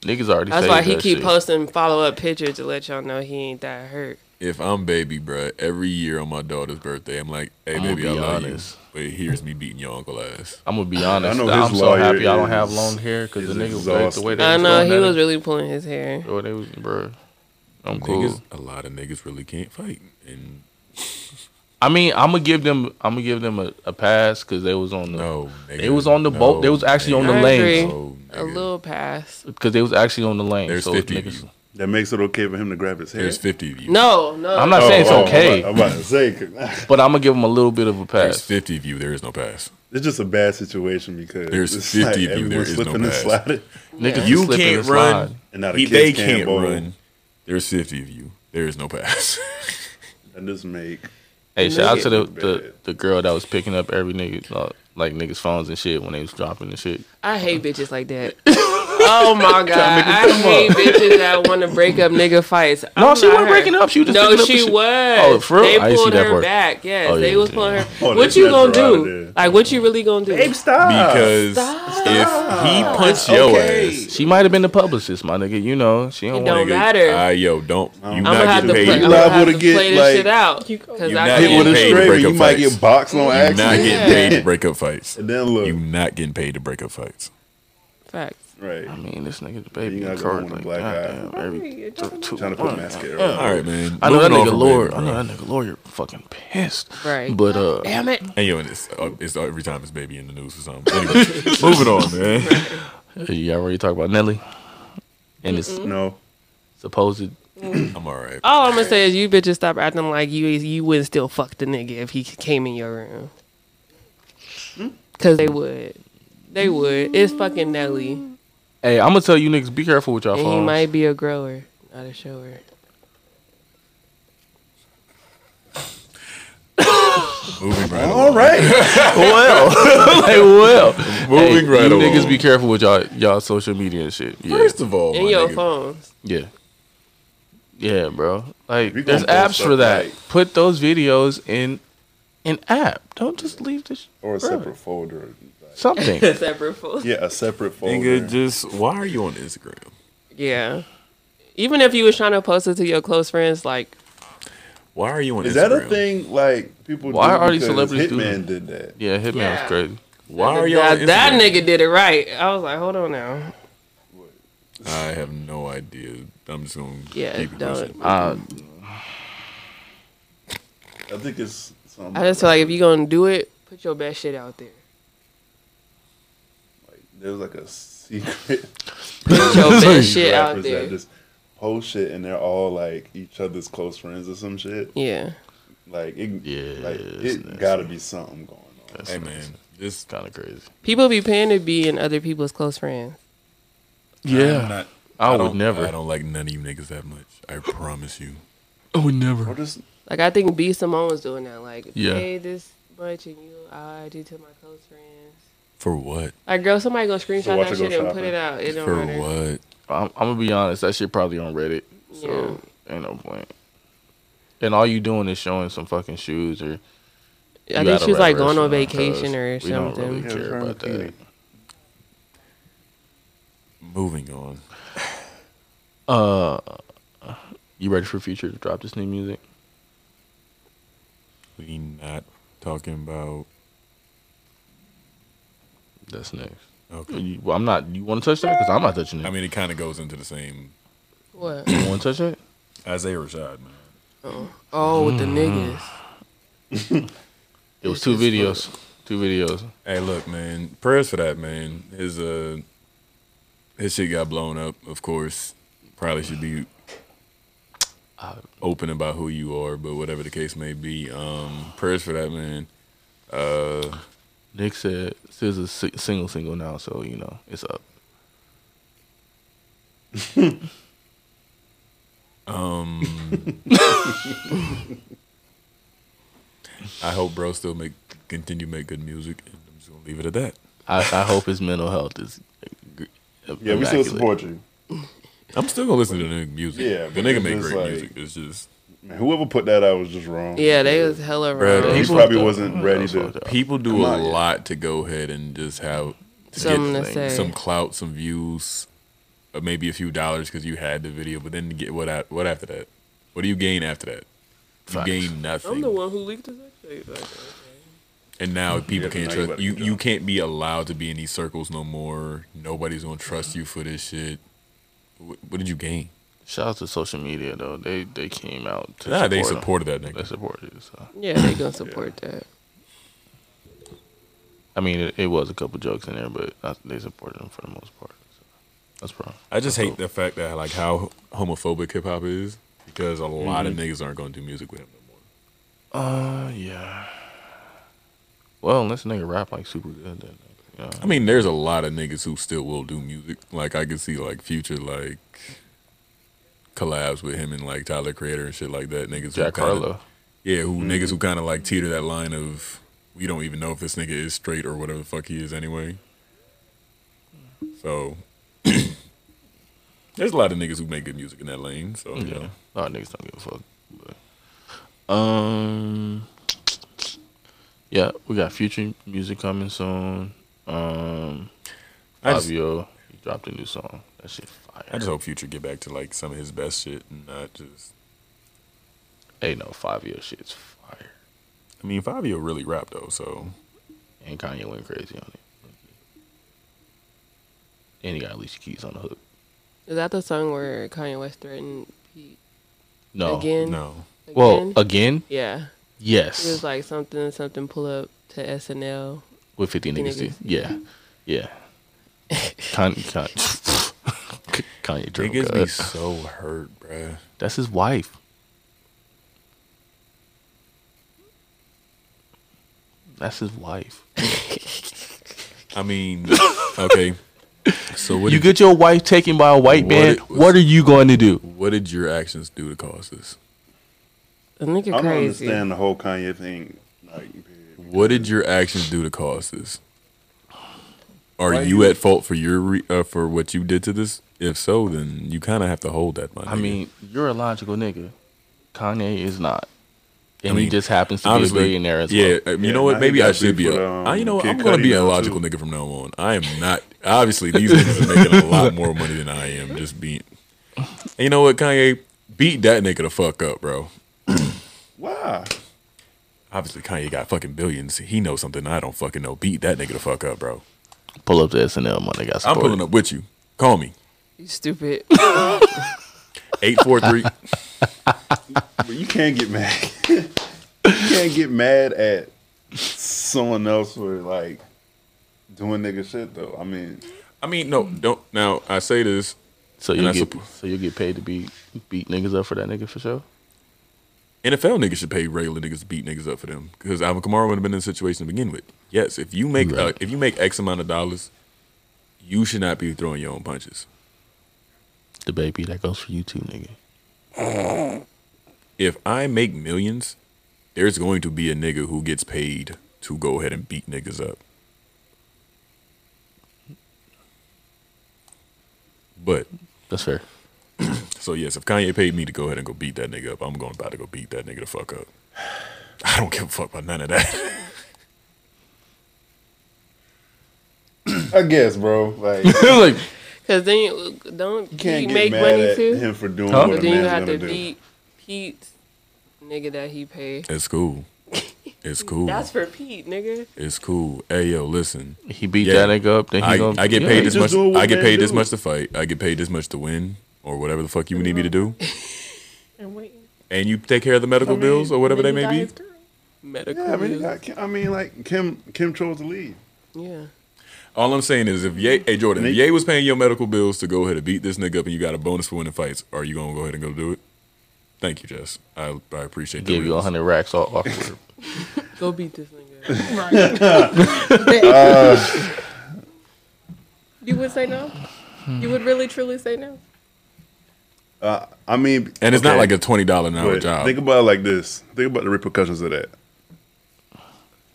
Speaker 2: Niggas already.
Speaker 4: That's
Speaker 2: saved
Speaker 4: why he
Speaker 2: that
Speaker 4: keep
Speaker 2: shit.
Speaker 4: posting follow up pictures to let y'all know he ain't that hurt.
Speaker 1: If I'm baby, bruh, every year on my daughter's birthday, I'm like, hey,
Speaker 2: I'm gonna
Speaker 1: baby, I
Speaker 2: be
Speaker 1: love
Speaker 2: honest.
Speaker 1: you. But here's me beating your uncle ass.
Speaker 2: I'm gonna be honest.
Speaker 3: know
Speaker 2: I'm
Speaker 3: his
Speaker 2: so
Speaker 3: lawyer
Speaker 2: happy I don't
Speaker 3: is-
Speaker 2: have long hair because the
Speaker 3: is
Speaker 2: nigga was like, the
Speaker 3: exhausted.
Speaker 2: way they
Speaker 4: I
Speaker 2: was
Speaker 4: know
Speaker 2: going
Speaker 4: he
Speaker 2: at
Speaker 4: was
Speaker 2: him,
Speaker 4: really pulling his hair.
Speaker 2: bro, they was, bro. I'm cool.
Speaker 1: Niggas, a lot of niggas really can't fight. And
Speaker 2: I mean, I'm gonna give them. I'm gonna give them a, a pass because they was on the
Speaker 1: no, nigga,
Speaker 2: They was on the boat. They was actually on
Speaker 4: the I agree. lanes.
Speaker 1: No,
Speaker 4: A
Speaker 1: nigga.
Speaker 4: little pass.
Speaker 2: because they was actually on the lane.
Speaker 1: There's
Speaker 2: so
Speaker 1: 50 of
Speaker 2: niggas,
Speaker 1: you.
Speaker 3: That makes it okay for him to grab his hair.
Speaker 1: There's 50 of you.
Speaker 4: No, no.
Speaker 2: I'm not saying it's
Speaker 3: Oh, I'm
Speaker 2: okay,
Speaker 3: about- I'm about to say, 'cause- *laughs*
Speaker 2: but I'm gonna give them a little bit of a
Speaker 1: There's
Speaker 2: pass.
Speaker 1: 50 of you. There is no pass.
Speaker 3: it's just a bad situation because
Speaker 1: There's
Speaker 3: it's
Speaker 1: 50 of you, there
Speaker 3: everyone's
Speaker 1: is no
Speaker 3: slipping and
Speaker 1: pass.
Speaker 3: sliding,
Speaker 2: Niggas
Speaker 1: You
Speaker 2: is slipping
Speaker 1: can't
Speaker 2: and sliding.
Speaker 1: run.
Speaker 3: and now the
Speaker 1: He-
Speaker 3: kids
Speaker 1: they
Speaker 3: can't,
Speaker 1: can't
Speaker 3: bowl.
Speaker 1: run. There's 50 of you. There is no pass. *laughs*
Speaker 3: And this make
Speaker 2: Hey, shout out to the,
Speaker 3: Nigga.
Speaker 2: the the girl that was picking up every nigga uh, like niggas phones and shit when they was dropping the shit.
Speaker 4: I hate bitches
Speaker 2: *laughs*
Speaker 4: like that. oh my god, I hate bitches that want to break up nigga fights.
Speaker 2: No,
Speaker 4: I'm
Speaker 2: she
Speaker 4: not
Speaker 2: wasn't
Speaker 4: her.
Speaker 2: breaking up. She was just
Speaker 4: No,
Speaker 2: picking up the
Speaker 4: she
Speaker 2: shit.
Speaker 4: was.
Speaker 2: Oh, for real?
Speaker 4: They
Speaker 2: I didn't see
Speaker 4: pulled
Speaker 2: that
Speaker 4: her
Speaker 2: part.
Speaker 4: back. Yes,
Speaker 2: Oh, yeah,
Speaker 4: they
Speaker 2: you
Speaker 4: was
Speaker 2: did.
Speaker 4: pulling her.
Speaker 3: Oh, they
Speaker 4: what you
Speaker 3: snatched
Speaker 4: gonna
Speaker 3: her outta
Speaker 4: do?
Speaker 3: there.
Speaker 4: Like, what you really gonna do?
Speaker 3: stop.
Speaker 1: because if he punched your ass,
Speaker 2: She might have been the publicist, my nigga. You know, she don't
Speaker 4: It don't
Speaker 2: want.
Speaker 1: nigga,
Speaker 4: matter.
Speaker 1: ah, yo, don't. You
Speaker 3: I'm
Speaker 4: I'm
Speaker 1: not
Speaker 4: gonna have
Speaker 1: getting
Speaker 4: to play.
Speaker 1: paid.
Speaker 4: I'm
Speaker 3: You
Speaker 4: gonna have
Speaker 3: liable
Speaker 4: to,
Speaker 3: to get,
Speaker 4: play this
Speaker 3: like-
Speaker 4: shit out
Speaker 6: You-
Speaker 4: because
Speaker 1: You're
Speaker 4: I
Speaker 1: not
Speaker 3: hit
Speaker 4: can't.
Speaker 3: with a
Speaker 1: paid to
Speaker 3: straight,
Speaker 1: break
Speaker 3: you
Speaker 1: up
Speaker 3: might
Speaker 1: fights.
Speaker 3: get boxed on
Speaker 1: You're not
Speaker 3: accident.
Speaker 1: getting paid to break up fights.
Speaker 3: *laughs* And then look,
Speaker 1: You're not getting paid to break up fights.
Speaker 4: Facts.
Speaker 3: right,
Speaker 2: I mean, this nigga the baby
Speaker 3: You gotta go
Speaker 2: curved
Speaker 3: with a
Speaker 2: like
Speaker 3: black
Speaker 2: goddamn
Speaker 6: eye.
Speaker 2: every
Speaker 6: Right, it
Speaker 2: two-
Speaker 6: doesn't
Speaker 2: two-
Speaker 3: trying to put
Speaker 2: one.
Speaker 3: mascara.
Speaker 2: Uh,
Speaker 3: on.
Speaker 1: All right, man.
Speaker 2: I know that
Speaker 1: Moving on
Speaker 2: nigga
Speaker 1: from
Speaker 2: lawyer.
Speaker 1: Baby,
Speaker 2: I know
Speaker 1: bro.
Speaker 2: that nigga lawyer fucking pissed.
Speaker 4: Right.
Speaker 2: But uh,
Speaker 4: Damn it.
Speaker 1: And yo, and it's, uh, it's every time it's baby in the news or something.
Speaker 2: *laughs*
Speaker 1: Anyway, moving on, man.
Speaker 2: you already talked about Nelly and his
Speaker 3: No,
Speaker 2: supposed.
Speaker 1: I'm all right.
Speaker 4: All I'm gonna say is you bitches stop acting like you you wouldn't still fuck the nigga if he came in your room. Cause they would. They would. It's fucking Nelly.
Speaker 2: Hey, I'm gonna tell you niggas, be careful with y'all
Speaker 4: And he
Speaker 2: phones.
Speaker 4: might be a grower, not a shower.
Speaker 1: Moving right
Speaker 3: All
Speaker 1: along.
Speaker 3: right.
Speaker 4: *laughs*
Speaker 2: well, *laughs* like well.
Speaker 1: Moving right
Speaker 2: you
Speaker 1: along.
Speaker 2: Niggas, be careful with y'all y'all social media and shit. Yeah,
Speaker 1: First of all,
Speaker 4: in
Speaker 1: my
Speaker 4: your
Speaker 1: nigga,
Speaker 4: phones. *laughs*
Speaker 2: yeah, yeah, bro. Like,
Speaker 3: We
Speaker 2: there's
Speaker 3: gonna
Speaker 2: apps
Speaker 3: post
Speaker 2: for
Speaker 3: up,
Speaker 2: that.
Speaker 3: like-
Speaker 2: Put those videos in an app. Don't just leave this.
Speaker 3: Or a
Speaker 2: bro,
Speaker 3: separate folder.
Speaker 2: something.
Speaker 4: *laughs* Separate phones.
Speaker 3: Yeah, a separate folder.
Speaker 1: nigga, just why are you on Instagram?
Speaker 4: Yeah. Even if you was trying to post it to your close friends, like
Speaker 1: Why are you on
Speaker 3: Is
Speaker 1: Instagram?
Speaker 3: that a thing? Like people.
Speaker 2: Why
Speaker 3: do
Speaker 2: are these
Speaker 3: because
Speaker 2: celebrities doing
Speaker 3: Hitman did that.
Speaker 2: Yeah, Hitman
Speaker 4: Yeah.
Speaker 2: was crazy.
Speaker 1: Why are you on
Speaker 4: that,
Speaker 1: Instagram?
Speaker 4: that nigga did it right. I was like, hold on now.
Speaker 1: I have no idea. I'm just gonna
Speaker 4: Yeah,
Speaker 1: keep it
Speaker 4: don't.
Speaker 1: pushing.
Speaker 2: Uh,
Speaker 3: I think it's. Something
Speaker 4: I just feel like if you gonna do it, put your best shit out there.
Speaker 3: there was like a secret
Speaker 1: *laughs*
Speaker 4: Put your best shit out
Speaker 3: rappers
Speaker 4: there.
Speaker 3: that just post shit and they're all like each other's close friends or some shit.
Speaker 4: Yeah.
Speaker 3: Like it,
Speaker 2: Yeah,
Speaker 3: like
Speaker 2: it's
Speaker 3: it
Speaker 2: nasty.
Speaker 3: got to be something going on.
Speaker 1: Hey man, this
Speaker 2: kind of crazy.
Speaker 4: People be paying to be in other people's close friends.
Speaker 1: I'm not-
Speaker 2: I, would
Speaker 1: don't-
Speaker 2: never.
Speaker 1: I don't like none of you niggas that much. I promise you.
Speaker 2: I would
Speaker 3: Or
Speaker 2: never.
Speaker 3: just
Speaker 4: Like I think B Simone was doing that. Like
Speaker 2: Yeah.
Speaker 4: pay this much and you I do to my close friends.
Speaker 1: For what?
Speaker 4: Like girl, somebody gonna screenshot
Speaker 3: watch
Speaker 4: that
Speaker 3: her go
Speaker 4: shit and put
Speaker 3: shopping.
Speaker 4: it out. It don't
Speaker 1: For
Speaker 4: matter.
Speaker 1: what?
Speaker 2: I'm, I'm gonna be honest. That shit probably on Reddit. So ain't no point. And all you doing is showing some fucking shoes or.
Speaker 4: I
Speaker 2: you at
Speaker 4: think
Speaker 2: a
Speaker 4: she
Speaker 2: rap
Speaker 4: was like going on
Speaker 2: restaurant, 'cause
Speaker 4: vacation or
Speaker 2: we don't
Speaker 4: something.
Speaker 2: really care
Speaker 3: Yeah,
Speaker 2: about that.
Speaker 3: Petey.
Speaker 1: Moving on.
Speaker 2: Uh, you ready for Future to drop this new music?
Speaker 1: We not talking about.
Speaker 2: That's next.
Speaker 1: Okay.
Speaker 2: You, well, I'm not. You want to touch that? Because I'm not touching it.
Speaker 1: I mean, it kind of goes into the same *clears throat*
Speaker 4: What?
Speaker 2: you want to touch it?
Speaker 1: Isaiah Rashad, man.
Speaker 4: Oh, with the
Speaker 1: Mm.
Speaker 4: niggas.
Speaker 2: It was two videos. Two videos.
Speaker 1: Hey, look, man. Prayers for that, man. His uh, his shit got blown up. Of course, probably should be open about who you are, but whatever the case may be. Um, prayers for that, man. Uh,
Speaker 2: Nick said, "This is a single single now, so you know it's up."
Speaker 1: um, I hope bro still make continue to make good music. And I'm just gonna leave it at that.
Speaker 2: I, I hope his mental health is.
Speaker 3: yeah, we still support you.
Speaker 1: I'm still gonna listen to the nigga music.
Speaker 3: Yeah,
Speaker 1: the
Speaker 3: but
Speaker 1: nigga
Speaker 3: it's
Speaker 1: make
Speaker 3: just
Speaker 1: great
Speaker 3: like-
Speaker 1: music. It's just
Speaker 3: Man, whoever put that out was just wrong.
Speaker 4: Yeah, they was hella
Speaker 1: Bruh,
Speaker 4: wrong.
Speaker 1: he
Speaker 3: He probably wasn't ready to-
Speaker 1: people do
Speaker 3: Come
Speaker 1: a
Speaker 3: on, yeah.
Speaker 1: lot to go ahead and just have to
Speaker 4: Something to
Speaker 1: get
Speaker 4: say.
Speaker 1: some clout, some views, or maybe a few dollars because you had the video. But then get what out, what after that? What do you gain after that? You
Speaker 2: Facts.
Speaker 1: gain nothing.
Speaker 4: I'm the one who leaked this tape. Like,
Speaker 1: And now people
Speaker 3: Yeah,
Speaker 1: can't
Speaker 3: now you
Speaker 1: trust
Speaker 3: better
Speaker 1: you.
Speaker 3: go.
Speaker 1: You can't be allowed to be in these circles no more. Nobody's gonna trust you for this shit. What, what did you gain?
Speaker 2: Shout out to social media though. They they came out. To
Speaker 1: Nah, they
Speaker 2: support
Speaker 1: supported that
Speaker 2: him. They
Speaker 1: nigga.
Speaker 2: supported. it, So
Speaker 4: yeah, they gonna support that.
Speaker 2: I mean, it, it was a couple jokes in there, but I, they supported him for the most part. So that's probably.
Speaker 1: I just
Speaker 2: That's
Speaker 1: hate the fact that like how homophobic hip hop is because a lot of niggas aren't gonna do music with him no more.
Speaker 2: Uh, yeah. Well, unless a nigga rap like super good, then yeah.
Speaker 1: I mean, there's a lot of niggas who still will do music. Like I can see like future like collabs with him and like Tyler Creator and shit like that. Niggas who
Speaker 2: Jack
Speaker 1: kinda-
Speaker 2: Harlow.
Speaker 1: yeah, who niggas who kind of like teeter that line of we don't even know if this nigga is straight or whatever the fuck he is anyway. So *clears throat* there's a lot of niggas who make good music in that lane. So you
Speaker 2: Yeah.
Speaker 1: know.
Speaker 2: A lot of niggas don't give a fuck. But. Um. Yeah, we got future music coming soon. Um,
Speaker 1: I just,
Speaker 2: Fabio he dropped a new song. That shit fire.
Speaker 1: I just hope Future get back to like some of his best shit and not just.
Speaker 2: Hey, no, Fabio shit's fire.
Speaker 1: I mean, Fabio really rap though, so
Speaker 2: And Kanye went crazy on it. And he got Alicia Keys on the hook.
Speaker 4: Is that the song where Kanye West threatened Pete
Speaker 2: No.
Speaker 4: again?
Speaker 1: no.
Speaker 4: Again?
Speaker 2: Well, again,
Speaker 4: yeah,
Speaker 2: yes.
Speaker 4: it was like something something pull up to SNL.
Speaker 2: With 50 niggas,
Speaker 4: niggas.
Speaker 2: too. Yeah.
Speaker 4: *laughs*
Speaker 2: Yeah. Kanye, *laughs* Kanye, Kanye
Speaker 1: It
Speaker 2: drunk.
Speaker 1: gets me
Speaker 2: God.
Speaker 1: so hurt, bruh.
Speaker 2: That's his wife. That's his wife.
Speaker 1: I mean, okay. So what?
Speaker 2: you
Speaker 1: did,
Speaker 2: get your wife taken by a white
Speaker 1: What
Speaker 2: man.
Speaker 1: it was-
Speaker 2: what are you going to do?
Speaker 1: what did your actions do to cause this?
Speaker 4: The nigga
Speaker 3: I don't
Speaker 4: crazy.
Speaker 3: understand the whole Kanye thing. Nah, Like,
Speaker 1: What did your actions do to cause this? Are
Speaker 3: Why
Speaker 1: you
Speaker 3: you-
Speaker 1: at fault for your re- uh, for what you did to this? If so, then you kind of have to hold that. My
Speaker 2: I
Speaker 1: nigga.
Speaker 2: mean, you're a logical nigga. Kanye is not, and
Speaker 1: I mean,
Speaker 2: he just happens to
Speaker 1: honestly,
Speaker 2: be a billionaire as
Speaker 1: yeah.
Speaker 2: well.
Speaker 1: uh, You
Speaker 3: Yeah,
Speaker 1: know
Speaker 3: now
Speaker 1: what?
Speaker 3: he
Speaker 1: Maybe
Speaker 3: got
Speaker 1: I should
Speaker 3: beef
Speaker 1: be.
Speaker 3: with,
Speaker 1: A,
Speaker 3: um,
Speaker 1: I, you know, what?
Speaker 3: Kid
Speaker 1: I'm gonna be
Speaker 3: Cudi
Speaker 1: a
Speaker 3: now,
Speaker 1: logical
Speaker 3: too.
Speaker 1: nigga from now on. I am not. Obviously, these niggas are making a lot more money than I am. Just being. And you know what, Kanye? Beat that nigga the fuck up, bro.
Speaker 3: Why?
Speaker 1: Obviously, Kanye got fucking billions. He knows something I don't fucking know. Beat that nigga the fuck up, bro.
Speaker 2: Pull up the SNL money, guys.
Speaker 1: I'm pulling up with you. Call me.
Speaker 4: You stupid. *laughs*
Speaker 1: Eight four three.
Speaker 3: But you can't get mad. *laughs* you can't get mad at someone else for like doing nigga shit though. I mean,
Speaker 1: I mean, no, don't. Now I say this.
Speaker 2: So you
Speaker 1: And I
Speaker 2: get
Speaker 1: suppo-
Speaker 2: so you get paid to beat beat niggas up for that nigga for sure.
Speaker 1: NFL niggas should pay regular niggas to beat niggas up for them because Alvin Kamara would have been in the situation to begin with. Yes, if you make uh,
Speaker 2: Right.
Speaker 1: if you make X amount of dollars, you should not be throwing your own punches.
Speaker 2: The baby that goes for you too, nigga.
Speaker 1: If I make millions, there's going to be a nigga who gets paid to go ahead and beat niggas up. But
Speaker 2: That's fair.
Speaker 1: so yes, if Kanye paid me to go ahead and go beat that nigga up, I'm going about to go beat that nigga the fuck up. *sighs* I don't give a fuck about none of that. *laughs*
Speaker 3: I guess,
Speaker 4: *laughs*
Speaker 3: bro. Like you
Speaker 2: like
Speaker 4: Because then you don't you
Speaker 3: can't get
Speaker 4: make
Speaker 3: mad
Speaker 4: money
Speaker 3: at
Speaker 4: too.
Speaker 3: him for doing
Speaker 2: Huh?
Speaker 3: what
Speaker 4: But
Speaker 3: a
Speaker 4: then you
Speaker 3: man's
Speaker 4: have to
Speaker 3: gonna do.
Speaker 4: beat Pete's nigga that he paid.
Speaker 1: It's cool. It's cool.
Speaker 4: That's for Pete, nigga.
Speaker 1: It's cool. Hey yo, listen.
Speaker 2: he beat
Speaker 1: Yeah.
Speaker 2: that nigga up, then he
Speaker 1: I,
Speaker 2: gonna
Speaker 1: I get
Speaker 2: yeah,
Speaker 1: paid
Speaker 2: he
Speaker 1: this
Speaker 3: just
Speaker 1: much.
Speaker 3: doing what
Speaker 1: I get
Speaker 3: men
Speaker 1: paid this
Speaker 3: do.
Speaker 1: much to fight. I get paid this much to win, or whatever the fuck you need me to do.
Speaker 6: And waiting.
Speaker 1: And you take care of the medical
Speaker 3: I mean,
Speaker 1: bills or whatever they
Speaker 6: Maybe
Speaker 1: may
Speaker 6: die
Speaker 1: be.
Speaker 6: his girl.
Speaker 4: Medical.
Speaker 3: Yeah, I mean, he
Speaker 4: bills.
Speaker 3: got, I mean, like Kim, Kim chose to leave.
Speaker 4: yeah.
Speaker 1: All I'm saying is, if Ye, hey Jordan, if
Speaker 3: Nick-
Speaker 1: Ye was paying your medical bills to go ahead and beat this nigga up, and you got a bonus for winning fights, are you gonna go ahead and go do it? Thank you, Jess. I, I appreciate
Speaker 2: Give you
Speaker 1: you.
Speaker 2: a hundred racks all awkward.
Speaker 4: Go beat this
Speaker 3: *laughs*
Speaker 4: nigga.
Speaker 6: You would say no? You would really truly say no?
Speaker 3: Uh, I mean,
Speaker 1: And it's not
Speaker 3: okay,
Speaker 1: like a twenty dollar an hour
Speaker 3: but
Speaker 1: job.
Speaker 3: Think about it like this. Think about the repercussions of that.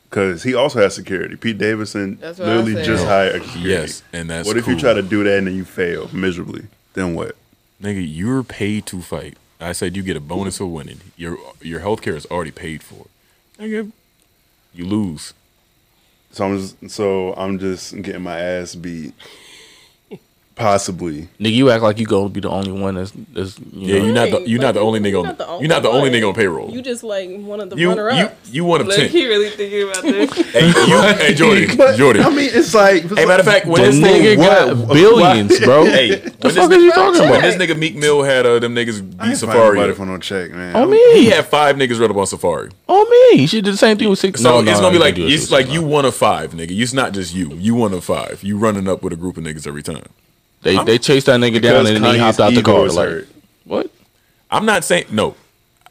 Speaker 3: Because he also has security. Pete Davidson
Speaker 4: That's what I
Speaker 3: literally
Speaker 4: said.
Speaker 3: just hired a security.
Speaker 1: yes, and that's
Speaker 3: what if you
Speaker 1: cool.
Speaker 3: try to do that and then you fail miserably? Then what?
Speaker 1: Nigga, you're paid to fight. I said you get a bonus for winning. Your your health care is already paid for. Nigga, you lose.
Speaker 3: So I'm just, so I'm just getting my ass beat.
Speaker 1: *laughs*
Speaker 3: Possibly.
Speaker 2: *laughs* nigga, you act like you gonna be the only one that's that's you
Speaker 1: Yeah,
Speaker 2: know
Speaker 1: you're not the
Speaker 6: Right,
Speaker 1: you're not
Speaker 6: like,
Speaker 1: the only nigga
Speaker 6: you're
Speaker 1: on
Speaker 6: not the
Speaker 1: you're not the
Speaker 6: only
Speaker 1: only
Speaker 6: one.
Speaker 1: nigga on payroll.
Speaker 6: You
Speaker 1: You
Speaker 6: just like one of the
Speaker 1: you
Speaker 6: runner
Speaker 1: you,
Speaker 6: up.
Speaker 1: one of
Speaker 4: Look,
Speaker 1: ten.
Speaker 4: he really thinking about
Speaker 3: *laughs*
Speaker 4: this.
Speaker 6: *laughs*
Speaker 1: Hey, you, hey Jordan,
Speaker 3: But,
Speaker 1: Jordan.
Speaker 3: I mean, it's like.
Speaker 1: hey, matter of fact, when
Speaker 2: This
Speaker 1: this
Speaker 2: nigga
Speaker 1: nigga
Speaker 2: got
Speaker 3: why-
Speaker 2: billions, bro.
Speaker 1: hey, when this
Speaker 2: fuck is you talking
Speaker 1: nigga, *laughs* when
Speaker 2: about?
Speaker 1: this nigga Meek Mill had uh, them niggas
Speaker 3: I
Speaker 1: beat
Speaker 3: ain't fighting
Speaker 1: Safari.
Speaker 3: nobody
Speaker 1: up,
Speaker 3: for no check, man.
Speaker 2: On
Speaker 1: He
Speaker 3: I'm-
Speaker 2: me,
Speaker 1: had five niggas run up on Safari.
Speaker 2: on me. She did the same thing with six.
Speaker 1: So it's gonna be
Speaker 2: you
Speaker 1: like
Speaker 2: can't do it,
Speaker 1: it's
Speaker 2: sis.
Speaker 1: like you one of five, nigga. It's not just you. You one of five. You running up with a group of niggas every time.
Speaker 2: They they chased that nigga down
Speaker 3: Because
Speaker 2: and then he
Speaker 3: Kanye's
Speaker 2: hopped out the
Speaker 3: ego
Speaker 2: car.
Speaker 3: is
Speaker 2: Like
Speaker 3: hurt.
Speaker 2: what?
Speaker 1: I'm not saying no.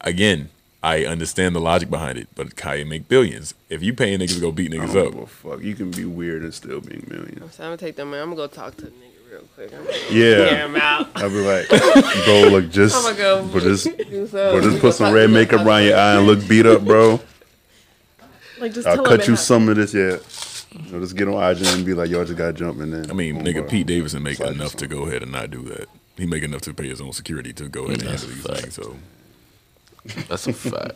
Speaker 1: Again, I understand the logic behind it, but Kanye make billions. If you paying niggas to go beat
Speaker 3: I
Speaker 1: niggas
Speaker 3: don't
Speaker 1: up,
Speaker 3: give a fuck. You can be weird and still be a million.
Speaker 4: So I'm gonna take that man. I'm gonna go talk to the nigga real quick. I'm gonna hear
Speaker 3: Yeah.
Speaker 4: him out.
Speaker 3: I'd be like, bro, look, just,
Speaker 6: Oh
Speaker 4: I'ma go.
Speaker 3: but just,
Speaker 4: Do
Speaker 3: but
Speaker 4: so.
Speaker 3: just put some red makeup around your eye and look beat up, bro.
Speaker 6: Like just
Speaker 3: I'll
Speaker 6: *laughs* tell
Speaker 3: cut
Speaker 6: him
Speaker 3: you
Speaker 6: it
Speaker 3: some of this, yeah. You know, just get on IG and be like, yo, I just got jumping. Then
Speaker 1: I mean,
Speaker 3: boom,
Speaker 1: nigga,
Speaker 3: bro.
Speaker 1: Pete Davidson make
Speaker 3: Slide
Speaker 1: enough
Speaker 3: yourself.
Speaker 1: to go ahead and not do that. He make enough to pay his own security to go ahead and
Speaker 2: That's
Speaker 1: handle these
Speaker 2: a fact.
Speaker 1: things. So,
Speaker 2: That's *laughs* a fact.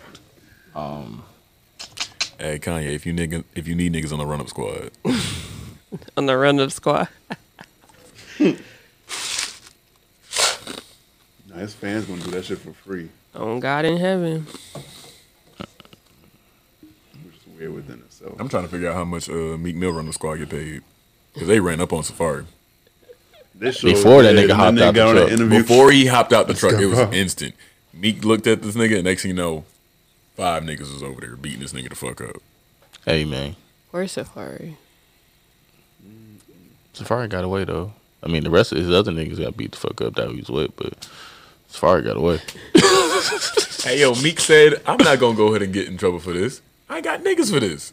Speaker 1: hey Kanye, if you nigga, if you need niggas on the run up squad,
Speaker 4: On the run up squad.
Speaker 3: Nah, his fans gonna do that shit for free,
Speaker 4: On God in heaven.
Speaker 3: which is weird within itself.
Speaker 1: I'm trying to figure out how much uh, Meek Mill run up squad get paid because they ran up on Safari
Speaker 3: This show
Speaker 2: Before that
Speaker 3: is-
Speaker 2: nigga
Speaker 3: and
Speaker 2: hopped
Speaker 3: they
Speaker 2: out the
Speaker 3: got on
Speaker 2: truck.
Speaker 3: an interview.
Speaker 1: before
Speaker 3: *laughs*
Speaker 1: he hopped out the truck. It was
Speaker 3: go.
Speaker 1: instant. Meek looked at this nigga, and next thing you know, five niggas was over there beating this nigga the fuck up.
Speaker 2: hey man,
Speaker 4: Where's Safari?
Speaker 2: Safari got away though. I mean, the rest of his other niggas got beat the fuck up that he was with, but Safari got away.
Speaker 1: Hey yo, Meek said, I'm not gonna go ahead and get in trouble for this. I got niggas for this.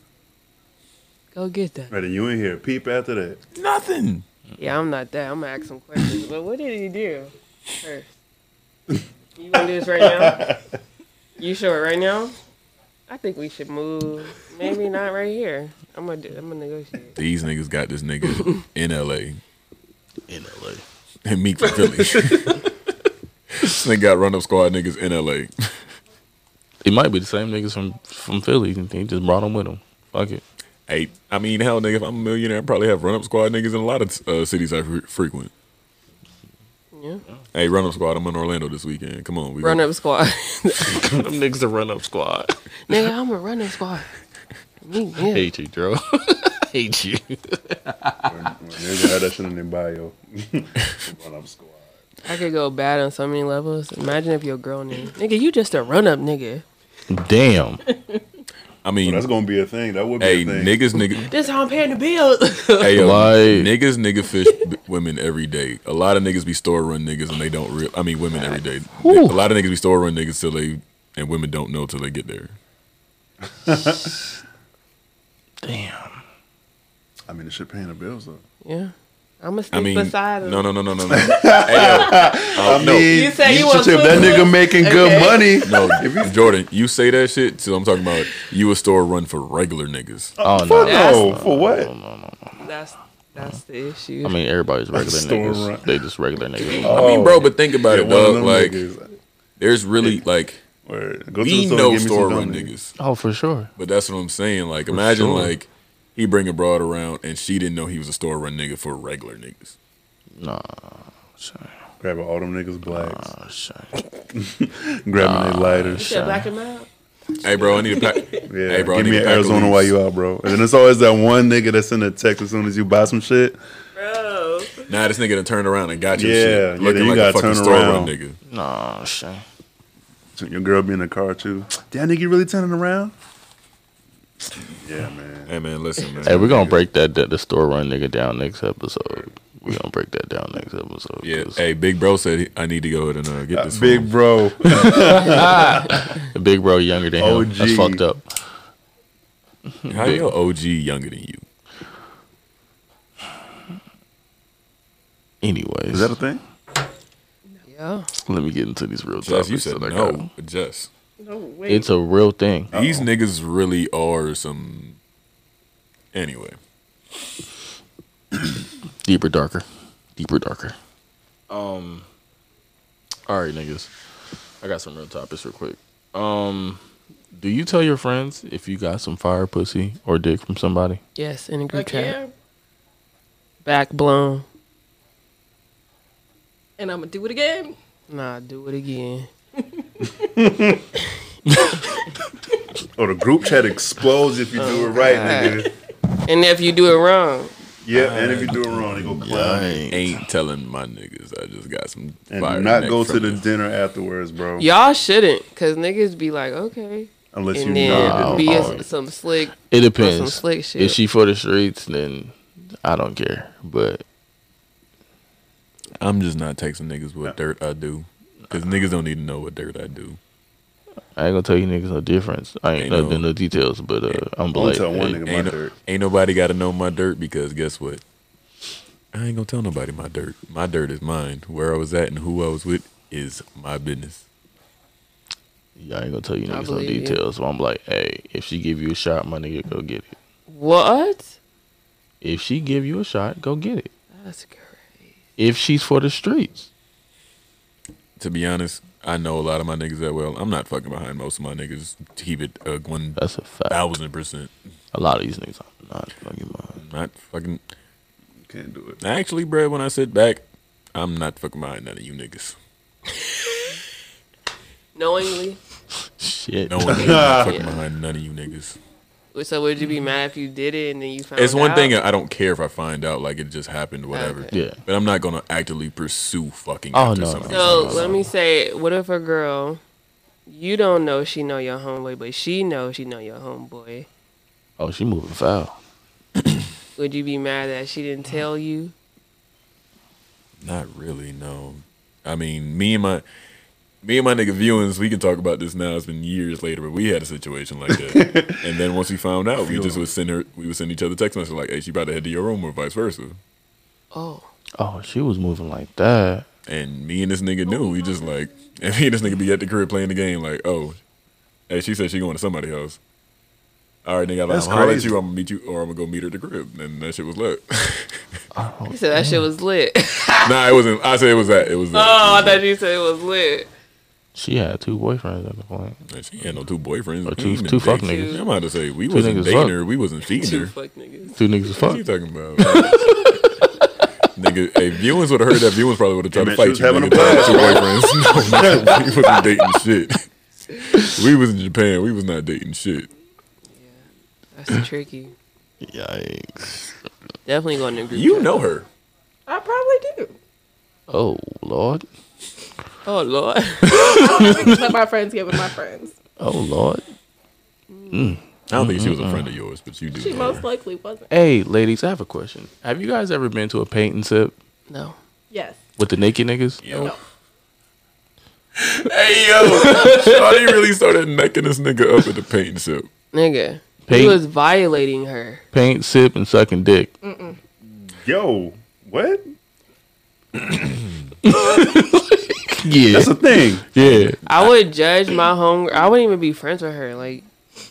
Speaker 4: Go get that.
Speaker 3: Right, and you ain't hear a peep after that.
Speaker 1: Nothing.
Speaker 4: Yeah, I'm not that. I'm gonna ask some questions. But what did he do first? You gonna do this right now? You sure right now? I think we should move. Maybe not right here. I'm gonna do, I'm gonna negotiate.
Speaker 1: These niggas got this
Speaker 3: *laughs*
Speaker 1: nigga in LA
Speaker 2: in LA.
Speaker 1: and Meek from
Speaker 3: *laughs*
Speaker 1: Philly. this nigga got run up squad niggas in LA.
Speaker 2: It might be the same niggas from from Philly. He just brought them with him. Fuck it.
Speaker 1: Hey, I mean, hell, nigga, if I'm a millionaire, I probably have run up squad niggas in a lot of uh, cities I fre- frequent.
Speaker 4: Yeah.
Speaker 1: Hey, run up squad, I'm in Orlando this weekend. Come on, we
Speaker 4: Run
Speaker 1: gonna-
Speaker 4: up squad.
Speaker 2: niggas the run up squad.
Speaker 4: *laughs* Nigga, I'm a run up squad. Me, yeah.
Speaker 2: *laughs* Hate you, bro. Hate you.
Speaker 3: Nigga had that shit in their bio. *laughs* Run up squad.
Speaker 4: I could go bad on so many levels. Imagine if your girl name, nigga, you just a run up nigga.
Speaker 2: Damn.
Speaker 1: I mean,
Speaker 3: Well, that's gonna be a thing. That would be
Speaker 1: hey,
Speaker 3: a thing.
Speaker 1: niggas, nigga,
Speaker 4: This how I'm paying the bills.
Speaker 1: hey, yo,
Speaker 2: Like-
Speaker 1: niggas, nigga fish b- women every day. A lot of niggas be store run niggas and they don't real. I mean, women every day. They- a lot of niggas be store run niggas till they and women don't know till they get there.
Speaker 2: Damn.
Speaker 3: I mean, the shit paying the bills though.
Speaker 4: *laughs* yeah. I'm gonna stick
Speaker 1: I mean,
Speaker 4: beside him.
Speaker 1: no, no, no, no, no, no. hey, yo, um, no.
Speaker 4: You said you want
Speaker 3: if that
Speaker 4: food.
Speaker 3: nigga making
Speaker 4: Okay.
Speaker 3: good money.
Speaker 1: No,
Speaker 3: *laughs*
Speaker 1: Jordan, you say that shit. So I'm talking about you a store run for regular niggas.
Speaker 2: Oh no.
Speaker 3: Fuck
Speaker 4: That's-
Speaker 3: no. For what?
Speaker 4: That's that's the issue.
Speaker 2: I mean, everybody's regular
Speaker 3: Store
Speaker 2: niggas.
Speaker 3: run.
Speaker 2: They just regular niggas. Oh,
Speaker 1: I mean, bro, but think about
Speaker 3: Get
Speaker 1: it,
Speaker 3: Oh. one of
Speaker 1: dog.
Speaker 3: them
Speaker 1: Like,
Speaker 3: niggas.
Speaker 1: there's really like
Speaker 3: Word. Go to the
Speaker 1: we
Speaker 3: store
Speaker 1: know
Speaker 3: and get me some
Speaker 1: store run
Speaker 3: dumplings.
Speaker 1: niggas,
Speaker 2: Oh, for sure.
Speaker 1: but that's what I'm saying. Like, imagine
Speaker 2: sure.
Speaker 1: like he bring a broad around and she didn't know he was a store run nigga for regular niggas.
Speaker 2: Nah.
Speaker 3: Grabbing all them niggas blacks.
Speaker 2: Oh, shit.
Speaker 4: Oh,
Speaker 3: grabbing their
Speaker 4: you
Speaker 3: lighters.
Speaker 4: said black him out.
Speaker 1: Hey, bro, I need a pack.
Speaker 3: Yeah,
Speaker 1: hey, bro, I
Speaker 3: give
Speaker 1: need
Speaker 3: me
Speaker 1: a
Speaker 3: an
Speaker 1: pack of
Speaker 3: Arizona
Speaker 1: leaves.
Speaker 3: while you out, bro. And then it's always that one nigga that's in the text as soon as you buy some shit.
Speaker 4: Bro.
Speaker 1: Nah, this nigga done turned around and got your
Speaker 3: Yeah, yeah,
Speaker 1: shit.
Speaker 3: then
Speaker 1: Looking
Speaker 3: you
Speaker 1: like a
Speaker 3: gotta
Speaker 1: fucking
Speaker 3: turn
Speaker 1: store run
Speaker 3: around.
Speaker 1: nigga.
Speaker 2: Nah, shit.
Speaker 3: Your girl be in the car too. Damn, nigga, you really turning around? Yeah, man.
Speaker 1: Hey, man, listen, man.
Speaker 2: Hey, we're gonna break that, that the store run nigga down next episode. We're gonna break that down next episode.
Speaker 1: Yeah,
Speaker 2: 'cause
Speaker 1: hey, Big Bro said he- I need to go ahead and uh, get this. for
Speaker 3: Big
Speaker 1: him. *laughs*
Speaker 3: bro.
Speaker 2: the big bro younger than him. That's
Speaker 3: OG.
Speaker 2: fucked up.
Speaker 1: How
Speaker 2: Big-
Speaker 1: you OG younger than you?
Speaker 2: Anyways,
Speaker 3: Is that a thing?
Speaker 4: Yeah.
Speaker 2: let me get into these real
Speaker 1: Jess,
Speaker 2: topics.
Speaker 1: you said
Speaker 2: that I got.
Speaker 1: no. Jess,
Speaker 6: No, wait.
Speaker 2: It's a real thing.
Speaker 1: these niggas really are some. Anyway,
Speaker 2: Deeper, darker. Deeper, darker. Um. All right, niggas. I got some real topics real quick. Um, do you tell your friends if you got some fire pussy or dick from somebody?
Speaker 4: Yes, in a group
Speaker 6: Like,
Speaker 4: chat.
Speaker 6: yeah.
Speaker 4: Back blown.
Speaker 6: And I'm gonna do it again.
Speaker 4: Nah, do it again.
Speaker 3: Oh, the group chat explodes if you do it right,
Speaker 4: Oh,
Speaker 3: nigga.
Speaker 4: And if you do it wrong,
Speaker 3: Yeah, and if you do it wrong, they go clown.
Speaker 1: ain't telling my niggas. I just got some.
Speaker 3: And
Speaker 1: fire
Speaker 3: do not
Speaker 1: neck
Speaker 3: go
Speaker 1: from
Speaker 3: to the
Speaker 1: you.
Speaker 3: dinner afterwards, bro.
Speaker 4: y'all shouldn't, cause niggas be like, okay,
Speaker 3: Unless you
Speaker 4: and then
Speaker 3: know.
Speaker 4: be
Speaker 2: Nah.
Speaker 4: a- some slick.
Speaker 2: It
Speaker 4: Or some
Speaker 2: depends.
Speaker 4: slick shit.
Speaker 2: If she for the streets, then I don't care. But
Speaker 1: I'm just not texting niggas
Speaker 3: Uh-uh.
Speaker 1: what dirt I do, cause niggas don't need to know what dirt I do.
Speaker 2: I ain't gonna tell you niggas no difference. I ain't,
Speaker 1: Ain't
Speaker 2: know the
Speaker 1: no-
Speaker 2: no details, but uh, I'm
Speaker 3: Don't
Speaker 2: black.
Speaker 3: tell one
Speaker 2: Hey,
Speaker 3: nigga my
Speaker 1: Ain't, no-
Speaker 3: dirt.
Speaker 1: ain't nobody got to know my dirt because guess what? I ain't gonna tell nobody my dirt. My dirt is mine. Where I was at and who I was with is my business.
Speaker 2: Y'all ain't gonna tell you
Speaker 4: I
Speaker 2: niggas no
Speaker 4: believe you.
Speaker 2: details. So I'm like, hey, if she give you a shot, my nigga, go get it.
Speaker 4: What?
Speaker 2: If she give you a shot, go get it.
Speaker 4: That's great.
Speaker 2: If she's for the streets,
Speaker 1: To be honest, I know a lot of my niggas that well. I'm not fucking behind most of my niggas. To keep it uh, one
Speaker 2: that's a fact.
Speaker 1: thousand percent.
Speaker 2: A lot of these niggas are not fucking mine.
Speaker 1: I'm Not fucking.
Speaker 3: Can't do it.
Speaker 1: Actually, bruh, when I sit back, I'm not fucking behind none of you niggas.
Speaker 4: Knowingly.
Speaker 2: Shit.
Speaker 1: No one I'm not fucking behind none of you niggas.
Speaker 4: So would you be mad if you did it and then you found?
Speaker 1: It's one
Speaker 4: out?
Speaker 1: thing I don't care if I find out like it just happened, whatever.
Speaker 4: Okay.
Speaker 2: Yeah.
Speaker 1: But I'm not gonna actively pursue fucking.
Speaker 2: Oh,
Speaker 1: after
Speaker 2: no,
Speaker 1: somebody.
Speaker 4: So
Speaker 2: Oh.
Speaker 4: let me say, what if a girl, you don't know she know your homeboy, but she knows she know your homeboy.
Speaker 2: *laughs* Oh, she moving foul.
Speaker 4: Would you be mad that she didn't tell you?
Speaker 1: Not really, no. I mean, me and my me and my nigga viewings, we can talk about this now. It's been years later, but we had a situation like
Speaker 3: *laughs*
Speaker 1: that. and then once we found out, we just would send her, we would send each other text messages like, "Hey, she about to head to your room," or vice versa.
Speaker 4: Oh,
Speaker 2: Oh, she was moving like that.
Speaker 1: *laughs* And me and this nigga knew. We just like, and me and this nigga be at the crib playing the game. Like, oh, Hey, she said she going to somebody else. All right, nigga, if
Speaker 3: That's
Speaker 1: I'm holler at
Speaker 3: crazy.
Speaker 1: you, I'm gonna meet you, or I'm gonna go meet her at the crib. And that shit was lit.
Speaker 4: He said that shit was lit.
Speaker 1: *laughs*
Speaker 4: *laughs*
Speaker 1: nah, it wasn't. I said it was that. It was uh, that.
Speaker 4: oh, I thought you said it was lit.
Speaker 2: She had two boyfriends at the point.
Speaker 1: Man, She had no two boyfriends.
Speaker 2: Or
Speaker 1: We
Speaker 2: two-
Speaker 1: ain't been
Speaker 2: two fuck
Speaker 1: dating.
Speaker 4: niggas.
Speaker 1: I'm about to say we
Speaker 2: Two
Speaker 1: wasn't
Speaker 2: niggas
Speaker 1: dating
Speaker 2: fuck.
Speaker 1: her. We wasn't feeding
Speaker 4: Two
Speaker 1: her.
Speaker 4: fuck niggas.
Speaker 2: Two niggas
Speaker 1: What you
Speaker 2: fuck.
Speaker 1: talking about? nigga, hey, viewers would have heard that. Viewers probably would have tried
Speaker 3: Hey,
Speaker 1: to
Speaker 3: man,
Speaker 1: fight
Speaker 3: she was
Speaker 1: you.
Speaker 3: having
Speaker 1: nigga,
Speaker 3: a
Speaker 1: talking about two boyfriends. *laughs* no, we wasn't dating shit. We was in Japan. We was not dating shit.
Speaker 4: That's tricky.
Speaker 2: Yikes.
Speaker 4: Definitely going to group.
Speaker 1: You
Speaker 4: chat.
Speaker 1: know her.
Speaker 6: I probably
Speaker 3: *laughs*
Speaker 6: do.
Speaker 2: Oh lord.
Speaker 4: Oh lord.
Speaker 1: *laughs*
Speaker 6: Let my friends get with my friends.
Speaker 2: Oh lord.
Speaker 1: I don't think she was a friend of yours, but you do.
Speaker 6: She
Speaker 1: know
Speaker 6: most
Speaker 1: her.
Speaker 6: likely wasn't.
Speaker 2: Hey, ladies, I have a question. Have you guys ever been to a paint and sip
Speaker 4: No.
Speaker 6: Yes.
Speaker 2: with the naked niggas?
Speaker 3: Oh.
Speaker 1: Yo. hey yo, Shawty really started necking this nigga up at the paint and sip.
Speaker 4: Nigga. He
Speaker 2: Paint.
Speaker 4: was violating her.
Speaker 2: Paint, sip, and sucking dick.
Speaker 3: Yo, what?
Speaker 2: Yeah,
Speaker 3: That's a thing.
Speaker 2: yeah.
Speaker 4: I would judge my home. I wouldn't even be friends with her. Like,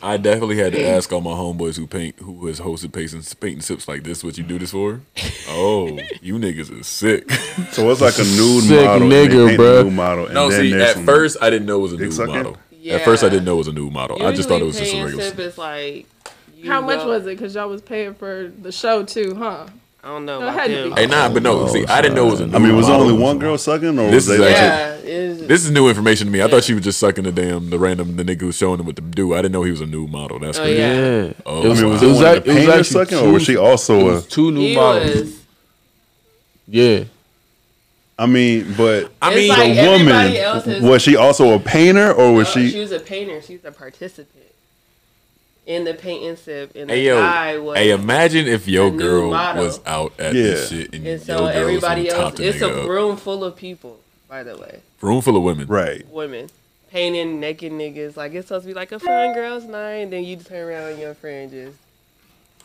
Speaker 1: I definitely had to ask all my homeboys who paint who has hosted paint and, paint and sips like this what you do this for?
Speaker 4: *laughs*
Speaker 1: Oh, you niggas is sick.
Speaker 3: So it's like a nude
Speaker 2: Sick
Speaker 3: model. and they
Speaker 2: nigga,
Speaker 3: paint the
Speaker 2: bruh.
Speaker 3: nude model. And
Speaker 1: no,
Speaker 3: then
Speaker 1: see,
Speaker 3: there's
Speaker 1: at
Speaker 3: some-
Speaker 1: first I didn't know it was a
Speaker 3: Dick
Speaker 1: new
Speaker 3: sucking?
Speaker 1: model.
Speaker 4: yeah.
Speaker 1: At first I didn't know it was a new model. I just thought it was just a
Speaker 4: Usually pay and
Speaker 1: regular.
Speaker 4: sip is like. you
Speaker 6: How much
Speaker 4: know-
Speaker 6: was it? Because y'all was paying for the show too, huh?
Speaker 4: I don't know.
Speaker 6: Go
Speaker 4: about
Speaker 6: ahead.
Speaker 4: them.
Speaker 1: Hey, nah, but no, see, I didn't know it was a new
Speaker 3: Oh, I mean, was it
Speaker 1: model.
Speaker 3: only one girl sucking, or
Speaker 1: This
Speaker 3: was
Speaker 1: is
Speaker 3: they like,
Speaker 1: actually-
Speaker 4: Yeah. it's-
Speaker 1: This is new information to me. I thought she was just sucking the damn the random the nigga who's showing him what to do. I didn't know he was a new model. That's
Speaker 4: Oh,
Speaker 1: crazy.
Speaker 4: Yeah.
Speaker 2: Yeah.
Speaker 1: Oh,
Speaker 2: It was-
Speaker 3: I mean, was
Speaker 2: it
Speaker 3: it,
Speaker 2: was
Speaker 3: one
Speaker 2: act-
Speaker 3: of the
Speaker 2: it was
Speaker 3: painters
Speaker 2: actually
Speaker 3: sucking, or was
Speaker 2: two-
Speaker 3: she also a?
Speaker 2: Two new
Speaker 4: he
Speaker 2: models.
Speaker 4: was.
Speaker 2: Yeah.
Speaker 3: I mean, but
Speaker 1: I
Speaker 4: It's
Speaker 1: mean,
Speaker 4: like-
Speaker 3: the
Speaker 4: everybody else
Speaker 3: woman
Speaker 4: is-
Speaker 3: was she also a painter, or was
Speaker 4: Uh,
Speaker 3: she?
Speaker 4: she, was a painter. She's a participant in the paint and sip. And the
Speaker 1: hey yo,
Speaker 4: guy was.
Speaker 1: hey, imagine if your
Speaker 4: a new
Speaker 1: girl
Speaker 4: model.
Speaker 1: was out at this shit and,
Speaker 4: and
Speaker 1: your
Speaker 4: so
Speaker 1: girl
Speaker 4: everybody
Speaker 1: was on top
Speaker 4: else.
Speaker 1: the
Speaker 4: It's
Speaker 1: nigga
Speaker 4: a
Speaker 1: up.
Speaker 4: room full of people, by the way.
Speaker 1: room full of women.
Speaker 3: Right.
Speaker 4: Women. Painting naked niggas. Like, it's supposed to be like a fun girls' night. And then you turn around and your friend just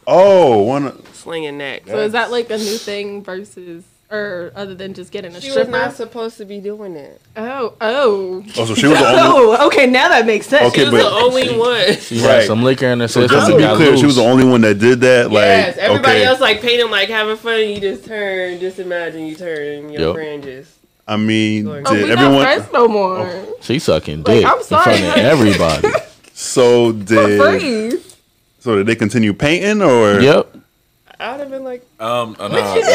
Speaker 3: Oh, one. of-
Speaker 4: slinging that.
Speaker 6: So is that like a new thing versus, or other than just getting a
Speaker 4: She was
Speaker 6: stripper?
Speaker 4: not supposed to be doing that.
Speaker 6: oh, oh.
Speaker 3: Oh, so she was the only.
Speaker 6: Oh, *laughs* okay. Now that makes sense.
Speaker 3: Okay,
Speaker 4: she was
Speaker 3: but-
Speaker 4: the only one.
Speaker 2: She had
Speaker 3: Right.
Speaker 2: some liquor in her
Speaker 3: So
Speaker 2: system.
Speaker 3: just to be
Speaker 2: got
Speaker 3: clear, she
Speaker 2: loose.
Speaker 3: was the only one that did that. Like,
Speaker 4: yes, everybody
Speaker 3: okay.
Speaker 4: else like painting, like having fun. You just turn, just imagine you turn, your
Speaker 2: Yup.
Speaker 4: friend just.
Speaker 3: I mean,
Speaker 4: Oh,
Speaker 3: did
Speaker 6: Oh, we
Speaker 3: everyone?
Speaker 6: not friends no more.
Speaker 2: She sucking dick
Speaker 6: I'm sorry,
Speaker 2: in front
Speaker 6: like-
Speaker 2: of
Speaker 3: *laughs*
Speaker 2: everybody.
Speaker 3: So
Speaker 1: Oh,
Speaker 3: did.
Speaker 6: For free.
Speaker 3: So did they continue painting, or?
Speaker 2: yep.
Speaker 4: I'd have been like,
Speaker 1: Um, uh, nah, like there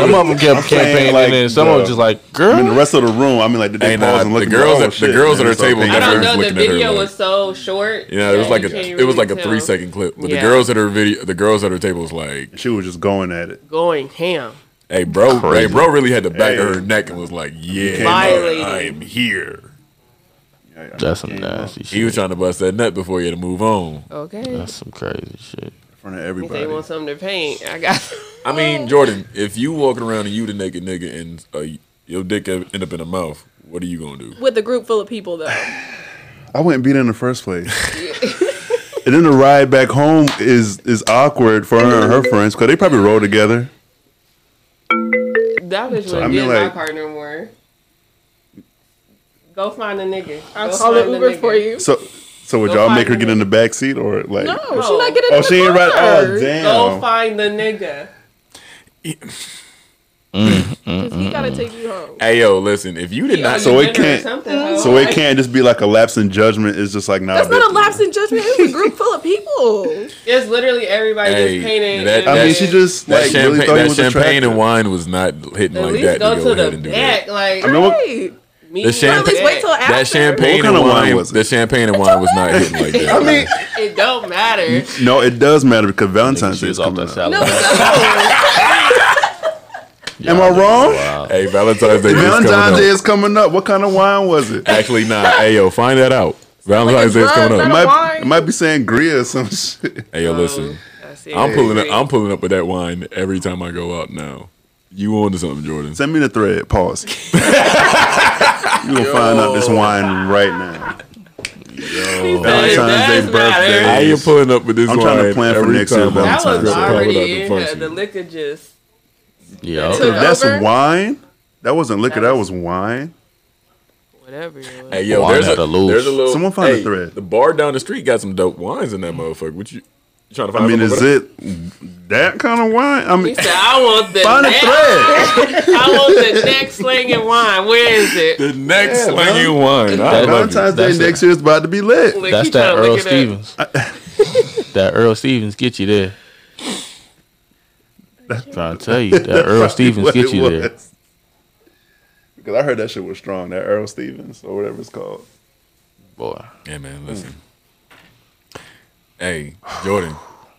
Speaker 2: Some
Speaker 1: was-
Speaker 2: of them kept
Speaker 3: saying,
Speaker 2: campaigning,
Speaker 3: like,
Speaker 2: and then some of
Speaker 3: the-
Speaker 2: them just like,
Speaker 3: I mean,
Speaker 2: girl.
Speaker 3: the rest of the room. I mean, like, did they
Speaker 1: Hey, nah,
Speaker 3: pause and
Speaker 1: the
Speaker 3: look at
Speaker 1: girls
Speaker 3: oh,
Speaker 1: at- the
Speaker 3: shit,
Speaker 1: girls at
Speaker 3: man,
Speaker 1: her
Speaker 3: it's okay.
Speaker 1: table
Speaker 4: I
Speaker 1: never-
Speaker 4: don't
Speaker 1: Everyone's
Speaker 4: know. The
Speaker 1: looking at her
Speaker 4: video
Speaker 1: like-
Speaker 4: was so short.
Speaker 1: Yeah, it was
Speaker 4: that
Speaker 1: like
Speaker 4: you
Speaker 1: a
Speaker 4: can't
Speaker 1: it was
Speaker 4: really
Speaker 1: like a
Speaker 4: tell.
Speaker 1: three second clip. But the
Speaker 4: Yeah.
Speaker 1: girls at her video, the girls at her table was like,
Speaker 3: She was just going at it.
Speaker 4: Going ham.
Speaker 1: "Hey, bro,
Speaker 2: Crazy.
Speaker 1: hey, bro, really had the back of
Speaker 3: Hey.
Speaker 1: her neck and was like, yeah,
Speaker 4: Violated.
Speaker 1: I am here.'
Speaker 2: That's some nasty shit.
Speaker 1: He was trying to bust that nut before he had to move on.
Speaker 4: Okay.
Speaker 2: That's some crazy shit.
Speaker 3: in front of
Speaker 4: If they
Speaker 3: everybody.
Speaker 4: want something to paint, I got.
Speaker 1: I
Speaker 4: Oh.
Speaker 1: mean, Jordan, if you walking around and you the naked nigga and uh, your dick end up in her mouth, what are you gonna do?
Speaker 6: With a group full of people, though.
Speaker 3: I wouldn't be there in the first place. *laughs* and then the ride back home is is awkward for her and her friends because they probably roll together.
Speaker 4: That was what
Speaker 3: I
Speaker 4: I
Speaker 3: mean,
Speaker 4: did
Speaker 3: like-
Speaker 4: my partner more. Go find a nigga.
Speaker 6: I'll
Speaker 4: Go
Speaker 6: call
Speaker 4: find
Speaker 6: an
Speaker 4: a
Speaker 6: Uber
Speaker 4: nigga.
Speaker 6: for you.
Speaker 3: So so would
Speaker 4: Go
Speaker 3: y'all
Speaker 4: find
Speaker 3: make her
Speaker 4: them.
Speaker 3: get in the back seat or like?
Speaker 6: No, she
Speaker 4: No.
Speaker 6: not getting
Speaker 3: Oh,
Speaker 6: in the
Speaker 3: she ain't right.
Speaker 6: car.
Speaker 3: Oh
Speaker 4: Go
Speaker 3: damn.
Speaker 4: find the nigga.
Speaker 6: Cause he gotta take you home.
Speaker 1: Hey yo, listen, if you did not,
Speaker 3: So
Speaker 4: You
Speaker 3: it
Speaker 4: dinner or
Speaker 3: can't-
Speaker 4: something, hoe.
Speaker 3: so it can't just be like a lapse in judgment. It's just like nah.
Speaker 6: That's
Speaker 3: bitch.
Speaker 6: not a lapse in judgment. It was a group full
Speaker 3: *laughs*
Speaker 6: of people.
Speaker 4: It's literally everybody
Speaker 1: Hey,
Speaker 4: just painting.
Speaker 1: that-
Speaker 4: and
Speaker 3: I mean,
Speaker 4: then-
Speaker 3: she just
Speaker 1: that
Speaker 3: like
Speaker 1: champagne,
Speaker 3: really thought he
Speaker 1: that
Speaker 3: was attractive.
Speaker 1: champagne and wine was not hitting
Speaker 4: At
Speaker 1: like
Speaker 4: least
Speaker 1: that
Speaker 4: go
Speaker 1: to go
Speaker 4: to
Speaker 1: ahead
Speaker 4: the
Speaker 1: and do that.
Speaker 4: back, like
Speaker 3: I mean, what-
Speaker 6: Right.
Speaker 4: me.
Speaker 1: The
Speaker 6: Or at least wait till
Speaker 4: That-
Speaker 6: after.
Speaker 1: That champagne
Speaker 3: What kind
Speaker 1: and
Speaker 3: of wine
Speaker 1: wine,
Speaker 3: was it?
Speaker 1: the champagne and wine was not hitting
Speaker 4: *laughs*
Speaker 1: like that.
Speaker 3: I mean,
Speaker 4: It don't matter.
Speaker 3: no, it does matter because Valentine's
Speaker 2: She
Speaker 3: Day is
Speaker 2: was off
Speaker 3: coming
Speaker 2: that salad.
Speaker 3: up.
Speaker 6: No,
Speaker 3: *laughs*
Speaker 6: no.
Speaker 3: Am I wrong?
Speaker 2: Wow.
Speaker 1: hey, Valentine's Day. is coming
Speaker 3: Valentine's
Speaker 1: up.
Speaker 3: Day is coming up. What kind of wine was it?
Speaker 1: Actually, nah. hey, yo, find that out.
Speaker 6: Like
Speaker 1: Valentine's
Speaker 6: a
Speaker 1: Day is coming
Speaker 6: drug,
Speaker 1: up.
Speaker 6: not
Speaker 3: might,
Speaker 6: wine.
Speaker 3: it might be saying Gria or some shit.
Speaker 1: Hey, yo, listen. I'm pulling. Up, I'm pulling up with that wine every time I go out now. You on to something, Jordan?
Speaker 3: Send me the thread. Pause. you gonna find out this wine right now. Valentine's Day
Speaker 4: Valentine's Day
Speaker 3: birthday.
Speaker 4: birthday.
Speaker 1: I ain't pulling up with this
Speaker 3: I'm
Speaker 1: wine.
Speaker 3: trying to plan for
Speaker 1: every
Speaker 3: next year
Speaker 1: time I'm
Speaker 4: That was
Speaker 3: Valentine's Day.
Speaker 1: coming out
Speaker 4: already
Speaker 1: the
Speaker 4: in her.
Speaker 1: function.
Speaker 4: The liquor just.
Speaker 2: Yeah.
Speaker 3: If that's
Speaker 4: Over.
Speaker 3: wine, that wasn't liquor.
Speaker 4: That
Speaker 3: That
Speaker 4: was-
Speaker 3: was wine.
Speaker 4: whatever. Yo,
Speaker 1: Hey, yo,
Speaker 2: Juan
Speaker 1: there's
Speaker 2: had
Speaker 1: a,
Speaker 2: a loose.
Speaker 1: there's a little.
Speaker 3: Someone find a
Speaker 1: hey,
Speaker 3: thread.
Speaker 1: The bar down the street got some dope wines in that motherfucker. What you, you trying to find?
Speaker 3: I mean,
Speaker 1: something
Speaker 3: is
Speaker 1: for that?
Speaker 3: it that kind of wine? I
Speaker 4: He
Speaker 3: mean,
Speaker 4: said, "I want the
Speaker 3: find a
Speaker 4: neck-
Speaker 3: thread.
Speaker 4: I want the neck slinging wine. Where is it?
Speaker 1: the next
Speaker 3: Yeah,
Speaker 1: slinging wine? I
Speaker 2: That-
Speaker 1: love it.
Speaker 3: Valentine's Day
Speaker 2: That's
Speaker 3: next year is about to be lit.
Speaker 4: Look,
Speaker 2: That's
Speaker 4: he
Speaker 2: that
Speaker 4: tryna look
Speaker 2: Earl
Speaker 4: it up.
Speaker 2: Stevens.
Speaker 3: *laughs*
Speaker 2: that Earl Stevens get you there. trying to tell you that Earl Stevens get you there.
Speaker 3: Because I heard that shit was strong. That Earl Stevens or whatever it's called.
Speaker 2: Boy,
Speaker 1: Yeah, man. Listen. Hey, Jordan,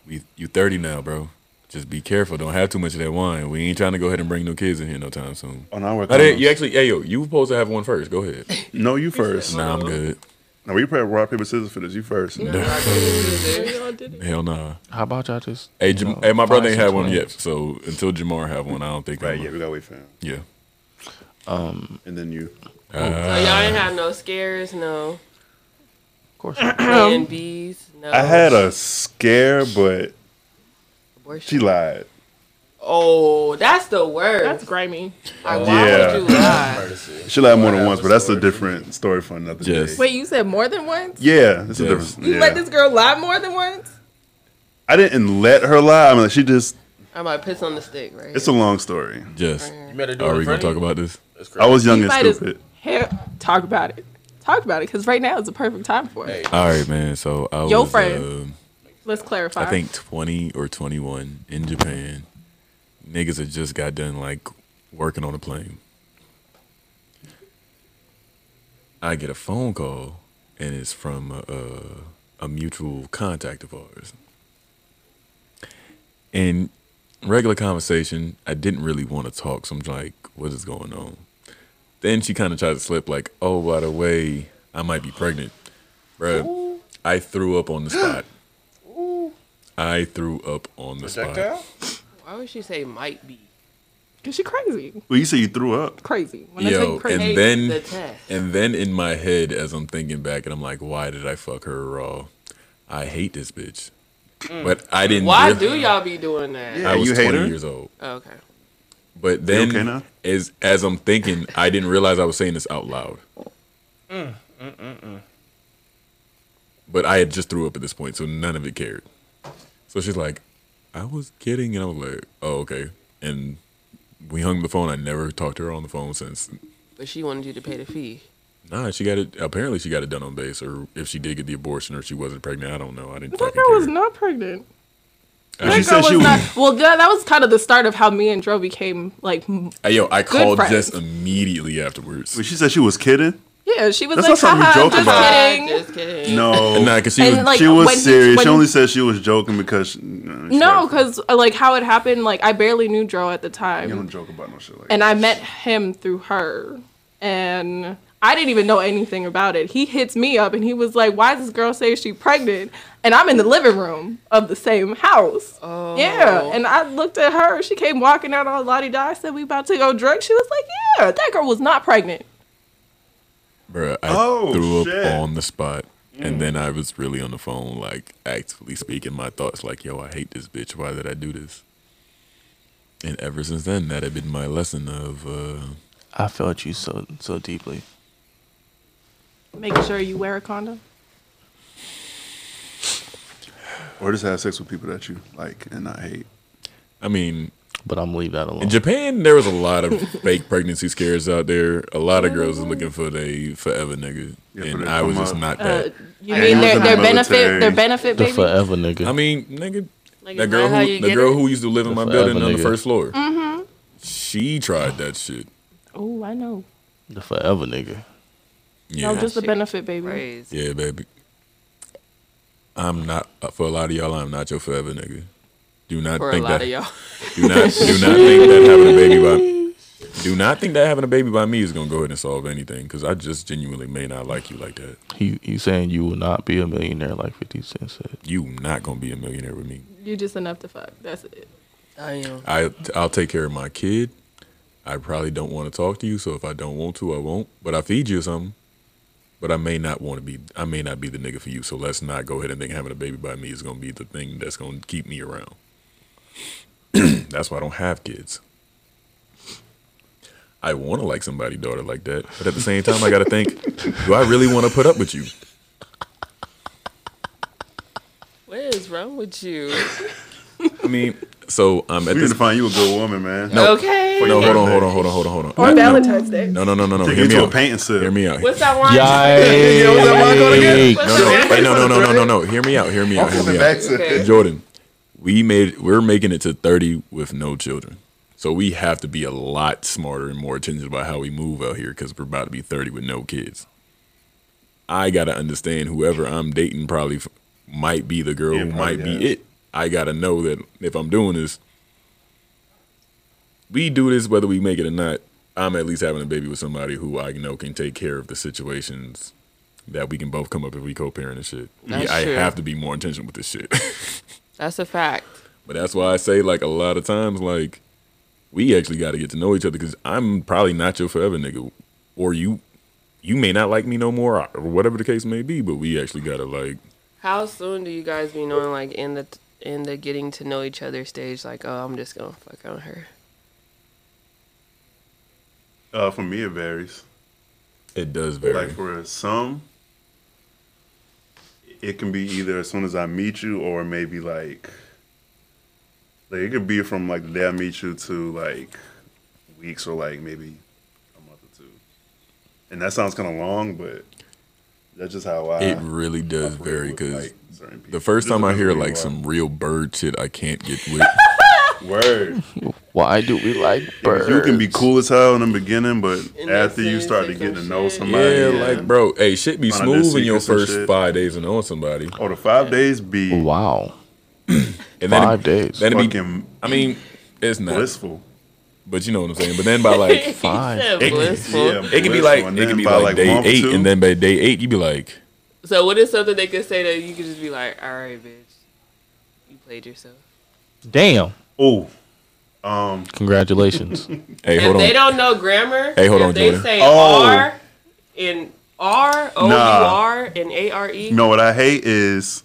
Speaker 1: we you 30 now, bro. Just be careful. Don't have too much of that wine. We ain't trying to go ahead and bring no kids in here no time soon.
Speaker 3: Oh, now we're
Speaker 1: I didn't, you
Speaker 3: clowns.
Speaker 1: actually, hey yo, you supposed to have one first. Go ahead.
Speaker 3: No, you first.
Speaker 1: nah, I'm good.
Speaker 3: No, we play rock paper scissors for this. You first.
Speaker 6: Y'all did it.
Speaker 1: Hell nah.
Speaker 2: how about y'all just?
Speaker 1: Hey, Jam- hey, my
Speaker 2: find
Speaker 1: brother ain't had
Speaker 2: some
Speaker 1: one yet.
Speaker 2: twins.
Speaker 1: So until Jamar have one, I don't think.
Speaker 3: Right,
Speaker 1: I'm,
Speaker 3: yeah, we gotta wait for him.
Speaker 1: yeah.
Speaker 2: Um,
Speaker 3: And then you.
Speaker 1: Uh,
Speaker 4: So y'all ain't have no scares, no
Speaker 2: of course.
Speaker 6: *clears throat*
Speaker 4: plan Bs, no.
Speaker 6: Oh,
Speaker 3: I had a scare, but
Speaker 4: abortion.
Speaker 3: she lied.
Speaker 4: Oh, that's the worst.
Speaker 6: That's grimy.
Speaker 4: Like,
Speaker 3: Yeah.
Speaker 4: why would
Speaker 1: *laughs*
Speaker 4: you lie?
Speaker 3: She lied more than once, but that's a different story for another
Speaker 1: Yes.
Speaker 3: day.
Speaker 6: Wait, you said more than once?
Speaker 3: Yeah, it's a
Speaker 1: Yes.
Speaker 3: different.
Speaker 6: You
Speaker 3: yeah.
Speaker 6: let this girl lie more than once?
Speaker 3: I didn't let her lie. I mean, she just.
Speaker 4: I'm about to piss on the stick, right?
Speaker 3: It's a long story.
Speaker 1: Just
Speaker 2: You better do
Speaker 1: are we gonna talk about this?
Speaker 3: I was young
Speaker 6: You
Speaker 3: and
Speaker 6: might as-
Speaker 3: stupid.
Speaker 6: Hell, talk about it. Talk about it, because right now is the perfect time for it.
Speaker 1: All right, man. So I
Speaker 6: Yo,
Speaker 1: was,
Speaker 6: friend.
Speaker 1: um,
Speaker 6: Let's clarify.
Speaker 1: I think 20 or 21 in Japan. Niggas had just got done like working on a plane. I get a phone call, and it's from a, a, a mutual contact of ours. In regular conversation, I didn't really want to talk, so I'm like, what is going on? Then she kind of tries to slip, like, oh, by the way, I might be pregnant. Bruh, I threw up on the spot. I threw up on the spot.
Speaker 4: why would she say might be
Speaker 6: Because she crazy.
Speaker 3: Well, you said you threw up.
Speaker 6: Crazy. When I
Speaker 1: Yo,
Speaker 6: say crazy,
Speaker 1: and then
Speaker 4: the test?
Speaker 1: And then in my head, as I'm thinking back, and I'm like, why did I fuck her raw? I hate this bitch. But I didn't.
Speaker 4: Why
Speaker 1: real-
Speaker 4: do y'all be doing that?
Speaker 3: Yeah.
Speaker 1: I was
Speaker 3: Mm. You hate
Speaker 1: 20
Speaker 3: her?
Speaker 1: years old.
Speaker 4: Oh, okay.
Speaker 1: But then,
Speaker 3: okay now?
Speaker 1: as as I'm thinking, I didn't realize I was saying this out loud.
Speaker 4: Mm,
Speaker 1: But I had just threw up at this point, so none of it cared. So she's like, "I was kidding," and I was like, "Oh, okay." And we hung the phone. I never talked to her on the phone since.
Speaker 4: But she wanted you to pay the fee.
Speaker 1: Nah, she got it. Apparently, she got it done on base, or if she did get the abortion, or she wasn't pregnant. I don't know. I didn't
Speaker 6: that
Speaker 1: fucking
Speaker 6: girl was
Speaker 1: care.
Speaker 6: not pregnant.
Speaker 1: Uh,
Speaker 6: That
Speaker 3: she
Speaker 6: girl
Speaker 3: said
Speaker 6: was
Speaker 3: she
Speaker 6: not.
Speaker 3: was-
Speaker 6: Well, that, that was kind of the start of how me and Dro became like. m-
Speaker 1: Hey, yo, I called
Speaker 6: friends.
Speaker 1: Jess immediately afterwards.
Speaker 3: But she said she was kidding.
Speaker 6: Yeah, she was
Speaker 3: That's not
Speaker 6: like,
Speaker 3: something we
Speaker 6: haha,
Speaker 3: joke
Speaker 6: just
Speaker 3: about.
Speaker 6: kidding.
Speaker 4: Just kidding.
Speaker 3: No,
Speaker 1: nah, cause she
Speaker 6: And,
Speaker 1: was.
Speaker 6: like,
Speaker 3: she was
Speaker 6: when he-
Speaker 3: serious.
Speaker 6: when-
Speaker 3: she only said she was joking because she, no, she
Speaker 6: No,
Speaker 3: like,
Speaker 6: because like how it happened, like I barely knew Dro at the
Speaker 3: you don't
Speaker 6: time,
Speaker 3: joke about no shit like.
Speaker 6: and I met him through her, and I didn't even know anything about it. He hits me up, and he was like, "Why does this girl say she pregnant?" And I'm in the living room of the same house.
Speaker 4: Oh.
Speaker 6: Yeah, and I looked at her. She came walking out all la di da. I said, "We about to go drink." She was like, "Yeah, that girl was not pregnant."
Speaker 1: Bruh, I
Speaker 3: Oh,
Speaker 1: threw
Speaker 3: shit. Mm.
Speaker 1: up on the spot. And then I was really on the phone, like actively speaking my thoughts, like, yo, I hate this bitch. Why did I do this? And ever since then, that had been my lesson of, uh,
Speaker 2: I felt you so so deeply.
Speaker 6: Making sure you wear a condom.
Speaker 3: that. Or just have sex with people that you like and not hate.
Speaker 1: I mean,
Speaker 2: But I'm leave that alone.
Speaker 1: in Japan, there was a lot
Speaker 6: *laughs*
Speaker 1: of fake pregnancy scares out there. A lot of girls are looking for they forever nigga.
Speaker 3: Yeah, for
Speaker 1: and
Speaker 3: they
Speaker 1: I was
Speaker 3: come
Speaker 1: just
Speaker 3: up.
Speaker 1: not
Speaker 6: Uh,
Speaker 1: that.
Speaker 6: you
Speaker 4: I
Speaker 6: mean
Speaker 4: was
Speaker 6: their,
Speaker 4: in
Speaker 6: their
Speaker 3: the military.
Speaker 6: benefit? Their benefit,
Speaker 2: the
Speaker 6: baby.
Speaker 2: forever nigga.
Speaker 1: I mean, nigga,
Speaker 4: Like,
Speaker 1: that
Speaker 4: is
Speaker 1: girl
Speaker 4: that how
Speaker 1: who
Speaker 4: you
Speaker 1: the
Speaker 4: get
Speaker 1: girl
Speaker 4: it? Mm-hmm.
Speaker 1: who used to live in my
Speaker 2: The
Speaker 1: building
Speaker 2: forever
Speaker 1: on the
Speaker 2: nigga.
Speaker 1: first floor, she tried that shit.
Speaker 6: oh, I know.
Speaker 2: the forever nigga.
Speaker 1: Yeah,
Speaker 6: No, just the
Speaker 4: Shit.
Speaker 6: benefit, baby.
Speaker 4: Praise.
Speaker 1: Yeah, baby. I'm not uh, for a lot of y'all. I'm not your forever nigga. Do not
Speaker 4: For a
Speaker 1: think
Speaker 4: lot
Speaker 1: that.
Speaker 4: of y'all.
Speaker 1: Do not do not think that having a baby
Speaker 4: *laughs*
Speaker 1: by. Do not think that having a baby by me is gonna go ahead and solve anything because I just genuinely may not like you like that.
Speaker 2: He he's saying you will not be a millionaire like Fifty Cent said.
Speaker 1: You not gonna be a millionaire with me.
Speaker 6: You just enough to fuck. That's it.
Speaker 4: I am.
Speaker 1: I I'll take care of my kid. I probably don't want to talk to you, so if I don't want to, I won't. But I feed you something. But I may not want to be. I may not be the nigga for you. So let's not go ahead and think having a baby by me is gonna be the thing that's gonna keep me *clears throat* around. that's why I don't have kids. I want to like somebody daughter like that, but at the same time, I got to think: Do I really want to put up with you?
Speaker 4: What is wrong with you?
Speaker 1: I mean, so um, at
Speaker 3: We need
Speaker 1: this
Speaker 3: to find you a good woman, man.
Speaker 1: No.
Speaker 4: Okay.
Speaker 1: no, hold on, hold on, hold on, hold on, hold on. No,
Speaker 6: On Valentine's Day.
Speaker 1: No, no, no, no, no.
Speaker 3: Take
Speaker 1: Hear
Speaker 3: you
Speaker 1: me
Speaker 3: to a
Speaker 1: out.
Speaker 3: painting sale.
Speaker 1: Hear me out.
Speaker 4: What's that wine?
Speaker 3: Yeah, what's that line going again?
Speaker 2: Yikes.
Speaker 4: What's
Speaker 1: No,
Speaker 4: that
Speaker 1: no,
Speaker 4: wine?
Speaker 1: wait, no, no, no, no, no, no. Hear me out. Hear me out. Hear me
Speaker 3: Coming
Speaker 1: out.
Speaker 3: back to
Speaker 4: Okay.
Speaker 1: Jordan, we made we're making it to 30 with no children. So we have to be a lot smarter and more attentive about how we move out here because we're about to be 30 with no kids. I gotta understand whoever I'm dating probably f- might be the girl
Speaker 3: Yeah,
Speaker 1: who
Speaker 3: probably,
Speaker 1: might be
Speaker 3: yeah.
Speaker 1: it. I gotta know that if I'm doing this, we do this whether we make it or not. I'm at least having a baby with somebody who I know can take care of the situations that we can both come up if we co-parent and shit.
Speaker 4: That's
Speaker 1: Yeah, I
Speaker 4: true.
Speaker 1: have to be more intentional with this shit. *laughs*
Speaker 4: That's a fact.
Speaker 1: But that's why I say like a lot of times like we actually got to get to know each other because I'm probably not your forever nigga, or you you may not like me no more or whatever the case may be. But we actually gotta like
Speaker 4: How soon do you guys be knowing, like in the in the getting to know each other stage? Like, oh, I'm just gonna fuck
Speaker 1: *laughs*
Speaker 4: on her.
Speaker 3: Uh, for me, it varies.
Speaker 1: it does vary.
Speaker 3: Like for some, it can be either as soon as I meet you, or maybe like, like it could be from like the day I meet you to like weeks or like maybe a month or two. And that sounds kind of long, but that's just how I.
Speaker 1: it really does
Speaker 3: operate
Speaker 1: vary
Speaker 3: with,
Speaker 1: because
Speaker 3: like, certain people.
Speaker 1: the first
Speaker 3: This
Speaker 1: time I
Speaker 3: is
Speaker 1: hear
Speaker 3: really
Speaker 1: like
Speaker 3: wild.
Speaker 1: some real bird shit, I can't
Speaker 3: *laughs*
Speaker 1: get with.
Speaker 3: word,
Speaker 2: Why do we like birds?
Speaker 3: you can be cool as hell in the beginning, but
Speaker 4: And that's
Speaker 3: after you
Speaker 4: it,
Speaker 3: start to
Speaker 4: like
Speaker 3: get to
Speaker 4: some
Speaker 3: know
Speaker 4: shit.
Speaker 3: somebody,
Speaker 1: yeah, like bro, hey, shit be
Speaker 3: Find out their
Speaker 1: smooth in your
Speaker 3: secrets and
Speaker 1: first
Speaker 3: shit.
Speaker 1: five days and on somebody,
Speaker 3: oh, the five days be
Speaker 2: Wow.
Speaker 1: and then
Speaker 2: Five
Speaker 1: it,
Speaker 2: days.
Speaker 1: then it be.
Speaker 3: fucking
Speaker 1: I mean, it's not,
Speaker 3: blissful.
Speaker 1: but you know what I'm saying. But then by like
Speaker 4: *laughs*
Speaker 3: *laughs*
Speaker 2: Five.
Speaker 4: Said
Speaker 1: It-
Speaker 4: blissful.
Speaker 1: It could be
Speaker 3: blissful.
Speaker 1: like
Speaker 3: And
Speaker 1: it
Speaker 3: then
Speaker 1: could be
Speaker 3: by,
Speaker 1: like, day
Speaker 3: month
Speaker 1: eight,
Speaker 3: two,
Speaker 1: and then by day eight, you'd be like,
Speaker 4: So, what is something they could say that you could just be like, all right, bitch, you played yourself.
Speaker 2: Damn.
Speaker 3: oh, um,
Speaker 2: Congratulations.
Speaker 3: *laughs*
Speaker 1: "Hey,
Speaker 4: if
Speaker 1: hold on."
Speaker 4: they don't know grammar,
Speaker 1: Hey, hold
Speaker 4: if
Speaker 1: on,
Speaker 4: they
Speaker 1: Jordan.
Speaker 4: say
Speaker 3: Oh.
Speaker 4: R in R O U R and A R E.
Speaker 3: you know what I hate is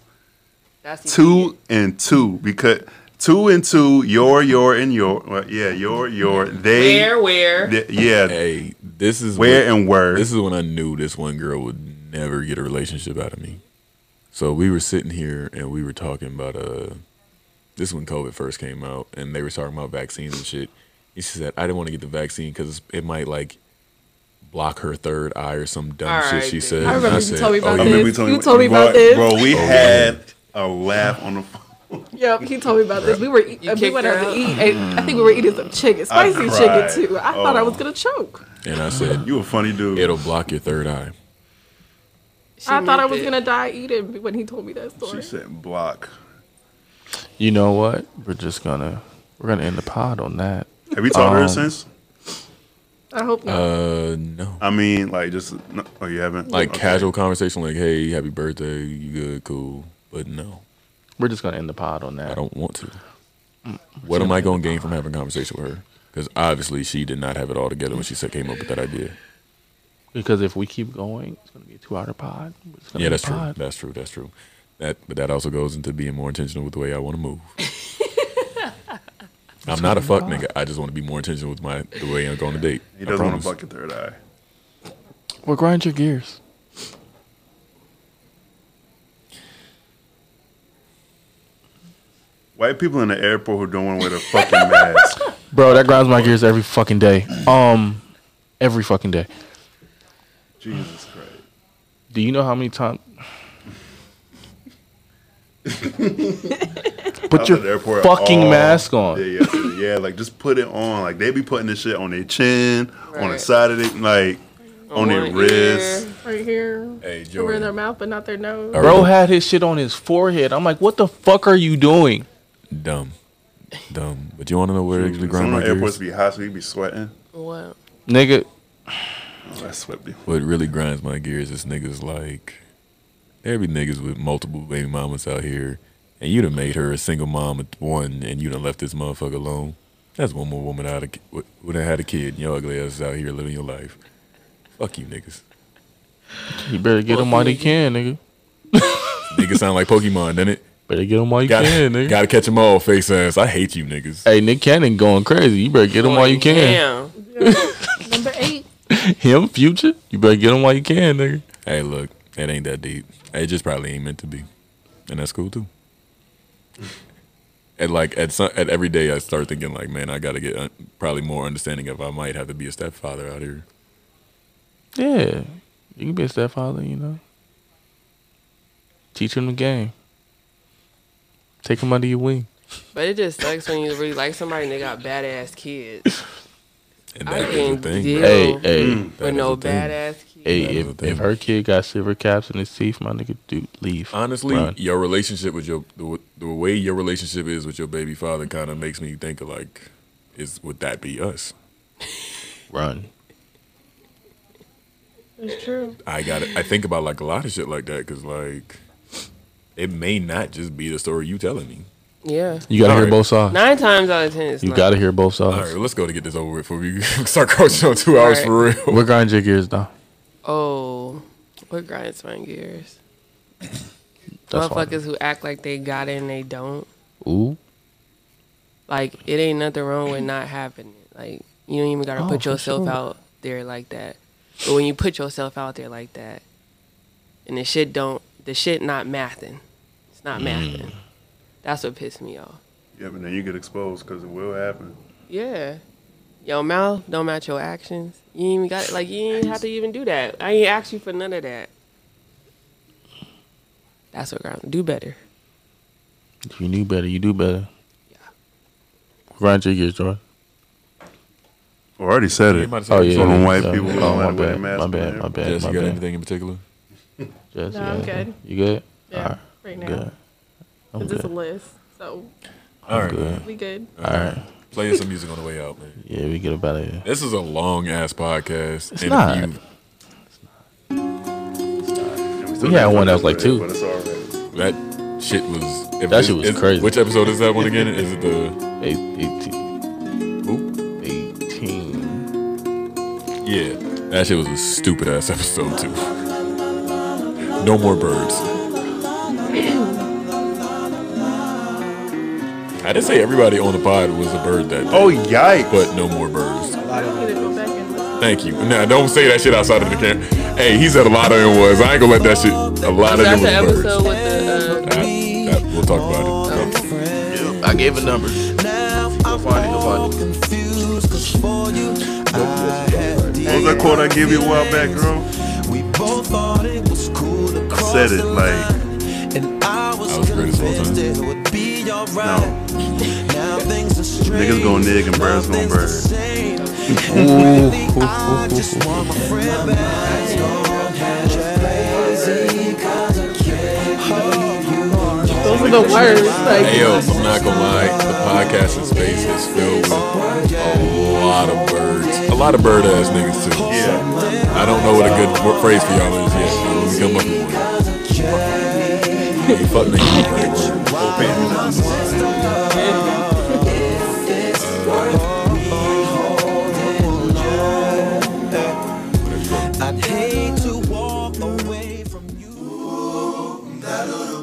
Speaker 4: that's
Speaker 3: two and two because two and two, your your and your, well, yeah, your your they,
Speaker 4: Where, where?
Speaker 3: they- yeah,
Speaker 1: Hey, this is
Speaker 3: where
Speaker 1: when,
Speaker 3: and where.
Speaker 1: this is when I knew this one girl would never get a relationship out of me. So we were sitting here and we were talking about uh, this is when COVID first came out, and they were talking about vaccines and shit. And she said, "I didn't want to get the vaccine because it might like." Block her third eye or some dumb
Speaker 4: All
Speaker 1: shit
Speaker 4: right,
Speaker 1: she
Speaker 4: bitch.
Speaker 1: said.
Speaker 6: I remember
Speaker 1: And
Speaker 6: you told me
Speaker 1: "Oh,
Speaker 6: about
Speaker 1: yeah."
Speaker 3: I remember
Speaker 6: this.
Speaker 3: we
Speaker 6: You told me
Speaker 3: bro,
Speaker 6: about this.
Speaker 3: bro. We had a laugh on the phone.
Speaker 6: Yep, he told me about this. We were eat,
Speaker 4: You
Speaker 6: we
Speaker 4: kicked
Speaker 6: went
Speaker 4: her
Speaker 6: out to
Speaker 4: out?
Speaker 6: eat. And I think we were eating some chicken,
Speaker 3: I
Speaker 6: spicy
Speaker 3: cried.
Speaker 6: chicken too. I thought I was
Speaker 3: Oh.
Speaker 6: gonna choke.
Speaker 1: And I said,
Speaker 3: You a funny dude.
Speaker 1: "It'll block your third eye."
Speaker 4: She
Speaker 6: I thought I
Speaker 4: meant
Speaker 6: was
Speaker 4: it.
Speaker 6: gonna die eating when he told me that story.
Speaker 3: she said block.
Speaker 2: you know what? We're just gonna we're gonna end the pod on that.
Speaker 3: Have you talked to her
Speaker 2: Um,
Speaker 3: since?
Speaker 6: I hope not.
Speaker 1: Uh, no.
Speaker 3: I mean, like just no, oh, you haven't
Speaker 1: like
Speaker 3: Okay.
Speaker 1: casual conversation, like "Hey, happy birthday, you good, cool." But no,
Speaker 2: We're just gonna end the pod on that.
Speaker 1: I don't want to. What am I going to gain from having a conversation with her? Because obviously she did not have it all together when she said came up with that idea.
Speaker 2: Because if we keep going, it's gonna be a two hour pod. We're just gonna
Speaker 1: Yeah,
Speaker 2: end
Speaker 1: that's
Speaker 2: the
Speaker 1: true.
Speaker 2: pod.
Speaker 1: That's true. That's true. That, but that also goes into being more intentional with the way I want to
Speaker 3: *laughs*
Speaker 1: move. I'm not a fuck nigga. I just want to be more intentional with my the way I'm going to date.
Speaker 3: He
Speaker 1: I
Speaker 3: doesn't want
Speaker 1: promise.
Speaker 3: to fuck your third eye.
Speaker 2: Well grind your gears.
Speaker 3: White people in the airport who don't want to wear the fucking mask.
Speaker 2: Bro, that grinds my gears every fucking day. Um every fucking day.
Speaker 3: Jesus Christ.
Speaker 2: Do you know how many times
Speaker 3: I
Speaker 2: Put
Speaker 3: was at the
Speaker 2: your
Speaker 3: airport
Speaker 2: fucking
Speaker 3: all
Speaker 2: mask on.
Speaker 3: day yesterday. yeah, like just put it on. Like they be putting this shit on their chin, on the
Speaker 4: Right.
Speaker 3: side of it, like on their
Speaker 4: one
Speaker 3: wrist.
Speaker 4: ear.
Speaker 6: right here.
Speaker 1: Hey,
Speaker 6: Over in their
Speaker 1: Jordan,
Speaker 6: mouth, but not their nose.
Speaker 1: All
Speaker 2: Bro had his shit on his forehead. I'm like, what the fuck are you doing?
Speaker 1: dumb, dumb. But you want to know where the
Speaker 3: Some
Speaker 1: grind my
Speaker 3: of the airports
Speaker 1: gears?
Speaker 3: be hot, so you be sweating.
Speaker 4: What?
Speaker 2: Nigga,
Speaker 3: Oh, I swept you.
Speaker 1: What really grinds my gears is niggas like there be niggas with multiple baby mamas out here, and you done made her a single mom with one, and you done left this motherfucker alone. That's one more woman out of who done had a kid, and your ugly ass is out here living your life. Fuck you niggas.
Speaker 2: you better get him while you can, nigga.
Speaker 1: Niggas sound like Pokemon, doesn't it?
Speaker 2: Better get him while you
Speaker 1: Gotta,
Speaker 2: can, nigga.
Speaker 1: gotta catch them all, face ass. I hate you niggas.
Speaker 2: Hey, Nick Cannon going crazy. You better get him while you can.
Speaker 4: Damn.
Speaker 2: Him, Future. You better get him while you can, nigga.
Speaker 1: Hey, look, it ain't that deep. It just probably ain't meant to be, and that's cool too. And like at some, at every day, I start thinking like, man, I gotta get uh, probably more understanding of I might have to be a stepfather out here.
Speaker 2: Yeah, you can be a stepfather. You know, teach him the game. Take him under your wing.
Speaker 4: But it just sucks when you really like somebody and they got badass kids.
Speaker 1: And
Speaker 4: I
Speaker 1: that is a
Speaker 4: can't
Speaker 1: thing.
Speaker 4: deal
Speaker 1: bro.
Speaker 2: Hey,
Speaker 4: Yo.
Speaker 2: hey,
Speaker 1: That
Speaker 4: But no
Speaker 1: is a thing.
Speaker 4: badass kids.
Speaker 2: hey!
Speaker 1: That's
Speaker 2: If,
Speaker 1: the thing.
Speaker 2: if her kid got silver caps in his teeth, my nigga, dude, leave.
Speaker 1: Honestly,
Speaker 2: Run.
Speaker 1: your relationship with your the, the way your relationship is with your baby father kind of makes me think of like, is would that be us?
Speaker 2: run.
Speaker 4: It's true.
Speaker 1: I got I think about like a lot of shit like that because like, it may not just be the story you telling me.
Speaker 4: Yeah.
Speaker 2: You gotta hear
Speaker 1: Alright.
Speaker 2: both sides.
Speaker 4: Nine times out of ten, it's
Speaker 2: You
Speaker 4: not.
Speaker 2: gotta hear both
Speaker 1: All
Speaker 2: sides.
Speaker 1: right, let's go to get this over with before we *laughs* start coaching on two hours
Speaker 4: Right.
Speaker 1: for real.
Speaker 2: We're grinding your gears now.
Speaker 4: Oh, what grinds my gears?
Speaker 2: That's why.
Speaker 4: Motherfuckers who act like they got it and they don't.
Speaker 2: Ooh,
Speaker 4: Like it ain't nothing wrong with not having it. Like you don't even gotta
Speaker 2: Oh,
Speaker 4: put
Speaker 2: for
Speaker 4: yourself
Speaker 2: sure.
Speaker 4: out there like that. But when you put yourself out there like that, and the shit don't, the shit not mathing. It's not
Speaker 2: Mm.
Speaker 4: mathing. That's what pissed me off.
Speaker 3: Yeah, but then you get exposed because it will happen.
Speaker 4: Yeah. Your mouth don't match your actions. You ain't even got like you ain't have to even do that. I ain't asked you for none of that. That's what ground do better.
Speaker 2: if you knew better, you do better. Grind your gears, Jordan.
Speaker 3: I already said it.
Speaker 2: Oh yeah,
Speaker 3: So them
Speaker 2: yeah,
Speaker 3: white
Speaker 2: yeah.
Speaker 3: people don't
Speaker 2: Oh, my
Speaker 3: like
Speaker 2: bad,
Speaker 3: wearing masks
Speaker 2: my
Speaker 3: on
Speaker 2: bad,
Speaker 3: the
Speaker 2: my bad,
Speaker 1: Jess,
Speaker 2: my
Speaker 1: you got
Speaker 2: bad.
Speaker 1: anything in particular?
Speaker 2: Jess,
Speaker 6: No,
Speaker 2: you
Speaker 6: I'm
Speaker 2: got
Speaker 6: good.
Speaker 2: anything? You good?
Speaker 6: Yeah,
Speaker 2: Alright,
Speaker 6: right
Speaker 2: I'm
Speaker 6: now.
Speaker 2: good. I'm
Speaker 6: It's just a
Speaker 2: good. Uh,
Speaker 6: list, so
Speaker 1: All right,
Speaker 2: good.
Speaker 1: man.
Speaker 6: we good.
Speaker 2: All right.
Speaker 1: playing some music on the way out, man.
Speaker 2: Yeah, we get about it.
Speaker 1: This is a long ass podcast.
Speaker 2: It's not. We had one that was like two.
Speaker 3: But it's all right.
Speaker 1: that shit was. If
Speaker 2: That shit was
Speaker 1: is-
Speaker 2: crazy.
Speaker 1: Which episode is that one again? Is it the?
Speaker 2: Eight, 18.
Speaker 1: Who?
Speaker 2: 18.
Speaker 1: Yeah, that shit was a stupid ass episode too. No more birds. I did say everybody on the pod was a bird that day,
Speaker 3: Oh, yikes.
Speaker 1: but no more birds.
Speaker 6: I don't need to go back and listen.
Speaker 1: Thank you. Now don't say that shit outside of the camera. Hey, he said a lot of it was. I ain't gonna let that shit. A lot of
Speaker 4: That's
Speaker 1: it
Speaker 4: the
Speaker 1: was birds.
Speaker 4: episode with the uh,
Speaker 1: I, I, we'll talk about it.
Speaker 2: I gave a number.
Speaker 3: What was that quote I gave you a while back, girl? I said it like,
Speaker 1: I was great as all time.
Speaker 3: no. Niggas gonna nig and birds gonna bird.
Speaker 6: Those are the words. Like,
Speaker 1: Hey yo, I'm not gonna lie, the podcasting space is filled with a lot of birds. A lot of bird ass niggas too.
Speaker 3: Yeah.
Speaker 1: I don't know what a good wo- phrase for y'all is yet, but when we come up with one. Hey, fuck niggas with great words.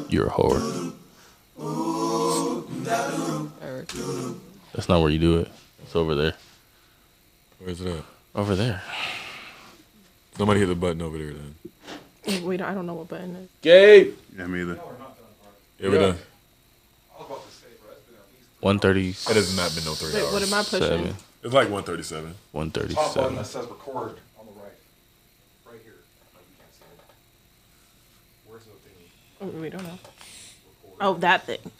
Speaker 2: You're a whore.
Speaker 4: Eric.
Speaker 2: That's not where you do it. It's over there.
Speaker 1: Where's it at?
Speaker 2: Over there.
Speaker 1: Somebody hit the button over there then.
Speaker 6: we don't, I don't know what button is.
Speaker 2: Gabe.
Speaker 3: Yeah, me either.
Speaker 1: Yeah, we're done.
Speaker 2: 137.
Speaker 1: It has not been no three
Speaker 6: Wait, what
Speaker 1: hours.
Speaker 6: am I pushing?
Speaker 1: It's like 137.
Speaker 2: 137.
Speaker 5: says record on the right. Right here. No, you can't see it. Where's the thingy?
Speaker 6: Oh, We don't know. Oh, that thing.